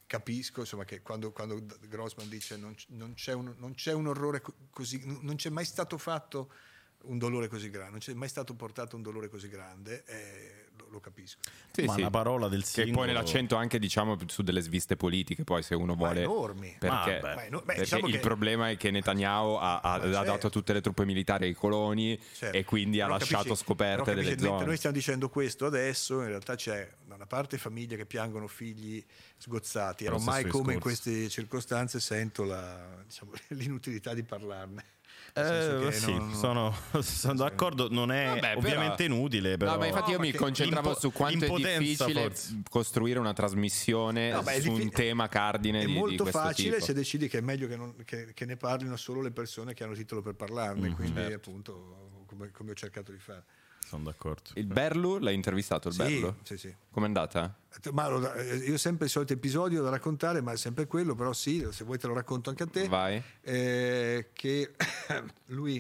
[SPEAKER 2] capisco insomma, che quando, quando D- Grossman dice non, c- non c'è un, non c'è un orrore co- così, n- non c'è mai stato fatto un dolore così grande, non c'è mai stato portato un dolore così grande, eh, lo- lo capisco.
[SPEAKER 1] Sì,
[SPEAKER 4] Ma
[SPEAKER 1] sì.
[SPEAKER 4] la parola del
[SPEAKER 1] Che
[SPEAKER 4] singolo
[SPEAKER 1] poi nell'accento anche diciamo su delle sviste politiche, poi se uno vuole...
[SPEAKER 2] enormi.
[SPEAKER 1] Perché,
[SPEAKER 4] Ma, beh,
[SPEAKER 2] ma eno- beh,
[SPEAKER 1] perché
[SPEAKER 2] diciamo
[SPEAKER 1] il
[SPEAKER 2] che-
[SPEAKER 1] problema è che Netanyahu ha, ha-
[SPEAKER 2] Ma
[SPEAKER 1] ha
[SPEAKER 2] certo.
[SPEAKER 1] dato a tutte le truppe militari ai coloni
[SPEAKER 2] Certo.
[SPEAKER 1] e quindi ha
[SPEAKER 2] Però
[SPEAKER 1] lasciato
[SPEAKER 2] capisci-
[SPEAKER 1] scoperte
[SPEAKER 2] però
[SPEAKER 1] delle
[SPEAKER 2] capisci,
[SPEAKER 1] zone.
[SPEAKER 2] mentre Noi stiamo dicendo questo adesso, in realtà c'è da una parte famiglie che piangono figli sgozzati, e
[SPEAKER 4] Però
[SPEAKER 2] ormai
[SPEAKER 4] stesso
[SPEAKER 2] come in
[SPEAKER 4] discorso.
[SPEAKER 2] queste circostanze sento la- diciamo, l'inutilità di parlarne. Nel senso
[SPEAKER 4] Eh,
[SPEAKER 2] che
[SPEAKER 4] sì,
[SPEAKER 2] non-
[SPEAKER 4] sono, sono d'accordo, non è
[SPEAKER 1] Vabbè, però-
[SPEAKER 4] ovviamente inutile, però
[SPEAKER 1] No, ma infatti io
[SPEAKER 2] No,
[SPEAKER 1] mi
[SPEAKER 2] perché
[SPEAKER 1] concentravo
[SPEAKER 4] l'impo-
[SPEAKER 1] su quanto è
[SPEAKER 4] l'impotenza,
[SPEAKER 1] difficile
[SPEAKER 4] forse.
[SPEAKER 1] costruire una trasmissione
[SPEAKER 2] No, beh, è
[SPEAKER 1] su
[SPEAKER 2] diffi-
[SPEAKER 1] un tema cardine
[SPEAKER 2] è
[SPEAKER 1] di, di
[SPEAKER 2] molto
[SPEAKER 1] questo
[SPEAKER 2] facile
[SPEAKER 1] tipo.
[SPEAKER 2] se decidi che è meglio che, non- che- che ne parlino solo le persone che hanno titolo per
[SPEAKER 1] Mm-hmm,
[SPEAKER 2] parlarne, quindi
[SPEAKER 1] certo.
[SPEAKER 2] appunto come, come ho cercato di fare.
[SPEAKER 4] sono d'accordo.
[SPEAKER 1] Il Berlu l'hai intervistato il
[SPEAKER 2] Sì,
[SPEAKER 1] Berlu?
[SPEAKER 2] sì, sì.
[SPEAKER 1] Com'è andata?
[SPEAKER 2] Ma lo- eh, io ho sempre il solito episodio da raccontare, ma è sempre quello, però sì, se vuoi te lo racconto anche a te.
[SPEAKER 1] Vai.
[SPEAKER 2] Eh, che lui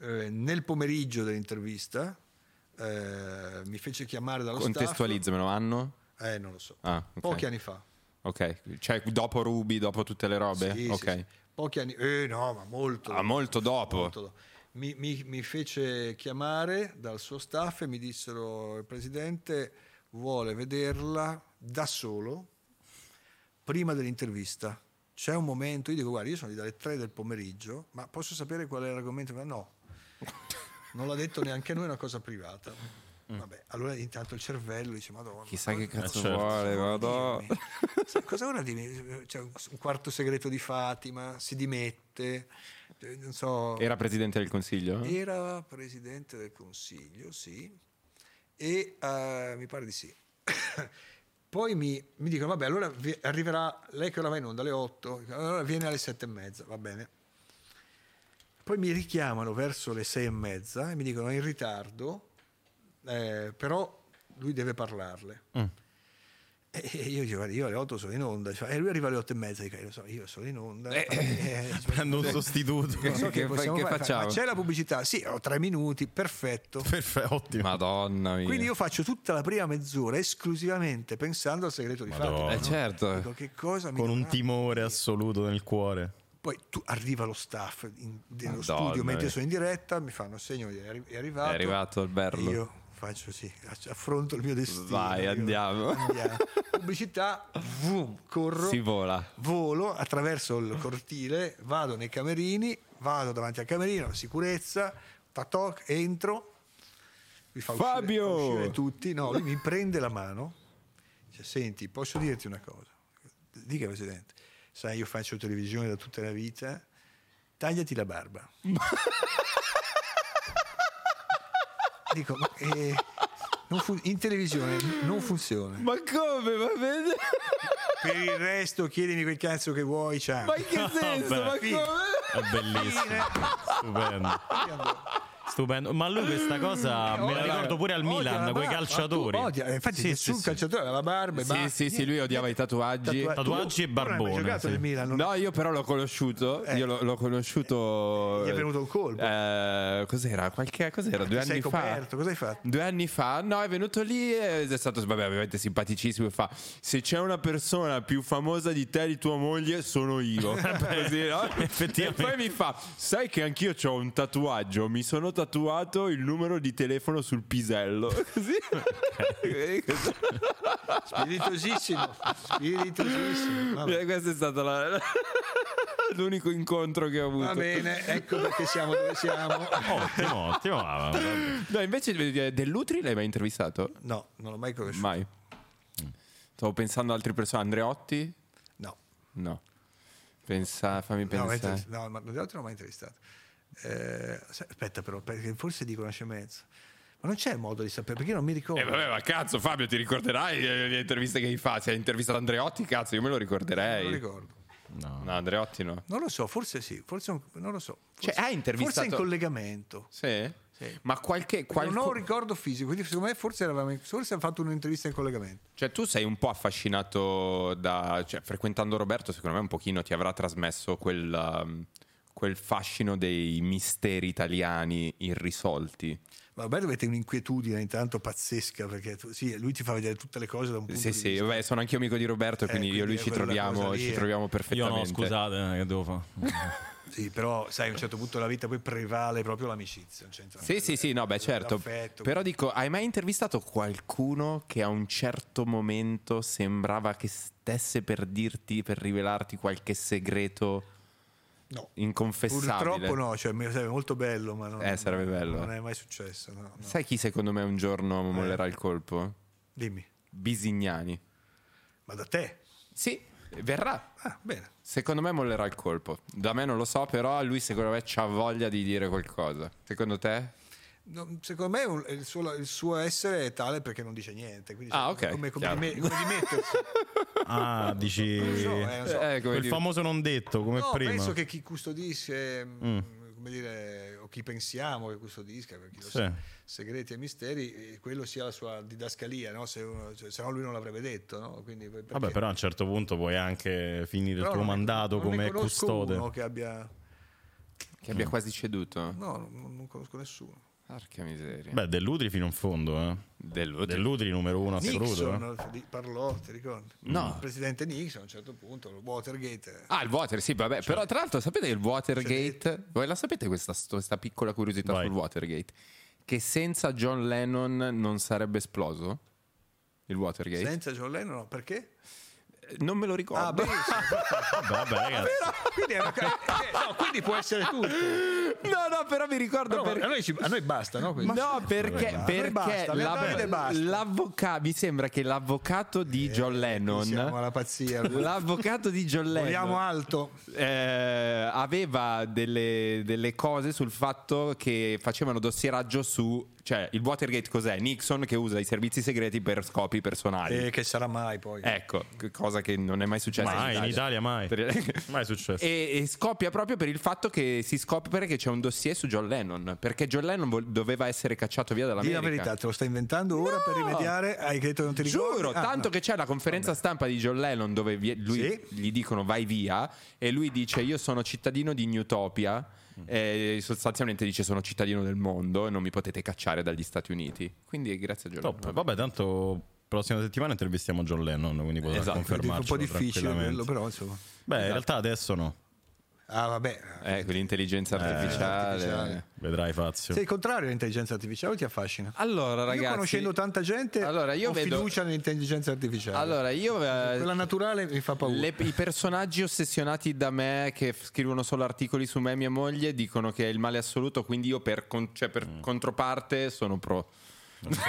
[SPEAKER 2] eh, nel pomeriggio dell'intervista eh, mi fece chiamare dallo
[SPEAKER 1] Contestualizzamelo, anno?
[SPEAKER 2] staff. Eh, non lo so.
[SPEAKER 1] Ah, ok.
[SPEAKER 2] Pochi anni fa.
[SPEAKER 1] Ok, cioè dopo Ruby, dopo tutte le robe?
[SPEAKER 2] Sì, sì,
[SPEAKER 1] ok.
[SPEAKER 2] sì. Pochi anni... Eh no, ma molto.
[SPEAKER 1] Ah, molto dopo.
[SPEAKER 2] Mi, mi- mi fece chiamare dal suo staff e mi dissero il presidente vuole vederla da solo prima dell'intervista. C'è un momento, io dico guarda, io sono lì dalle 3 del pomeriggio, ma posso sapere qual è l'argomento? Ma no, non l'ha detto neanche a noi, è una cosa privata. Vabbè, allora intanto il cervello dice Madonna.
[SPEAKER 1] Mm. Chissà che
[SPEAKER 2] cosa-
[SPEAKER 1] cazzo
[SPEAKER 4] certo.
[SPEAKER 1] vuole, vado.
[SPEAKER 2] Dirmi. Sai, cosa ora dirmi? C'è un un quarto segreto di Fatima, si dimette, eh, non so, era,
[SPEAKER 1] Era presidente del consiglio?
[SPEAKER 2] presidente del consiglio, sì, e eh, mi pare di sì. Poi mi, mi dicono, vabbè, allora vi- arriverà lei che ora va in onda alle 8, allora viene alle 7 e mezza, va bene. Poi mi richiamano verso le 6 e mezza e mi dicono è in ritardo, eh, però lui deve parlarle. E e io dico, "Guarda, io alle 8 sono in onda, Cioè, e lui arriva alle 8 e mezza, dico, "Eh, lo so, io sono in onda, Eh, cioè,
[SPEAKER 4] Prendo un sostituto.
[SPEAKER 2] non so
[SPEAKER 1] Che
[SPEAKER 2] che,
[SPEAKER 1] fa-
[SPEAKER 2] possiamo
[SPEAKER 1] che
[SPEAKER 2] fare".
[SPEAKER 1] facciamo?
[SPEAKER 2] Ma c'è la pubblicità, sì, ho tre minuti, perfetto.
[SPEAKER 4] Perfetto, ottimo.
[SPEAKER 1] Madonna mia.
[SPEAKER 2] Quindi io faccio tutta la prima mezz'ora esclusivamente pensando al segreto di Fatima.
[SPEAKER 4] Madonna.
[SPEAKER 1] Eh
[SPEAKER 2] no?
[SPEAKER 1] certo.
[SPEAKER 2] Dico, che cosa mi
[SPEAKER 4] Con un
[SPEAKER 2] dovrà-
[SPEAKER 4] timore assoluto nel cuore.
[SPEAKER 2] Poi tu- arriva lo staff in- dello
[SPEAKER 1] Madonna
[SPEAKER 2] studio mentre
[SPEAKER 1] mia.
[SPEAKER 2] sono in diretta, mi fanno segno, è, arri- è arrivato.
[SPEAKER 1] È arrivato il
[SPEAKER 2] E
[SPEAKER 1] Berlo.
[SPEAKER 2] Esatto. Io faccio sì, affronto il mio destino.
[SPEAKER 1] Vai,
[SPEAKER 2] Dico,
[SPEAKER 1] andiamo.
[SPEAKER 2] andiamo. Pubblicità, vroom, corro.
[SPEAKER 1] Si vola.
[SPEAKER 2] volo attraverso il cortile, vado nei camerini, vado davanti al camerino, sicurezza, tatoc, entro. Mi fa uscire-
[SPEAKER 1] Fabio!
[SPEAKER 2] fa uscire tutti, no, lui mi prende la mano, dice, senti, posso dirti una cosa? Dica, Presidente, sai, io faccio televisione da tutta la vita, tagliati la barba. Dico, ma, eh, non fun- in televisione non funziona.
[SPEAKER 1] Ma come? Ma vede?
[SPEAKER 2] Per il resto chiedimi quel cazzo che vuoi, ciao.
[SPEAKER 1] Ma in che senso?
[SPEAKER 4] Vabbè.
[SPEAKER 1] Ma
[SPEAKER 2] Fine.
[SPEAKER 1] come?
[SPEAKER 4] È bellissimo. Stupendo.
[SPEAKER 2] Sta
[SPEAKER 4] stupendo. Ma lui questa cosa me la
[SPEAKER 2] Odia-
[SPEAKER 4] ricordo pure al
[SPEAKER 2] odia la
[SPEAKER 4] Milan, quei
[SPEAKER 2] barba.
[SPEAKER 4] calciatori.
[SPEAKER 2] Ah, tu odia- eh, Infatti,
[SPEAKER 4] Sì,
[SPEAKER 2] nessun
[SPEAKER 4] sì, sì.
[SPEAKER 2] calciatore aveva la barba. e
[SPEAKER 1] Sì,
[SPEAKER 2] basta. Cioè,
[SPEAKER 1] sì, sì, lui odiava i tatuaggi.
[SPEAKER 4] Tatua- Tatuaggi e
[SPEAKER 2] Tu non hai mai
[SPEAKER 4] barbone,
[SPEAKER 2] giocato
[SPEAKER 4] sì.
[SPEAKER 2] nel Milan,
[SPEAKER 1] No, io però l'ho conosciuto. Io l'ho, l'ho conosciuto.
[SPEAKER 2] Eh. Gli è venuto un colpo.
[SPEAKER 1] Eh, cos'era? Qualche, cos'era? Due
[SPEAKER 2] Ti
[SPEAKER 1] anni
[SPEAKER 2] sei
[SPEAKER 1] fa.
[SPEAKER 2] coperto, cosa hai fatto?
[SPEAKER 1] Due anni fa, no, è venuto lì ed è stato, vabbè, ovviamente simpaticissimo. E fa: Se c'è una persona più famosa di te e di tua moglie, sono io. Così, no?
[SPEAKER 4] effettivamente.
[SPEAKER 1] E poi mi fa: Sai che anch'io ho un tatuaggio. Mi sono tatuato il numero di telefono sul pisello. Così. E questo-
[SPEAKER 2] Spiritosissimo, spiritosissimo. Vabbè.
[SPEAKER 1] e Questo Cioè, è stato la- l'unico incontro che ho avuto.
[SPEAKER 2] Va bene, ecco perché siamo dove siamo.
[SPEAKER 4] Ottimo, ottimo. ah, vabbè.
[SPEAKER 1] No, invece eh, Dell'Utri l'hai mai intervistato?
[SPEAKER 2] No, non l'ho mai conosciuto.
[SPEAKER 1] Mai. Stavo pensando ad altre persone. Andreotti?
[SPEAKER 2] No,
[SPEAKER 1] No. Pensa, fammi
[SPEAKER 2] no, ma
[SPEAKER 1] pensare.
[SPEAKER 2] inter- no, ma gli altri non l'ho mai intervistato. Eh, sai- aspetta però, perché forse dico una scemenza. Ma non c'è modo di sapere, perché io non mi ricordo.
[SPEAKER 1] Eh vabbè, ma cazzo Fabio, ti ricorderai eh, le interviste che hai fatto? Se hai intervistato Andreotti, cazzo, io me lo
[SPEAKER 2] non lo
[SPEAKER 1] ricorderei.
[SPEAKER 2] ricordo.
[SPEAKER 1] No, Andreotti no.
[SPEAKER 2] Non lo so, forse sì, forse un- non lo so.
[SPEAKER 1] Cioè,
[SPEAKER 2] Forse,
[SPEAKER 1] hai intervistato-
[SPEAKER 2] Forse in collegamento.
[SPEAKER 1] Sì?
[SPEAKER 2] Sì.
[SPEAKER 1] Ma qualche... qualco-
[SPEAKER 2] Non ho un ricordo fisico, quindi secondo me forse, eravamo in- forse hanno fatto un'intervista in collegamento.
[SPEAKER 1] Cioè tu sei un po' affascinato da... Cioè, frequentando Roberto, secondo me un pochino ti avrà trasmesso quel, um, quel fascino dei misteri italiani irrisolti.
[SPEAKER 2] Ma Roberto avete un'inquietudine intanto pazzesca, perché tu- sì, lui ti fa vedere tutte le cose da un punto
[SPEAKER 1] Sì,
[SPEAKER 2] di
[SPEAKER 1] sì,
[SPEAKER 2] vista.
[SPEAKER 1] vabbè, sono anch'io amico di Roberto,
[SPEAKER 2] Eh,
[SPEAKER 1] quindi io e lui
[SPEAKER 2] quindi
[SPEAKER 1] ci
[SPEAKER 2] è quella cosa
[SPEAKER 1] troviamo,
[SPEAKER 2] lì,
[SPEAKER 1] ci
[SPEAKER 2] eh.
[SPEAKER 1] troviamo
[SPEAKER 4] Io
[SPEAKER 1] perfettamente.
[SPEAKER 4] no, scusate, eh, che devo fare?
[SPEAKER 2] Sì, però sai, a un certo punto la vita poi prevale proprio l'amicizia. non c'entra
[SPEAKER 1] Sì,
[SPEAKER 2] nulla.
[SPEAKER 1] sì, sì, no, beh, certo.
[SPEAKER 2] L'affetto.
[SPEAKER 1] Però dico, hai mai intervistato qualcuno che a un certo momento sembrava che stesse per dirti, per rivelarti qualche segreto
[SPEAKER 2] No.
[SPEAKER 1] inconfessabile?
[SPEAKER 2] Purtroppo no, cioè mi sarebbe molto bello, ma non,
[SPEAKER 1] Eh, sarebbe bello.
[SPEAKER 2] non è mai successo. no, no.
[SPEAKER 1] Sai chi secondo me un giorno
[SPEAKER 2] Eh.
[SPEAKER 1] mollerà il colpo?
[SPEAKER 2] Dimmi,
[SPEAKER 1] Bisignani.
[SPEAKER 2] ma da te?
[SPEAKER 1] Sì, verrà.
[SPEAKER 2] Ah, bene.
[SPEAKER 1] Secondo me mollerà il colpo. Da me non lo so, però lui secondo me ha voglia di dire qualcosa. Secondo te?
[SPEAKER 2] No, secondo me un- il suo, il suo essere è tale perché non dice niente. Quindi
[SPEAKER 1] Ah,
[SPEAKER 2] cioè,
[SPEAKER 1] ok,
[SPEAKER 2] Come, come,
[SPEAKER 1] chiaro.
[SPEAKER 2] dime- come dimettersi.
[SPEAKER 4] Ah, dici...
[SPEAKER 2] Non so, eh, non so.
[SPEAKER 1] Eh, come
[SPEAKER 4] Quel
[SPEAKER 1] dire-
[SPEAKER 4] famoso non detto, come
[SPEAKER 2] no,
[SPEAKER 4] prima. Mm.
[SPEAKER 2] penso che chi custodisce, mh, come dire, o chi pensiamo che custodisca, perché lo
[SPEAKER 4] Sì.
[SPEAKER 2] sa, segreti e misteri, eh, quello sia la sua didascalia, no? se, uno- cioè, se no lui non l'avrebbe detto. No? Quindi, poi-
[SPEAKER 4] Vabbè,
[SPEAKER 2] perché-
[SPEAKER 4] però a un certo punto puoi anche finire
[SPEAKER 2] però
[SPEAKER 4] il tuo
[SPEAKER 2] non ne-
[SPEAKER 4] mandato
[SPEAKER 2] non ne
[SPEAKER 4] come
[SPEAKER 2] conosco
[SPEAKER 4] custode.
[SPEAKER 2] uno che abbia...
[SPEAKER 1] Che abbia quasi ceduto?
[SPEAKER 2] No, non, non conosco nessuno.
[SPEAKER 1] Porca miseria.
[SPEAKER 4] Beh, dell'Utri fino in fondo, eh.
[SPEAKER 1] Dell'Utri.
[SPEAKER 4] Dell'Utri numero uno assoluto. eh.
[SPEAKER 2] Nixon di- parlò, ti ricordi?
[SPEAKER 1] No.
[SPEAKER 2] Il presidente Nixon a un certo punto, il Watergate. eh,
[SPEAKER 1] Ah, il water, sì, vabbè. Però tra l'altro sapete che il Watergate... Voi la sapete questa, sto- questa piccola curiosità
[SPEAKER 4] Vai.
[SPEAKER 1] sul Watergate? Che senza John Lennon non sarebbe esploso? Il Watergate?
[SPEAKER 2] Senza John Lennon, no, perché?
[SPEAKER 1] Eh, Non me lo ricordo.
[SPEAKER 2] Ah, beh,
[SPEAKER 4] Vabbè, ragazzi.
[SPEAKER 2] quindi, è una ca- eh, no, quindi può essere tutto.
[SPEAKER 1] no, no, però mi ricordo
[SPEAKER 2] Però
[SPEAKER 1] perché...
[SPEAKER 2] a, noi ci- a noi basta, no? questo?
[SPEAKER 1] No, perché,
[SPEAKER 2] Ma-
[SPEAKER 1] perché
[SPEAKER 2] basta, le
[SPEAKER 1] l'av-
[SPEAKER 2] domande basta.
[SPEAKER 1] l'avvoca- mi sembra che l'avvocato di John
[SPEAKER 2] Siamo
[SPEAKER 1] Lennon,
[SPEAKER 2] alla pazzia.
[SPEAKER 1] l'avvocato di John Lennon,
[SPEAKER 2] Vogliamo alto.
[SPEAKER 1] eh, aveva delle, delle cose sul fatto che facevano dossieraggio su, cioè il Watergate cos'è? Nixon che usa i servizi segreti per scopi personali.
[SPEAKER 2] Eh, che sarà mai poi.
[SPEAKER 1] Ecco, che- cosa che non è mai
[SPEAKER 2] Cioè,
[SPEAKER 1] successa
[SPEAKER 4] Mai, in Italia eh. mai. Mai è successo.
[SPEAKER 1] E, e scoppia proprio per il fatto che si scopre che c'è un dossier su John Lennon, perché John Lennon vol- doveva essere cacciato via
[SPEAKER 2] Dì
[SPEAKER 1] dall'America.
[SPEAKER 2] la verità, te lo stai inventando ora
[SPEAKER 1] No!
[SPEAKER 2] per rimediare? Hai detto che non ti ricordi?
[SPEAKER 1] Giuro,
[SPEAKER 2] Ah,
[SPEAKER 1] tanto
[SPEAKER 2] no.
[SPEAKER 1] che c'è la conferenza stampa di John Lennon dove vi- lui-
[SPEAKER 2] Sì.
[SPEAKER 1] gli dicono vai via e lui dice io sono cittadino di Newtopia
[SPEAKER 2] Mm.
[SPEAKER 1] e sostanzialmente dice sono cittadino del mondo e non mi potete cacciare dagli Stati Uniti. Quindi grazie a John
[SPEAKER 4] Top.
[SPEAKER 1] Lennon.
[SPEAKER 4] eh, Vabbè, tanto prossima settimana intervistiamo John Lennon, quindi potrà
[SPEAKER 1] Esatto.
[SPEAKER 2] È un
[SPEAKER 4] confermarci
[SPEAKER 2] po' difficile quello, però Esatto. insomma.
[SPEAKER 4] Beh, in realtà adesso no.
[SPEAKER 2] Ah, vabbè.
[SPEAKER 1] Eh, quell'intelligenza artificiale.
[SPEAKER 2] artificiale.
[SPEAKER 4] Vedrai Fazio.
[SPEAKER 2] Sei contrario all'intelligenza artificiale o ti affascina?
[SPEAKER 1] Allora ragazzi,
[SPEAKER 2] io conoscendo tanta gente
[SPEAKER 1] Allora, io
[SPEAKER 2] ho
[SPEAKER 1] vedo-
[SPEAKER 2] fiducia nell'intelligenza artificiale.
[SPEAKER 1] Allora, io eh,
[SPEAKER 2] Quella naturale mi fa paura.
[SPEAKER 1] Le- I personaggi ossessionati da me che f- scrivono solo articoli su me e mia moglie dicono che è il male assoluto, quindi io per, con- cioè per
[SPEAKER 2] Mm.
[SPEAKER 1] controparte sono pro.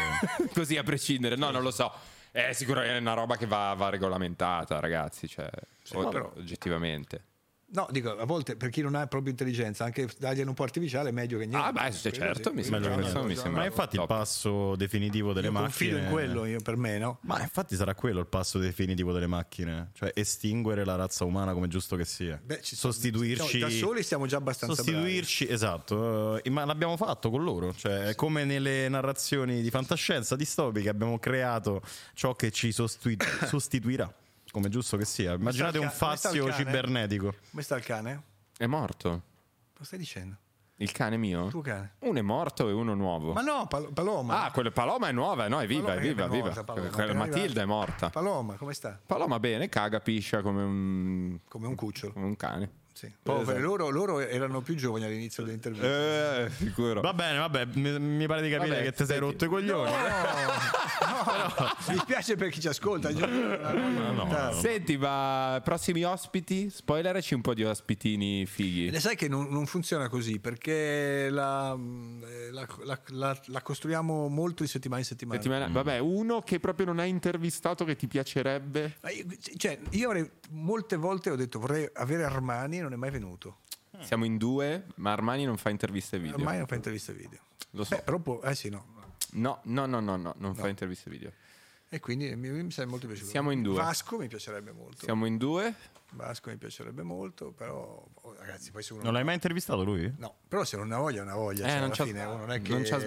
[SPEAKER 1] Così a prescindere, no, non lo so. È sicuramente una roba che va, va regolamentata, ragazzi, cioè, o-
[SPEAKER 2] però-
[SPEAKER 1] oggettivamente.
[SPEAKER 2] No, dico, a volte per chi non ha proprio intelligenza, anche dargliene un po' artificiale è meglio che niente.
[SPEAKER 1] Ah, beh, sì,
[SPEAKER 2] Quello
[SPEAKER 1] certo,
[SPEAKER 2] sì,
[SPEAKER 1] mi
[SPEAKER 2] quello
[SPEAKER 1] sembra-
[SPEAKER 2] già-
[SPEAKER 1] questo
[SPEAKER 2] quello
[SPEAKER 1] mi
[SPEAKER 2] già-
[SPEAKER 1] sembra-
[SPEAKER 4] Ma infatti il
[SPEAKER 1] top.
[SPEAKER 4] passo definitivo delle
[SPEAKER 2] Io
[SPEAKER 4] macchine.
[SPEAKER 2] confido in quello, io per me, no?
[SPEAKER 4] Ma infatti sarà quello il passo definitivo delle macchine, cioè estinguere la razza umana come giusto che sia.
[SPEAKER 2] Beh, ci-
[SPEAKER 4] sostituirci
[SPEAKER 2] siamo- da soli siamo già abbastanza bravi.
[SPEAKER 4] Sostituirci, esatto, eh, ma l'abbiamo fatto con loro, cioè è come nelle narrazioni di fantascienza distopiche abbiamo creato ciò che ci sostui- sostituirà, come giusto che sia. Immaginate
[SPEAKER 2] Come
[SPEAKER 4] un
[SPEAKER 2] sta il ca-
[SPEAKER 4] fazio
[SPEAKER 2] come sta il cane?
[SPEAKER 4] cibernetico.
[SPEAKER 2] Come sta il cane?
[SPEAKER 1] È morto.
[SPEAKER 2] Cosa stai dicendo?
[SPEAKER 1] Il cane mio?
[SPEAKER 2] tuo cane?
[SPEAKER 1] Uno è morto e uno nuovo.
[SPEAKER 2] Ma no, Pal- Paloma.
[SPEAKER 1] Oh. Ah, quella Paloma è nuova, no, è viva, è
[SPEAKER 2] Paloma che
[SPEAKER 1] viva,
[SPEAKER 2] è
[SPEAKER 1] è viva.
[SPEAKER 2] morta, Paloma,
[SPEAKER 1] Quella-
[SPEAKER 2] appena
[SPEAKER 1] Matilda
[SPEAKER 2] arrivata.
[SPEAKER 1] è morta.
[SPEAKER 2] Paloma, come sta?
[SPEAKER 1] Paloma bene, caga, piscia come un,
[SPEAKER 2] Come un cucciolo.
[SPEAKER 1] come un cane.
[SPEAKER 2] Sì. Poveri, loro, loro erano più giovani all'inizio dell'intervista.
[SPEAKER 1] Eh, sicuro.
[SPEAKER 4] Va bene, vabbè, mi, mi pare di capire
[SPEAKER 1] Vabbè,
[SPEAKER 4] che ti sei
[SPEAKER 1] senti.
[SPEAKER 4] rotto i coglioni.
[SPEAKER 2] Mi spiace per chi ci ascolta.
[SPEAKER 4] No, no, no.
[SPEAKER 1] Senti, ma prossimi ospiti? Spoileraci un po' di ospitini fighi.
[SPEAKER 2] E sai che non, non funziona così perché la, eh, la- la- la- la costruiamo molto di settimana in settimana.
[SPEAKER 1] Settimana- Vabbè, uno che proprio non hai intervistato che ti piacerebbe.
[SPEAKER 2] Ma io- Cioè, io avrei- molte volte ho detto vorrei avere Armani e non è mai venuto.
[SPEAKER 1] Siamo in due, ma Armani non fa interviste video.
[SPEAKER 2] Armani non fa interviste video.
[SPEAKER 1] Lo so.
[SPEAKER 2] Beh, però può- eh sì, no.
[SPEAKER 1] No, no, no, no, no, non fa interviste video.
[SPEAKER 2] E quindi mi, mi sarebbe molto piaciuto.
[SPEAKER 1] Siamo in due.
[SPEAKER 2] Vasco mi piacerebbe molto.
[SPEAKER 1] Siamo in due.
[SPEAKER 2] Vasco mi piacerebbe molto, però oh, ragazzi, poi se uno
[SPEAKER 4] Non l'hai mai intervistato lui?
[SPEAKER 2] No, però se non ha voglia, una voglia.
[SPEAKER 1] Eh,
[SPEAKER 2] cioè,
[SPEAKER 1] non
[SPEAKER 2] alla
[SPEAKER 1] c'ha-
[SPEAKER 2] fine uno non è che eh, cioè,
[SPEAKER 1] non c'ha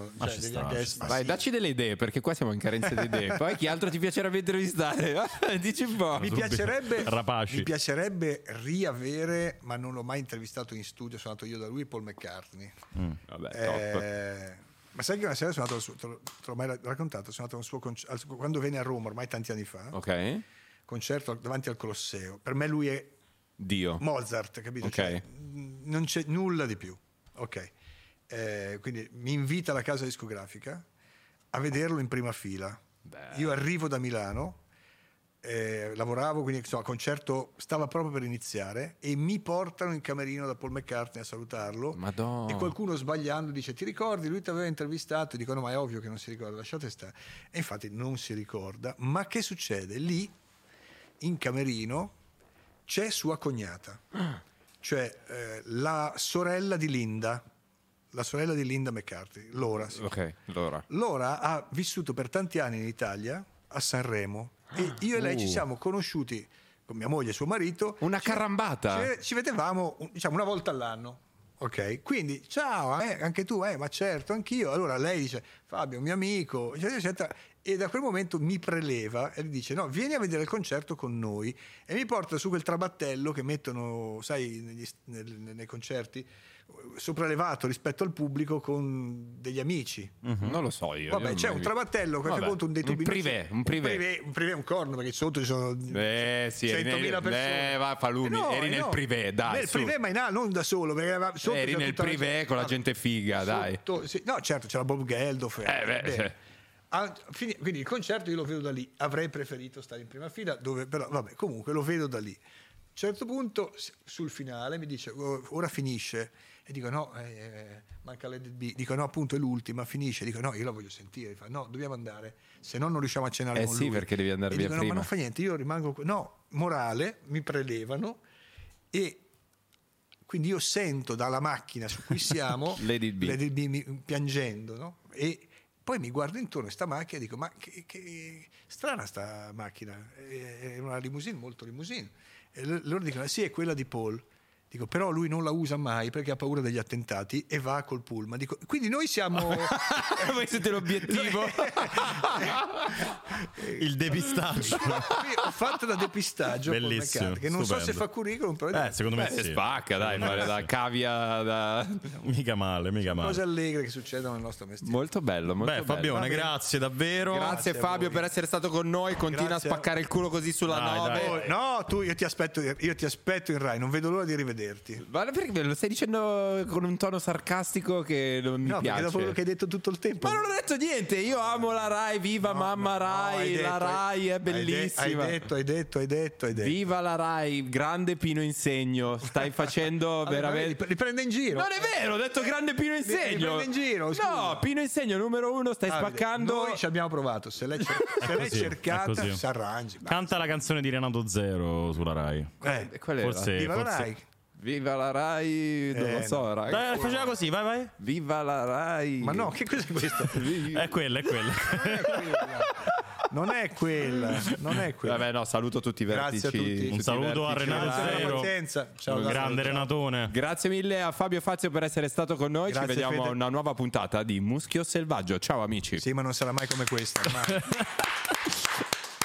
[SPEAKER 1] sbatti.
[SPEAKER 4] Ma ci sta, ci sta.
[SPEAKER 1] Vai, dacci delle idee, perché qua siamo in carenza di idee. Poi chi altro ti piacerebbe intervistare? Dici un po'.
[SPEAKER 2] Mi piacerebbe,
[SPEAKER 4] Rapaci.
[SPEAKER 2] mi piacerebbe riavere, ma non l'ho mai intervistato in studio, sono andato io da lui, Paul McCartney.
[SPEAKER 1] Vabbè, top.
[SPEAKER 2] Eh, ma sai che una sera sono andato, al suo- te l'ho- te l'ho mai ra- raccontato, sono andato a un suo concerto, quando venne a Roma, ormai tanti anni fa,
[SPEAKER 1] Ok.
[SPEAKER 2] concerto davanti al Colosseo. Per me lui è
[SPEAKER 1] Dio.
[SPEAKER 2] Mozart, capito?
[SPEAKER 1] Ok.
[SPEAKER 2] Cioè, mh, non c'è nulla di più. Ok. Eh, quindi mi invita alla casa discografica a vederlo in prima fila. Io arrivo da Milano, eh, lavoravo, quindi insomma, il concerto stava proprio per iniziare e mi portano in camerino da Paul McCartney a salutarlo.
[SPEAKER 1] Madonna.
[SPEAKER 2] E qualcuno sbagliando dice ti ricordi? Lui ti aveva intervistato, dicono ma è ovvio che non si ricorda, lasciate stare. E infatti non si ricorda, ma che succede? Lì in camerino c'è sua cognata, cioè eh, la sorella di Linda, la sorella di Linda McCarthy, Laura. si
[SPEAKER 1] Ok, allora.
[SPEAKER 2] Laura ha vissuto per tanti anni in Italia, a Sanremo,
[SPEAKER 1] Ah.
[SPEAKER 2] e io e lei ci siamo conosciuti con mia moglie e suo marito.
[SPEAKER 1] Uh. Una
[SPEAKER 2] Ci-
[SPEAKER 1] carambata.
[SPEAKER 2] Ci, ci vedevamo un- diciamo, una volta all'anno. Ok, quindi ciao, eh, anche tu, eh, ma certo, anch'io. Allora lei dice, Fabio, un mio amico, eccetera, eccetera. E da quel momento mi preleva e mi dice, no, vieni a vedere il concerto con noi. E mi porta su quel trabattello che mettono, sai, negli st- nel- nei, concerti, sopraelevato rispetto al pubblico con degli amici.
[SPEAKER 1] Non lo so io.
[SPEAKER 2] Vabbè,
[SPEAKER 1] io
[SPEAKER 2] c'è
[SPEAKER 1] non
[SPEAKER 2] un
[SPEAKER 1] mi-
[SPEAKER 2] trabattello, a qualche
[SPEAKER 1] Vabbè,
[SPEAKER 2] punto un dei tubi.
[SPEAKER 1] Un privé, un privé.
[SPEAKER 2] Un privé, un, privé, un corno, perché sotto ci sono
[SPEAKER 1] Eh sì, eri
[SPEAKER 2] 100.000
[SPEAKER 1] nel,
[SPEAKER 2] persone.
[SPEAKER 1] eh, va, Falumi,
[SPEAKER 2] Eh no,
[SPEAKER 1] eri
[SPEAKER 2] eh
[SPEAKER 1] nel
[SPEAKER 2] no.
[SPEAKER 1] privé, dai.
[SPEAKER 2] Nel
[SPEAKER 1] su.
[SPEAKER 2] privé, ma in là, non da solo, perché era- sotto
[SPEAKER 1] eri
[SPEAKER 2] c'era
[SPEAKER 1] nel
[SPEAKER 2] tutta
[SPEAKER 1] privé con la
[SPEAKER 2] Vabbè,
[SPEAKER 1] gente figa, dai.
[SPEAKER 2] sotto- sì, no, certo, c'era Bob Geldof.
[SPEAKER 1] Eh, beh,
[SPEAKER 2] bene.
[SPEAKER 1] cioè.
[SPEAKER 2] Ah, fini- quindi il concerto io lo vedo da lì. Avrei preferito stare in prima fila, dove, però vabbè, comunque lo vedo da lì. A un certo punto, s- sul finale, mi dice "Oh, ora finisce. E dico no, eh, manca l'Ed B. Dico no, appunto è l'ultima, finisce. Dico no, io la voglio sentire. Fa, no, dobbiamo andare, se no non riusciamo a cenare
[SPEAKER 1] Eh
[SPEAKER 2] con
[SPEAKER 1] sì,
[SPEAKER 2] lui."
[SPEAKER 1] perché devi andare
[SPEAKER 2] E
[SPEAKER 1] via
[SPEAKER 2] dico, no,
[SPEAKER 1] prima.
[SPEAKER 2] ma non fa niente, io rimango qui. No, morale, mi prelevano e quindi io sento dalla macchina su cui siamo
[SPEAKER 1] Lady B.
[SPEAKER 2] Lady B mi- piangendo no? e poi mi guardo intorno a sta macchina e dico ma che, che strana sta macchina è è una limousine molto limousine e l- loro dicono sì è quella di Paul dico però lui non la usa mai perché ha paura degli attentati e va col pullman dico quindi noi siamo
[SPEAKER 1] Voi siete l'obiettivo.
[SPEAKER 4] Il depistaggio.
[SPEAKER 2] ho fatto da depistaggio Paul
[SPEAKER 4] Bellissimo,
[SPEAKER 2] McCartney, che non so se
[SPEAKER 4] stupendo.
[SPEAKER 2] fa curriculum però
[SPEAKER 4] Eh, secondo me
[SPEAKER 1] Beh,
[SPEAKER 4] sì.
[SPEAKER 1] spacca, dai, fare da cavia da...
[SPEAKER 4] Mica male, mica male.
[SPEAKER 2] cose allegre che succedono nel nostro mestiere
[SPEAKER 1] Molto bello, molto
[SPEAKER 4] Beh,
[SPEAKER 1] bello.
[SPEAKER 4] Fabione,
[SPEAKER 1] Vabbè.
[SPEAKER 4] grazie davvero.
[SPEAKER 1] Grazie,
[SPEAKER 2] Grazie a
[SPEAKER 1] Fabio
[SPEAKER 2] voi.
[SPEAKER 1] per essere stato con noi. Continua
[SPEAKER 2] Grazie
[SPEAKER 1] a
[SPEAKER 2] a-
[SPEAKER 1] spaccare il culo così sulla
[SPEAKER 4] Dai,
[SPEAKER 2] Eh,
[SPEAKER 1] nove.
[SPEAKER 4] dai.
[SPEAKER 2] Oh, no, tu io ti aspetto, io ti aspetto in Rai, non vedo l'ora di vederti.
[SPEAKER 1] Ma perché me lo stai dicendo con un tono sarcastico che non mi
[SPEAKER 2] no, perché
[SPEAKER 1] piace?
[SPEAKER 2] dopo quello che hai detto tutto il tempo.
[SPEAKER 1] Ma non ho detto niente, io amo la Rai, viva
[SPEAKER 2] No,
[SPEAKER 1] mamma
[SPEAKER 2] no,
[SPEAKER 1] Rai,
[SPEAKER 2] hai
[SPEAKER 1] la
[SPEAKER 2] detto,
[SPEAKER 1] Rai è
[SPEAKER 2] hai de-
[SPEAKER 1] bellissima.
[SPEAKER 2] Hai detto, hai detto, hai detto, hai detto.
[SPEAKER 1] Viva la Rai, grande Pino Insegno, stai facendo
[SPEAKER 2] Vabbè,
[SPEAKER 1] veramente...
[SPEAKER 2] Li, li prende in giro.
[SPEAKER 1] Non è vero, ho detto grande Pino
[SPEAKER 2] Mi
[SPEAKER 1] Insegno.
[SPEAKER 2] prende in giro,
[SPEAKER 1] no,
[SPEAKER 2] scusa.
[SPEAKER 1] Pino Insegno numero uno, stai
[SPEAKER 2] Davide,
[SPEAKER 1] spaccando.
[SPEAKER 2] Noi ci abbiamo provato. Se l'hai, cer- se l'hai
[SPEAKER 4] così, è
[SPEAKER 2] cercata,
[SPEAKER 4] così.
[SPEAKER 2] si arrangi. Ma-
[SPEAKER 4] Canta la canzone di Renato Zero sulla Rai.
[SPEAKER 1] Eh,
[SPEAKER 2] Eh,
[SPEAKER 1] qual era?
[SPEAKER 4] Forse,
[SPEAKER 2] viva la
[SPEAKER 4] forse...
[SPEAKER 2] Rai.
[SPEAKER 1] Viva la Rai, non
[SPEAKER 2] Eh,
[SPEAKER 1] lo so,
[SPEAKER 2] no.
[SPEAKER 1] raga.
[SPEAKER 4] Dai, faceva così, vai, vai.
[SPEAKER 1] Viva la Rai.
[SPEAKER 2] Ma no, Ecco. che cos'è questo?
[SPEAKER 4] È quella, è quella.
[SPEAKER 2] non è quella. Non è quella.
[SPEAKER 1] Vabbè, no, saluto tutti i
[SPEAKER 2] Grazie
[SPEAKER 1] vertici.
[SPEAKER 2] a tutti. Un
[SPEAKER 1] tutti i
[SPEAKER 4] saluto a
[SPEAKER 1] vertici
[SPEAKER 4] Renato
[SPEAKER 1] della Rai.
[SPEAKER 2] Grazie per la
[SPEAKER 4] Zero.
[SPEAKER 2] pazienza. Ciao,
[SPEAKER 4] Grande
[SPEAKER 2] Davide.
[SPEAKER 4] Renatone.
[SPEAKER 1] Grazie mille a Fabio Fazio per essere stato con noi. Ci
[SPEAKER 2] Grazie,
[SPEAKER 1] vediamo a
[SPEAKER 2] Fede.
[SPEAKER 1] una nuova puntata di Muschio Selvaggio. Ciao amici.
[SPEAKER 2] Sì, ma non sarà mai come questa. ma-